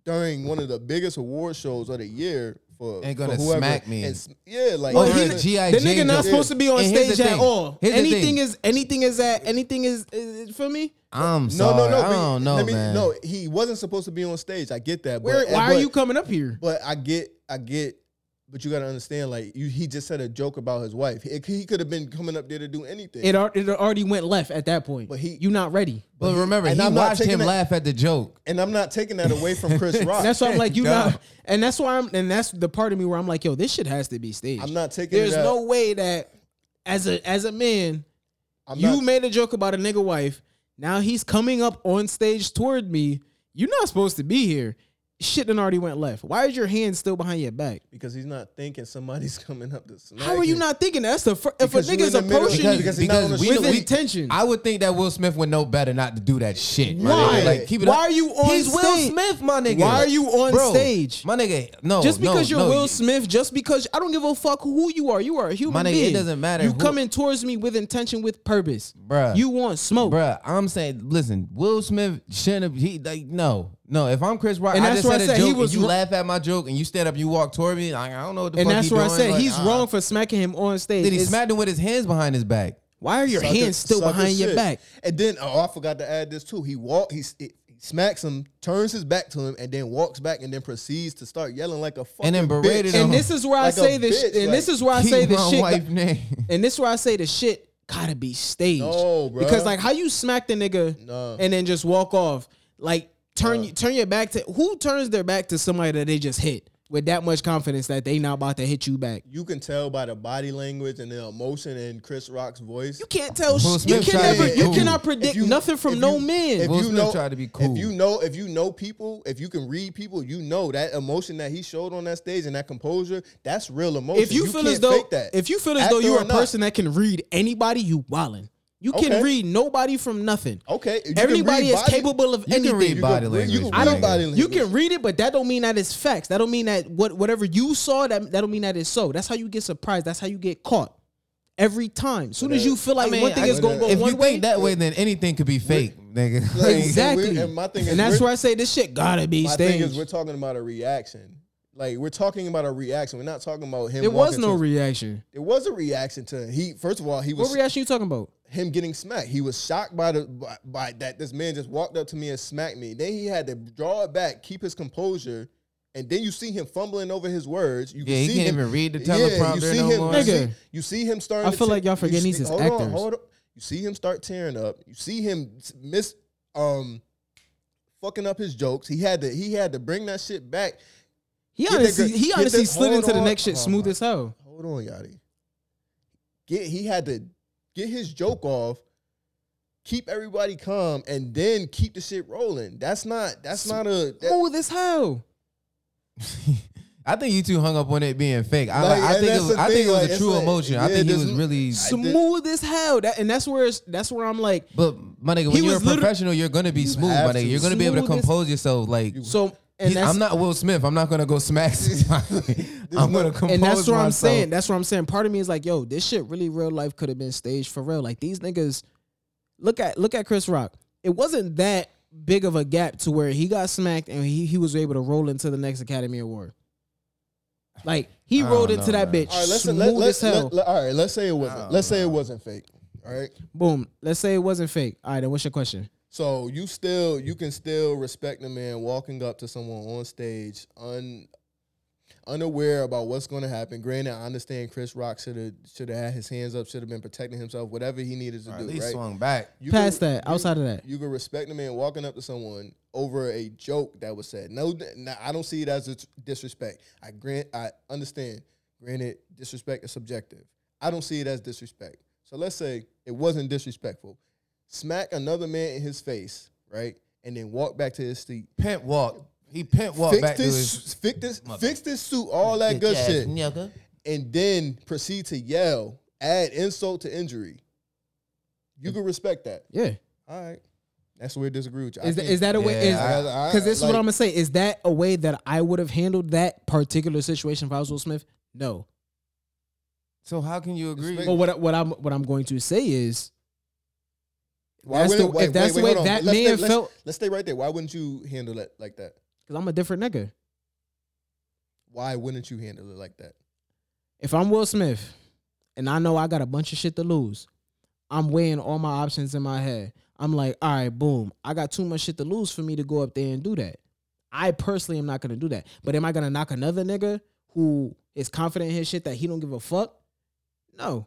during one of the biggest award shows of the year for
And gonna
for whoever,
smack me.
and s- yeah, like
Oh,
But
he-
he-
During G.I.
the
Jane
nigga not
joke.
supposed to be on
And here's the
stage at
thing.
all.
Here's the
Anything
thing.
is anything is that anything is, is, is for me.
I'm
no,
sorry,
no, no.
I
but
don't know,
let me-
man.
No, he wasn't supposed to be on stage. I get that.
Where
but,
why
but,
are you coming up here?
But I get, I get, but you gotta understand. Like you, he just said a joke about his wife. He, he could have been coming up there to do anything.
It al- it already went left at that point.
But he-
you not ready.
but remember,
and
he
I'm not
watched
taking
him
that-
laugh at the joke.
and I'm not taking that away from Chris Rock.
And that's why I'm like, you
Duh.
not, and that's why I'm, and that's the part of me where I'm like, yo, this shit has to be staged.
I'm not taking.
There's
it out.
no way that as a as a man,
I'm
you
not-
made a joke about a nigga wife. Now he's coming up on stage toward me. You're not supposed to be here. Shit done already went left. Why is your hand still behind your back?
because he's not thinking somebody's coming up to smack.
How are you
him.
not thinking that? that's the fir- if
Because you
a nigga's
in the middle-
approaching you?
because he's not on the
with
show.
we-
intentions.
I would think that Will Smith would know better not to do that shit. my
Why?
nigga. Like, keep it
Why
up.
are you on
He's
stage?
Will Smith, my nigga.
Why are you on
Bro,
stage?
my nigga? No,
just
no,
because you're
no,
Will
you-
Smith, just because I don't give a fuck who you are, you are a human
nigga, it
being.
doesn't matter
You
who-
coming towards me with intention, with purpose,
Bruh.
You want smoke,
Bruh, I'm saying, listen, Will Smith shouldn't have. He like, no, no. If I'm Chris Rock,
And
I
that's
just
where I
said a
said he
joke.
was
and you
wr-
laugh at my joke, and you stand up, you walk toward me. Like, I don't know what the
and
fuck
that's
he
where I
doing,
said
like,
he's
uh,
wrong for smacking him on stage.
Then he
It's-
smacked him with his hands behind his back.
Why are your
Sucker-
hands still
sucker
behind your
shit.
back?
And then, oh, I forgot to add this too. He walk, he, s- he smacks him, turns his back to him, and then walks back, and then proceeds to start yelling like a fucking
And then berated
bitch.
him.
And this is where I
Like a
say this.
bitch,
and this
like,
is where I
Keep
say
my
this shit.
wife name.
And this is where I say the shit gotta be staged.
No, bruh.
Because like how you smack the nigga
No.
and then just walk off. Like turn turn your back to who turns their back to somebody that they just hit with that much confidence that they not about to hit you back.
You can tell by the body language and the emotion in Chris Rock's voice.
You can't tell.
Will
sh- You
Smith
can
tried to
never.
be
You
cool.
cannot
If
predict
you-
nothing from
if
no
you-
man.
If
Will
you
Smith
know,
tried to be cool.
If you know, if you know people, if you can read people, you know that emotion that he showed on that stage and that composure. That's real emotion.
If you, feel
can't
as though
fake that.
if you feel as
Actor
though you're
or
a
not.
person that can read anybody, you wildin'. You can
Okay.
read nobody from nothing.
okay, you can
Everybody
read
is
body-
capable of
You can
anything.
read
you can
body
read-
language.
You
my
can read
nigga.
body language.
You can read it, but that don't mean that it's facts. That don't mean that what whatever you saw that that don't mean that it's so. That's how you get surprised. That's how you get caught every time. Soon as you feel like
I mean,
one thing
I-
is gonna go
If
one
you
way,
think that way, then anything could be fake, nigga. Like,
Like,
exactly.
and we- and my thing is
And that's
we're-
where I say this shit gotta be
My
staged.
thing is, we're talking about a reaction. Like we're talking about a reaction. We're not talking about him.
There was
walking
no
to-
reaction.
there was a reaction to he. First of all, he was
What reaction you talking about?
him getting smacked. He was shocked by the by, by that this man just walked up to me and smacked me. Then he had to draw it back, keep his composure, and then you see him fumbling over his words. You can
Yeah, he
see
can't
him,
even read the
Yeah, you
teleprompter
see
no
him-
more.
You
Nigga.
see, you see him starting.
I
to
feel
tear-
like y'all
you
forgetting
see-
these is
hold On,
actors.
hold on. You see him start tearing up. You see him s- miss um fucking up his jokes. He had to he had to bring that shit back.
He
Get the
honestly,
gr-
he
get
honestly
the-
slid
hold
into the
on.
next shit
Oh
smooth
my
as hell.
Hold on, Yachty. Get he had to get his joke off, keep everybody calm, and then keep the shit rolling. That's not that's not a that,
Smooth as hell.
I think you two hung up on it being fake. I,
Like,
I
and
think it
that's
was,
the
I think
thing,
it was
like,
a
it's
true
like-
emotion. I
yeah,
think he
there's
was
n-
really.
I- did-
Smooth as hell. That and that's where it's, that's where I'm like.
But my nigga, when
He
you're a
was literally-
professional, you're gonna be smooth, my
have
nigga.
to.
You're gonna be able to
Smooth as-
compose yourself. Like
So and
he's-
that's
I'm not Will Smith. I'm not gonna go smack. somebody. I'm gonna compose
and that's what I'm
myself.
saying. That's what I'm saying. Part of me is like, yo, this shit really real life could have been staged for real. Like these niggas, look at look at Chris Rock. It wasn't that big of a gap to where he got smacked and he, he was able to roll into the next Academy Award. Like he
I
rolled
don't
into
know,
that
man.
bitch
all right, let's,
smooth
let, let,
as hell.
let, let, all right, let's say it
I
wasn't.
don't
Let's say
know.
it wasn't fake. All right.
Boom. Let's say it wasn't fake. All right, then what's your question?
So you still you can still respect the man walking up to someone on stage un unaware about what's going to happen. Granted, I understand Chris Rock should have should have had his hands up, should have been protecting himself, whatever he needed to
Or
do.
At least
right?
swung back.
You
Past
can-
that,
you-
outside of that.
you can respect a man walking up to someone over a joke that was said. No, no I don't see it as a disrespect. I grant, I understand. Granted, disrespect is subjective. I don't see it as disrespect. So let's say it wasn't disrespectful. Smack another man in his face, right, and then walk back to his seat.
Pimp walk. He pimp walk
Fix
back to his
this, fix this,
mother.
fix this suit, all that good
Bitch ass
shit,
nigga.
and then proceed to yell, add insult to injury. You can respect that.
Yeah.
All right. That's where I disagree with you. I
Is, that,
can't-
is that a way?
Yeah,
Is,
I-
Because this is what
like,
I'm gonna say. Is that a way that I would have handled that particular situation if I was Will Smith? No.
So how can you agree?
Respect-
But what I- what I'm what I'm going to say is
why
that's
wouldn't-
the- if that's the way
hold on.
that
Let's
man
stay- let's-
felt-
Let's stay right there. Why wouldn't you handle it like that?
because I'm a different nigga.
Why wouldn't you handle it like that?
If I'm Will Smith, and I know I got a bunch of shit to lose, I'm weighing all my options in my head. I'm like, all right, boom, I got too much shit to lose for me to go up there and do that. I personally am not gonna do that. But am I gonna knock another nigga who is confident in his shit that he don't give a fuck? No.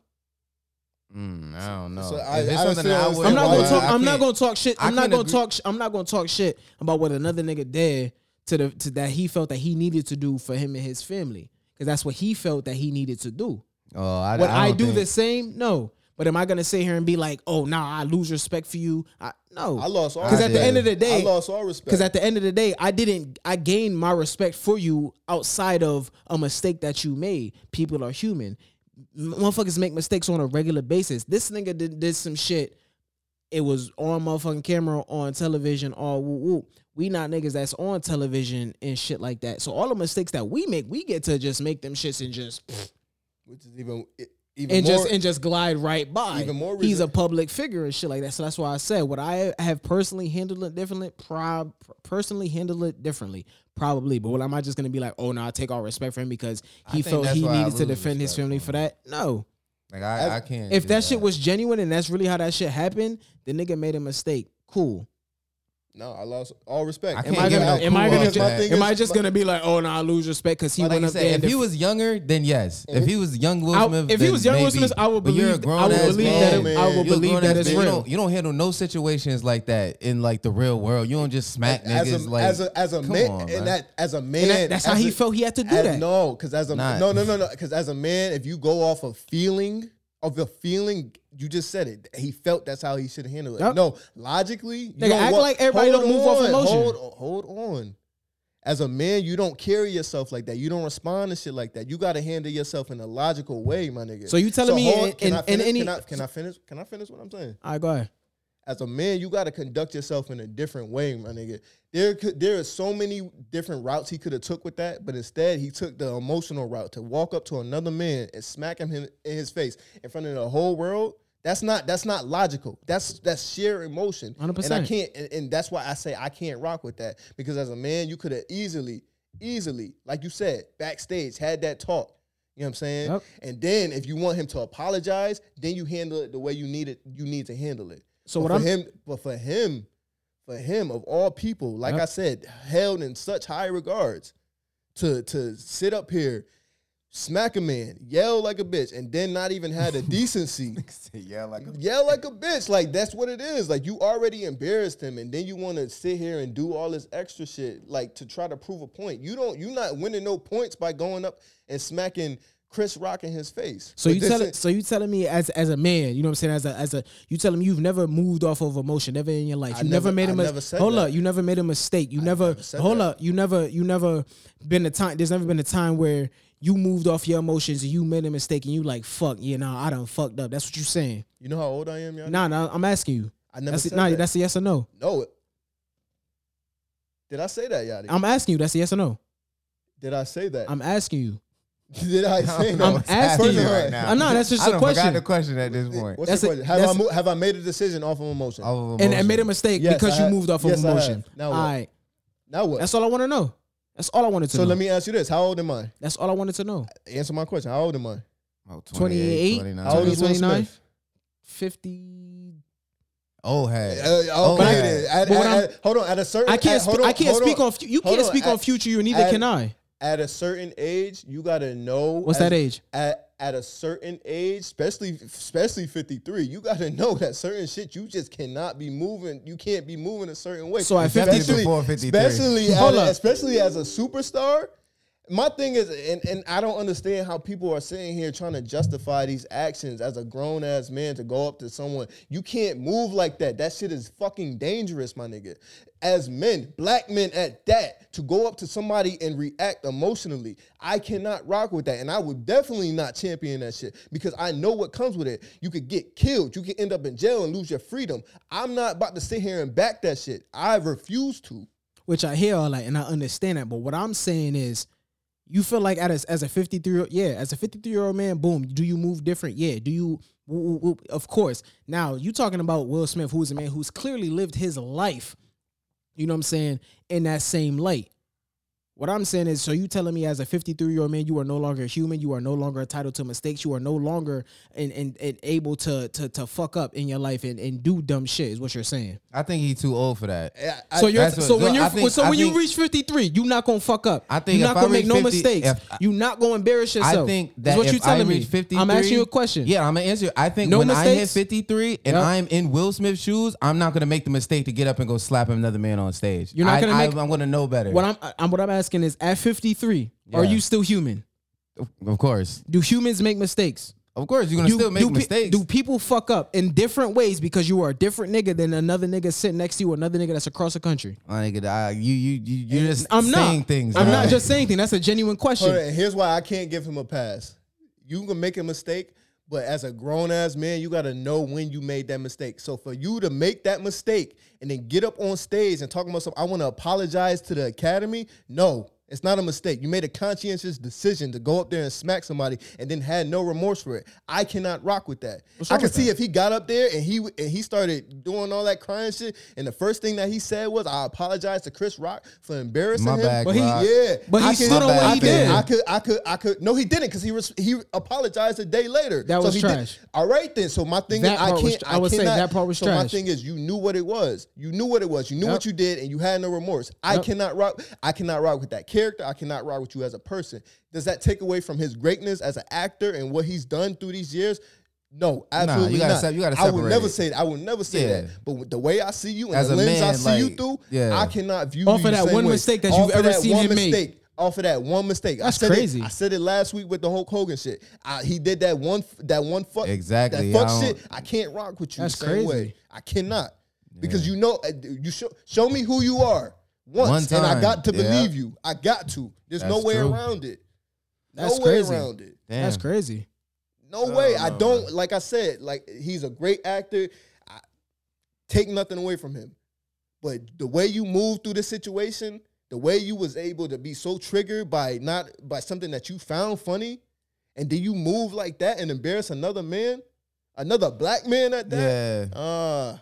Mm, I don't know.
So
If
I-
it's
I
something
still
that I
understand
wouldn't
I'm not gonna
do,
why-
talk.
I
I'm not
can't-
gonna talk shit.
I
I'm not
can't
gonna
agree-
talk. sh- I'm not gonna talk shit about what another nigga did to the to that he felt that he needed to do for him and his family because that's what he felt that he needed to do.
Oh, I,
Would I,
don't
do
think-
the same? No. But am I gonna sit here and be like, oh, nah, I lose respect for you? I,
I
no.
lost all
Because
I
at the
did.
end of the
I
day,
lost all respect.
because at the end of the day, I didn't. I gained my respect for you outside of a mistake that you made. People are human. M- Motherfuckers make mistakes on a regular basis. This nigga did, did some shit. It was on motherfucking camera, on television, all whoop whoop. We not niggas that's on television and shit like that. So all the mistakes that we make, we get to just make them shits and just
which is even it- even
and
more,
just and just glide right by.
even more
He's
reason-
a public figure and shit like that. So that's why I said would I have personally handled it differently. Prob- personally handled it differently, probably. But what am I just gonna be like? Oh no, I take all respect for him because
I
he
think
felt
that's
he
why I
needed to
lose
defend his
respect
family
for
for that. No,
Like I, I
As-
can't.
if
do
that, shit was genuine and that's really how that shit happened, the nigga made a mistake. Cool.
no, I lost all respect.
I
And
can't
my-
give no
my-
am I
my
gonna
thing
ju-
is-
Am I just
my-
gonna be like, oh no, I lose respect because he
Like
went
you
up
said,
there?
if
and
he was younger, then yes. If he was young Will
I-
Smith,
if he
then
was young Will
maybe.
Smith, I would
But you're a
believe- I
grown
would
ass
believe
man.
that it- I would
You're a
believe
grown
that
ass
it's
man. You
real.
don't, you don't handle no situations like that in like the real world. You don't just smack
as
niggas.
a,
like
as a as a
come
man
on,
and
man.
that as a man
and that- that's how
as
he
a-
felt he had to do
as-
that.
No, because as a
Not-
no no no no because as a man, if you go off of feeling of the feeling, you just said it. He felt that's how he should handle it.
Yep.
No, logically, you
Nigga,
don't
act
wa-
like everybody
hold
don't move off
on,
emotion.
Hold, hold on. As a man, you don't carry yourself like that. You don't respond to shit like that. You got to handle yourself in a logical way, my nigga.
So you telling me in-
can
in-
I
in
finish-
any-
can I, can I finish? Can I finish what I'm saying?
All right, go ahead.
as a man, you got to conduct yourself in a different way, my nigga. There, could, there are so many different routes he could have took with that, but instead he took the emotional route to walk up to another man and smack him in, in his face in front of the whole world. That's not that's not logical. That's that's sheer emotion, and I
100%.
can't. And, and that's why I say I can't rock with that because as a man, you could have easily easily, like you said, backstage, had that talk. You know what I'm saying?
Yep.
And then if you want him to apologize, then you handle it the way you need it. You need to handle it.
So
But
what
for
I'm
him, but for him, for him of all people, like
Yep.
I said, held in such high regards, to to sit up here, smack a man, yell like a bitch, and then not even have the decency
yeah, like a,
yell like a bitch. Like that's what it is. Like you already embarrassed him, and then you want to sit here and do all this extra shit, like to try to prove a point. You don't. You're not winning no points by going up and smacking Chris Rock in his face.
So
But
you
this
tell
ain't-
so you telling me as as a man, you know what I'm saying? As a as a you telling me you've never moved off of emotion, never in your life.
I
You
never-
never, made a
I
mis-
never said
hold
that.
up, you never made a mistake. You never,
never said
hold
that.
up, you never you never been a time. There's never been a time where you moved off your emotions and you made a mistake and you like fuck yeah nah I done fucked up. That's what you saying?
You know how old I am, y'all.
Nah nah I'm asking you.
I never
That's
said
it, nah
that.
that's a yes or no.
no. it- Did I say that, Yadi?
I'm asking you. That's a yes or no.
Did I say that?
I'm asking you.
Did I say
I'm
that?
what's
asking
happening
you.
right now.
Uh, no, that's just a
I done
question.
forgot the question at this point.
What's
That's
the
a-
question? Have I
that's- Oh,
mo- have I made a decision off of emotion?
Off of
And, and
emotion.
made a mistake
Yes,
because
I
you
have.
moved off
Yes,
of
I have.
emotion.
Now
All
what?
right.
Now what?
That's all I want to know. That's all I wanted to
so
know.
let me ask you this: How old am I?
That's all I wanted to know.
Answer my question. How old am I?
Oh,
28,
29.
How old is Will
29?
Smith?
50
Old hat.
Uh, okay.
But-
then. At-
but what
at-
I'm-
at- hold on. At a certain,
I
At,
can't.
hold
sp- I
on,
can't
hold
speak
on.
on. fu- You
Hold
can't speak on
At-
future you, and neither
at-
can I.
At a certain age, you gotta know.
What's
as-
that age?
At at a certain age, especially especially fifty three, you gotta know that certain shit you just cannot be moving. You can't be moving a certain way.
So at
Definitely
53
before 53.
especially
Hold
at-
up.
especially as a superstar. My thing is, and, and I don't understand how people are sitting here trying to justify these actions as a grown ass man to go up to someone. You can't move like that. That shit is fucking dangerous, my nigga. As men, black men at that, to go up to somebody and react emotionally, I cannot rock with that. And I would definitely not champion that shit because I know what comes with it. You could get killed, you could end up in jail and lose your freedom. I'm not about to sit here and back that shit. I refuse to.
Which I hear all that, and I understand that. But what I'm saying is, you feel like at a, as a 53 yeah, as a 53 year old man, boom. Do you move different? Yeah. Do you? w- w- w- Of course. Now you talking about Will Smith, who is a man who's clearly lived his life. You know what I'm saying? In that same light. What I'm saying is, so you telling me as a 53 year old man, you are no longer human. You are no longer entitled to mistakes. You are no longer and and, and able to, to to fuck up in your life and, and do dumb shit. Is what you're saying.
I think he's too old for that.
so you're
that's what-
so when
no,
you're
I think-
so
I
when
think-
you reach 53, you're not gonna fuck up.
I think
you're
if
not
I
gonna make
reach
no
50
mistakes.
if I-
you're not gonna embarrass yourself.
I think
is
that
what
if
you telling
I
me.
reach 53,
I'm asking you a question.
Yeah, I'm gonna answer. you. I think
No
when I hit
mistakes?
53 and
Yep.
I'm in Will Smith's shoes, I'm not gonna make the mistake to get up and go slap another man on stage.
You're not
I,
gonna
I,
make-
I'm gonna know better.
What I'm, I'm what I'm asking is, at 53, are
Yeah.
you still human?
of course,
Do humans make mistakes?
of course, you're gonna still make
pe-
mistakes.
do people fuck up in different ways because you are a different nigga than another nigga sitting next to you or another nigga that's across the country?
My nigga, I- you you you you're just
I'm not
saying things.
I'm
dog.
not just saying things. That's a genuine question.
Hold on, here's why I can't give him a pass. You can make a mistake, but as a grown ass man, you gotta know when you made that mistake. So for you to make that mistake and then get up on stage and talk about something, I want to apologize to the academy. No, it's not a mistake. You made a conscientious decision to go up there and smack somebody and then had no remorse for it. I cannot rock with that. I
wrong
can
with
see if he got up there and he and he started doing all that crying shit, and the first thing that he said was, "I apologize to Chris Rock for embarrassing
My
him."
bad,
But he- Rock.
yeah,
But
I
he
can-
stood
my
on what
bad,
he
man.
did.
I could, I could, I could. No, he didn't, because he res- he apologized a day later.
That
so
was
he
trash.
all right, then. So my thing,
That
is, I
part
can't.
was-
I,
I would say
cannot,
that part was
so my
trash.
thing is, you knew what it was. You knew what it was. You knew what
Yep.
you did, and you had no remorse. I
Yep.
cannot rock. I cannot rock with that character. I cannot rock with you as a person. Does that take away from his greatness as an actor and what he's done through these years? No, absolutely
you gotta
not.
se- you gotta
I would
separate
never
it.
say. I would never say
Yeah.
that. But with the way I see you and
As
the
a
lens I
man,
see you
like,
through,
yeah.
I cannot view
Off
you the
of that
same
one
way.
mistake that
Off
you've
of
ever
that
seen
one
him make.
mistake off of that one mistake.
That's
I said
crazy.
It, I said it last week with the Hulk Hogan shit. I, he did that one that one fuck
Exactly.
that fuck
I don't-
shit. I can't rock with you
That's
the same
crazy.
way. I cannot because you know uh, you show show me who you are once
One
and I
time.
got to
Yeah.
believe you. I got to. There's no
That's
way
true.
around it. No
That's
way
crazy.
around it.
Damn.
That's crazy.
No way.
Oh,
I don't like I said, like he's a great actor. I take nothing away from him. But the way you moved through the situation, the way you was able to be so triggered by not by something that you found funny, and then you move like that and embarrass another man, another black man at that.
Yeah.
Uh,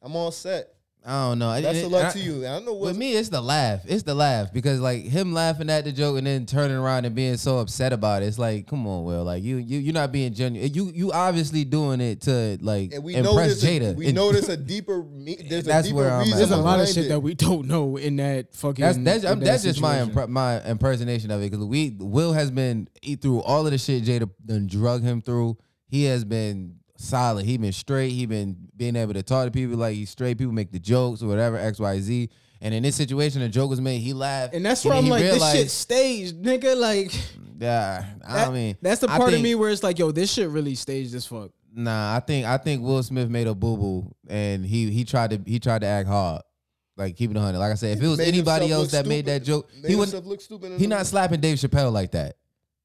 I'm all set.
I don't know. It-
Best
it-
of luck
I-
to you. I don't know what
With me, it's the laugh. It's the laugh because like him laughing at the joke and then turning around and being so upset about it. It's like, come on, Will. Like you, you, you're not being genuine. You, you obviously doing it to like
and we know
impress
this.
Jada.
we
And
know there's a deeper. Me- there's
That's
a deeper
where I'm at.
reason.
There's a lot of
behind
shit
it.
that we don't know in that fucking.
That's that's
in
I'm,
that
that's just my
situation.
impre- my impersonation of it because we Will has been eat through all of the shit Jada done drug him through. He has been solid. He been straight. He been being able to talk to people like he's straight. People make the jokes or whatever X Y Z. And in this situation, a joke was made. He laughed,
And that's where I'm
then
like,
he
this shit
realized,
staged, nigga. Like,
Yeah, I
that-
mean,
that's the
I
part of
think-
me where it's like, yo, this shit really staged as fuck.
Nah, I think I think Will Smith made a boo boo, and he he tried to he tried to act hard, like keep it hundred. Like I said, if it was
Made
anybody
himself
else
look
that made that
stupid.
joke,
Made
he
himself
wouldn't.
look stupid in
He
the
not
movie.
slapping Dave Chappelle like that.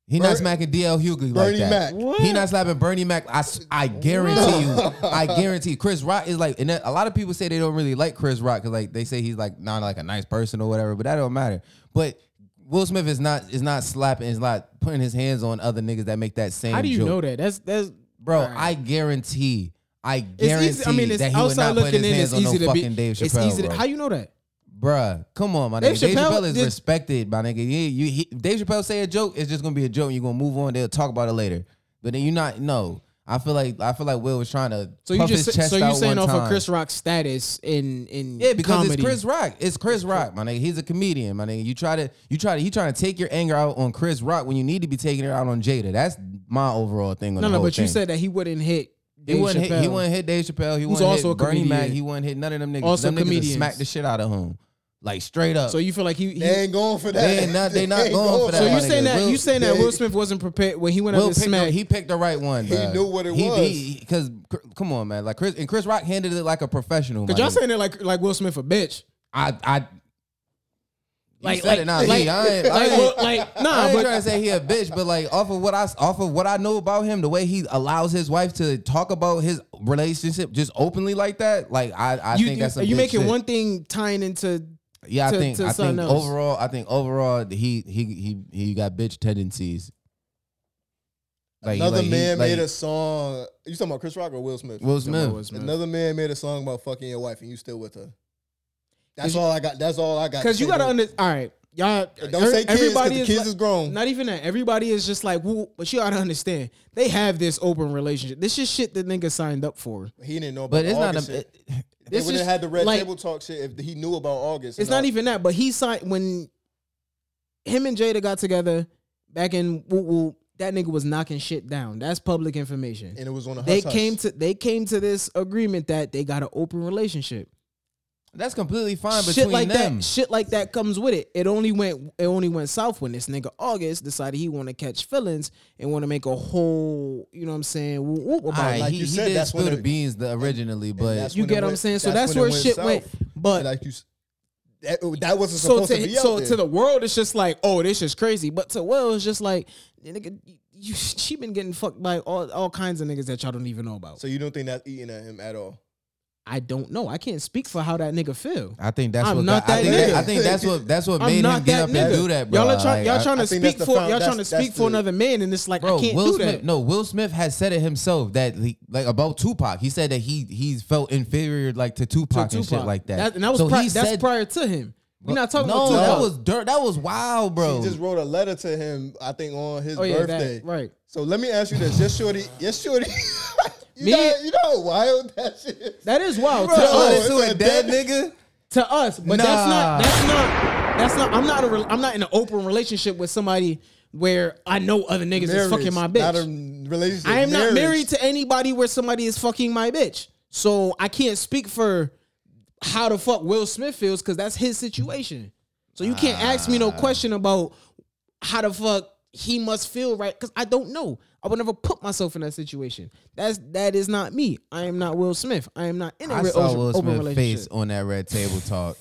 He
Bur-
not smacking DL Hughley
Bernie
like that.
Mac.
He not slapping Bernie Mac. I, s- I guarantee you. I guarantee Chris Rock is like, and that- a lot of people say they don't really like Chris Rock because like they say he's like not like a nice person or whatever, but that don't matter. But Will Smith is not is not slapping, is not putting his hands on other niggas that make that same.
How do you
joke.
know that? That's that's
Bro,
Alright.
I guarantee, I
It's
guarantee
easy. I mean, it's
that he would not
outside
put
looking
his
in. It's
hands on no
easy to be.
fucking Dave Chappelle,
it's easy. To,
bro.
how you know that?
Bruh, come on, my
Dave
nigga. Dave
Chappelle
Chappelle is
did-
respected, my nigga. Yeah, you, he, Dave Chappelle say a joke, it's just gonna be a joke. and You're gonna move on. They'll talk about it later. But then you're not. No, I feel like I feel like Will was trying to
So you
puff
just
his
sa-
chest
so you
out
saying
one
off of
time.
Chris Rock's status in in
Yeah, because
comedy.
it's Chris Rock. It's Chris Rock, my nigga. He's a comedian, my nigga. You try to you try to you trying to take your anger out on Chris Rock when you need to be taking it out on Jada. That's my overall thing. On the
No, no,
whole
but you
thing.
said that he wouldn't hit.
He
Dave
wouldn't hit. He
Chappelle.
wouldn't hit Dave Chappelle. He
Who's
wouldn't
also a
hit Bernie Mac.
comedian.
He wouldn't hit none of them niggas.
Also
them niggas
comedians.
smack the shit out of him, like straight up.
So you feel like he. he
They ain't going for that.
They ain't not- they not
ain't
going for that,
so
my
you
nigga.
saying that
Will-
you saying that
they-
Will Smith wasn't prepared when he went
Will
up to
picked the,
smack.
he picked the right one.
He
bruh.
knew what it
he,
was.
Because come on, man. Like Chris and Chris Rock handled it like a professional.
Cause
my
y'all
nigga.
saying it like like Will Smith a bitch.
I I.
Like-
you said
like-
it, not
like-
me. I ain't, I
Like,
ain't-
Will- like
I
nah,
ain't
but
trying to say he a bitch, but like off of what I off of what I know about him, the way he allows his wife to talk about his relationship just openly like that, like I, I
you,
think that's
you,
a
you
bitch
making
shit.
one thing tying into
Yeah, I
to-
think
to
I
something
think
else.
overall, I think overall he he he he got bitch tendencies. Like,
Another
like, he-
man
like,
made a song. You talking about Chris Rock or Will Smith?
Will Smith.
Another man made a song about fucking your wife and you still with her. That's
you-
all I got. That's all I got. to
because you
say
gotta
to it.
under. All right, y'all.
Don't say kids. 'cause
everybody
the
is
kids
like-
is grown.
Not even that. Everybody is just like, woo, but you gotta understand. They have this open relationship. This is shit that nigga signed up for.
he didn't know about
But it's not
August
a.
yet.
it-
They
This
would have
is
had the red
like-
table talk shit if he knew about August.
It's
and all-
not even that, but he signed when him and Jada got together back in whoop whoop. That nigga was knocking shit down. That's public information.
And it was on a.
They
hush-hush.
came to they came to this agreement that they got an open relationship.
that's completely fine between
shit like
them.
that. Shit like that comes with it. It only went. It only went south when this nigga August decided he want to catch feelings and want to make a whole. You know what I'm saying? Whoop, whoop about
Alright,
it.
Like
he,
you
he
said,
did
that's when
spill the
it-
beans the, originally,
And
but
that's
You
when
get
it
what I'm
went-
saying? So that's
when
where
it
shit
south.
went. But-
like you, s- that, that wasn't
so
supposed
to
to be out
so
there.
to the world, it's just like, oh, this is crazy. But to Will, it's just like, nigga, you, she been getting fucked by all, all kinds of niggas that y'all don't even know about.
So you don't think that's eating at him at all?
I don't know. I can't speak for how that nigga feel.
I think that's
I'm
what
not
got, I
that
think
nigga.
I think that's what that's what
I'm
made
not
him get
that
up
nigga.
and do that, bro.
Y'all are trying.
Like,
y'all
I-
trying
I
to
think that's
speak
the
for.
found-
y'all trying to
that's- that's
speak for
the-
another man, and it's like
Bro,
I can't
Will
do
Smith,
that.
no, Will Smith has said it himself that he, like about Tupac. He said that he he felt inferior like to Tupac, and shit
Tupac.
like that.
and that was
so
pri-
he
that's
said,
prior to him. We're not talking
no,
about Tupac.
that was dirt. That was wild, bro.
She just wrote a letter to him, I think, on his
oh yeah,
birthday.
that, right.
So let me ask you this. Yes, Shorty. Yes, Shorty. you,
Me-
know, you know how wild that shit is.
That is wild
Bro,
to
oh,
us.
it's
to a
like
dead
that-
nigga.
To us, but that's
Nah.
not. That's not. That's not. I'm not. A, re- I'm not in an open relationship with somebody where I know other niggas is fucking my bitch.
Not a relationship.
I am not
marriage.
married to anybody where somebody is fucking my bitch. So I can't speak for how the fuck Will Smith feels because that's his situation. So you can't ask me no
Ah.
question about how the fuck he must feel right because I don't know. I would never put myself in that situation. That's that is not me. I am not Will Smith. I am not in a
I
real
saw
open,
Will
open
Smith's
relationship.
face on that red table talk.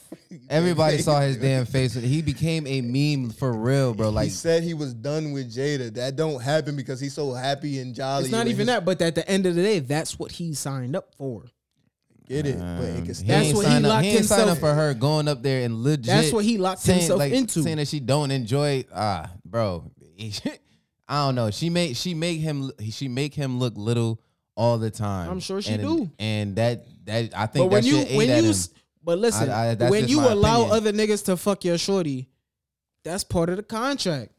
Everybody saw his damn face. He became a meme for real, bro.
he
Like
said he was done with Jada. That don't happen because he's so happy and jolly.
It's not
and
even
he's-
that, but at the end of the day, that's what he signed up for.
Get it? But it can
Um, he
stay.
That's
ain't
what he
sign up.
locked
He ain't sign up
himself-
for her going up there and legit.
That's what he locked
saying,
himself
like,
into.
Saying that she don't enjoy. Ah, bro. I don't know. She make she make him she make him look little all the time.
I'm sure she
and,
do.
And that that I
But
think
when
that
you
shit ate
when
at
you
him.
s- But listen,
I- I- that's
when
just
you
my
allow
opinion.
other niggas to fuck your shorty, that's part of the contract.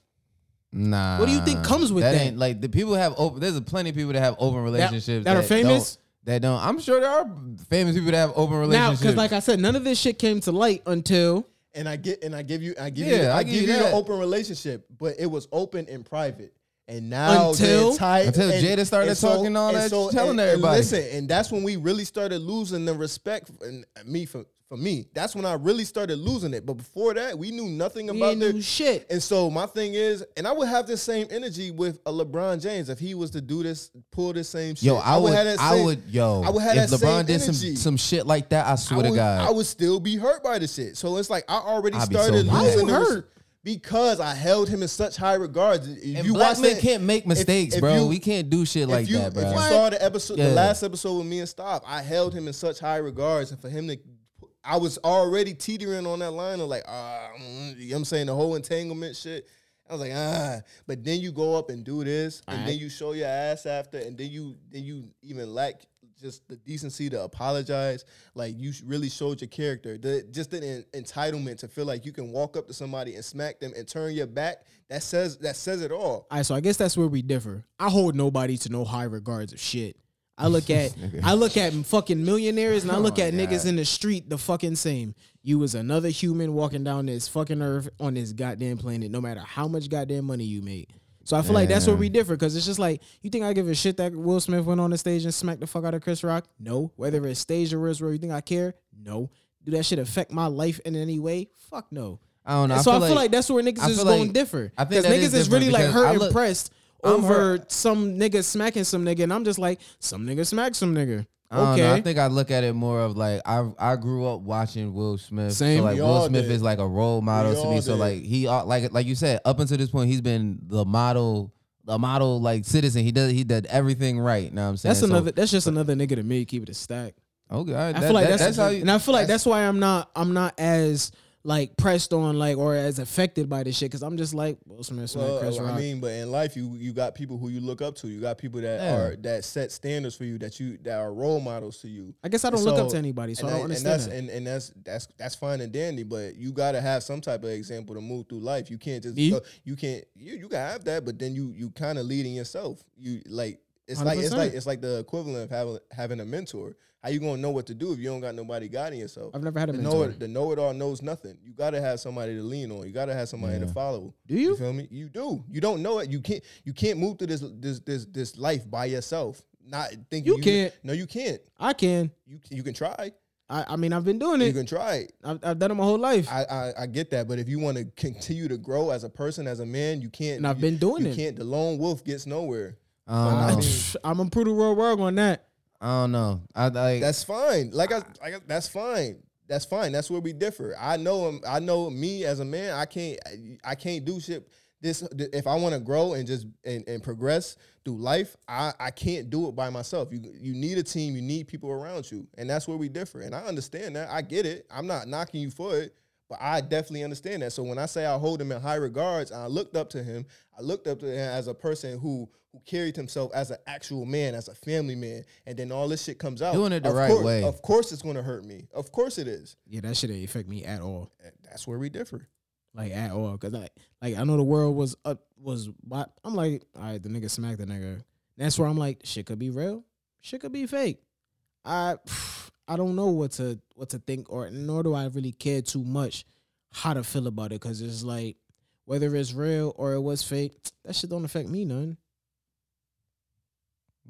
Nah.
What do you think comes with that?
Ain't, like the people have open. There's a plenty of people that have open relationships
that are famous?
Don't, that don't. I'm sure there are famous people that have open
Now,
relationships.
because like I said, none of this shit came to light until
and I get and I give you I give you
Yeah,
I,
I
give
give you
you the
that.
open relationship, but it was open and private. And now
Until-
the entire,
Until
and-
Jada started
and
talking all
and
that, telling
and-
everybody.
And listen, and that's when we really started losing the respect for, and me for for me. That's when I really started losing it. But before that, we knew nothing
we
about
ain't
the
knew shit.
And so my thing is, and I would have the same energy with a LeBron James if he was to do this, pull this same shit.
yo, I would,
have that
I
same-
would, yo,
I would have
if
that
LeBron
same
did some
energy.
some shit like that, I
I
swear
would,
to God,
I would still be hurt by this shit. So it's like I already
I'd be so
started
mad. Why
losing
you
the res-
hurt?
because I held him in such high regards. If
And
you
black
watch
men
that-
can't make
if-
mistakes,
if
bro.
you-
we can't do shit
if
like
you-
that, bro.
If you saw the episode,
Yeah.
the last episode with me and Stop, I held him in such high regards, and for him to, I was already teetering on that line of like, ah, mm, you know what I'm saying the whole entanglement shit. I was like, ah, but then you go up and do this, and then you show your ass after, and then you then you even lack just the decency to apologize. Like you really showed your character, the just the en- entitlement to feel like you can walk up to somebody and smack them and turn your back. That says that says it all.
All right, so I guess that's where we differ. I hold nobody to no high regards of shit. I look at I look at fucking millionaires and I look at niggas in the street the fucking same. You was another human walking down this fucking earth on this goddamn planet, no matter how much goddamn money you made. So I feel like that's where we differ because it's just like you think I give a shit that Will Smith went on the stage and smacked the fuck out of Chris Rock? No. Whether it's stage or real, you think I care? No. Do that shit affect my life in any way? Fuck no.
I don't know.
so I feel like, that's where niggas
I
is
feel
going
like-
differ.
I think
Because
that is
niggas is, really
different
like
because I
hurt
look-
impressed
I'm
over
hurt.
some nigga smacking some nigga, and I'm just like, some nigga smack some nigga.
I don't
Okay,
know. I think I look at it more of like I I grew up watching Will Smith.
Same.
So like
We
Will
all
Smith
did.
is like a role model
We
to
all
me. So
did.
like he uh, like like you said up until this point he's been the model the model like citizen. He does he did everything right. Know what I'm saying
that's
So-
another. That's just another nigga to me. Keep it a stack.
Okay, all right,
I
that-
feel like
that-
that's,
that's how you.
and I feel like that's, why I'm not I'm not as like pressed on like or as affected by this shit because I'm just like Will Smith, smack
Well,
Chris
I
Rock.
mean, but in life, you you got people who you look up to. You got people that
Yeah.
are that set standards for you that you that are role models to you.
I guess I don't look up
So-
to anybody, so I
and
don't
and
understand
that's
that.
and, and that's that's that's fine and dandy, but you gotta have some type of example to move through life. You can't just
Me?
go, you can't you you can have that, but then you you kind of leading yourself. You like it's like it's
100%.
like it's like the equivalent of having having a mentor. How you gonna know what to do if you don't got nobody guiding yourself?
I've never had a
the
mentor.
know the know it all knows nothing. You gotta have somebody to lean on. You gotta have somebody to follow.
Do you?
You feel me? You do. You don't know it. You can't. You can't move through this this this this life by yourself. Not thinking
You can't.
No, you can't.
I can.
You you can try.
I, I mean, I've been doing
You
it.
can try.
I've, I've done it my whole life.
I, I I get that, but if you want to continue to grow as a person, as a man, you can't.
And I've
you-
been doing
you
it.
Can't the lone wolf gets nowhere.
I
I,
don't know.
am a brutal world world on that.
I don't know. I like.
That's fine. Like
Ah.
I like I, that's fine. That's fine. That's where we differ. I know him. I know me as a man. I can't. I can't do shit. This if I want to grow and just and, and progress through life, I, I can't do it by myself. You you need a team. You need people around you, and that's where we differ. And I understand that. I get it. I'm not knocking you for it, but I definitely understand that. So when I say I hold him in high regards, I looked up to him. I looked up to him as a person who who carried himself as an actual man, as a family man, and then all this shit comes out.
Doing it the
Of
right
course-
way.
Of course, it's going to hurt me. Of course, it is.
Yeah, that shit didn't affect me at all.
That's where we differ.
like at all. Because like, like I know the world was up was. wa- I'm like, all right, the nigga smacked the nigga. That's where I'm like, shit could be real, shit could be fake. I I don't know what to what to think, or nor do I really care too much how to feel about it. Because it's like whether it's real or it was fake, that shit don't affect me none.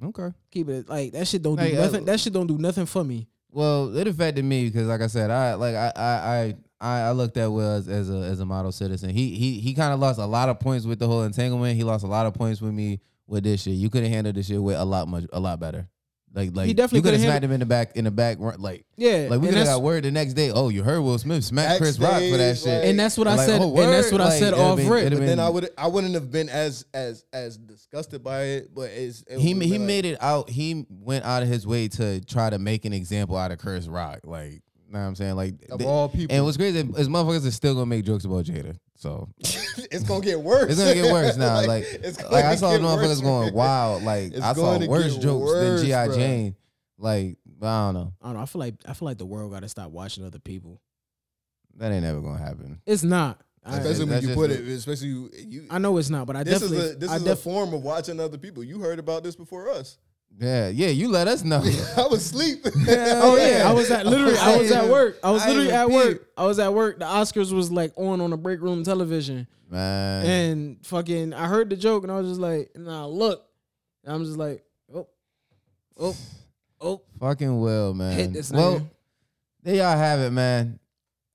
okay.
Keep it like that shit don't
Like,
do
uh,
nothing. that shit don't do nothing for me.
Well, it affected me because, like I said, I like I I I, I looked at Will as, as a as a model citizen. He he he kind of lost a lot of points with the whole entanglement. He lost a lot of points with me with this shit. You could have handled this shit with a lot much a lot better. Like like
definitely
you could
coulda
have smacked
handled-
him in the back in the back run- like
Yeah,
like we
and
could have
that's-
got word the next day. Oh, you heard Will Smith smack Chris Rock for that
Backstage,
shit.
like-
And that's what I
Like,
said.
oh,
and that's
word?
what I
Like,
said
it'd have
off
been-
rip.
it'd
But then
been-
I would I wouldn't have been as as as disgusted by it. But it's, it
he
would've
he
been like-
made it out. He went out of his way to try to make an example out of Chris Rock. Like, know what I'm saying? Like,
Of all people.
And what's crazy is motherfuckers are still gonna make jokes about Jada. So
it's gonna get worse.
it's gonna get worse now.
Like,
like,
it's
like I
gonna
saw
get
motherfuckers
worse.
going wild. Like,
It's
I saw
gonna
worse
get
jokes
worse,
than GI
bruh.
Jane. Like, But I don't know.
I don't know. I feel like I feel like the world got to stop watching other people.
That ain't ever gonna happen.
It's not. I,
That's-
especially when you
just
put
a-
it. Especially you. you
I know it's not, but I
this is
definitely.
a this
I
is a
def-
form of watching other people. You heard about this before us.
Yeah, yeah. You let us know.
I was asleep.
Oh yeah, I was at literally. I was at
even-
work. I was
I
literally
even
at work. I was at work. The Oscars was like on on the break room television,
Man,
and fucking, I heard the joke, and I was just like, "Nah, look," and I'm just like, "Oh, oh, oh."
fucking well, man.
Hit this
well,
nigga.
there y'all have it, man.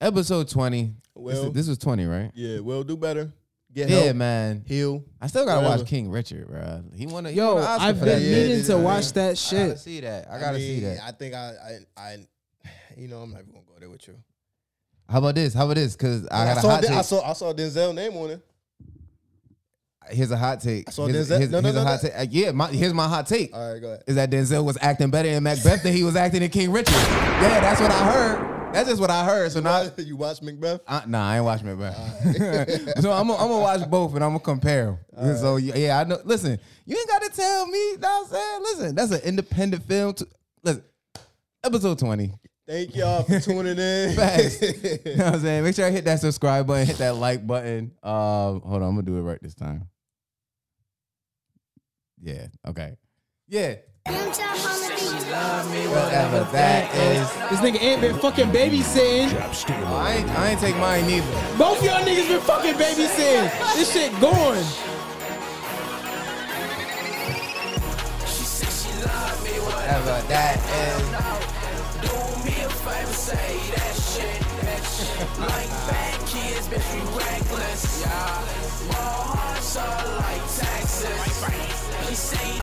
Episode twenty. This,
Well,
this was twenty, right?
yeah. Well, do better. Get
Yeah,
help.
man.
Heal.
I still gotta
Whatever.
watch King Richard, bro. He won. A, he
Yo,
won an Oscar
I've
for
been
that.
Yeah,
meaning
yeah,
to
yeah.
watch that
I gotta
shit.
see that. I gotta see
mean,
that.
I think I, I, I, you know, I'm not even gonna go there with you.
How about this? How about this? Because I had a
saw,
hot
Den-
take.
I saw, I saw Denzel name on it.
here's a hot take.
I saw
here's,
Denzel-
here's-
no, no,
here's a
no,
hot
no.
take. Uh, yeah, my, here's my hot take.
All right, go ahead.
Is that Denzel was acting better in Macbeth than he was acting in King Richard? Yeah, that's what I heard. That's just what I heard. So now,
you watch Macbeth?
I, nah, I ain't watching Macbeth.
Uh.
so I'm gonna I'm gonna watch both and I'm gonna compare them. So yeah, I know. Listen, you ain't gotta tell me. Know what I'm saying, listen, that's an independent film. To, listen, episode twenty.
Thank y'all for tuning in.
Facts. you know what I'm saying? Make sure I hit that subscribe button, hit that like button. Um, hold on, I'm gonna do it right this time. Yeah, okay. Yeah. Whatever that is.
This nigga ain't been fucking babysitting.
I ain't I ain't take mine either.
Both y'all niggas been fucking babysitting. This shit going.
She said she love me, what
Whatever that is.
Do me a favor, say that shit. That shit. like bad kids, bitch, we reckless. Yeah. My heart's all like taxes. He say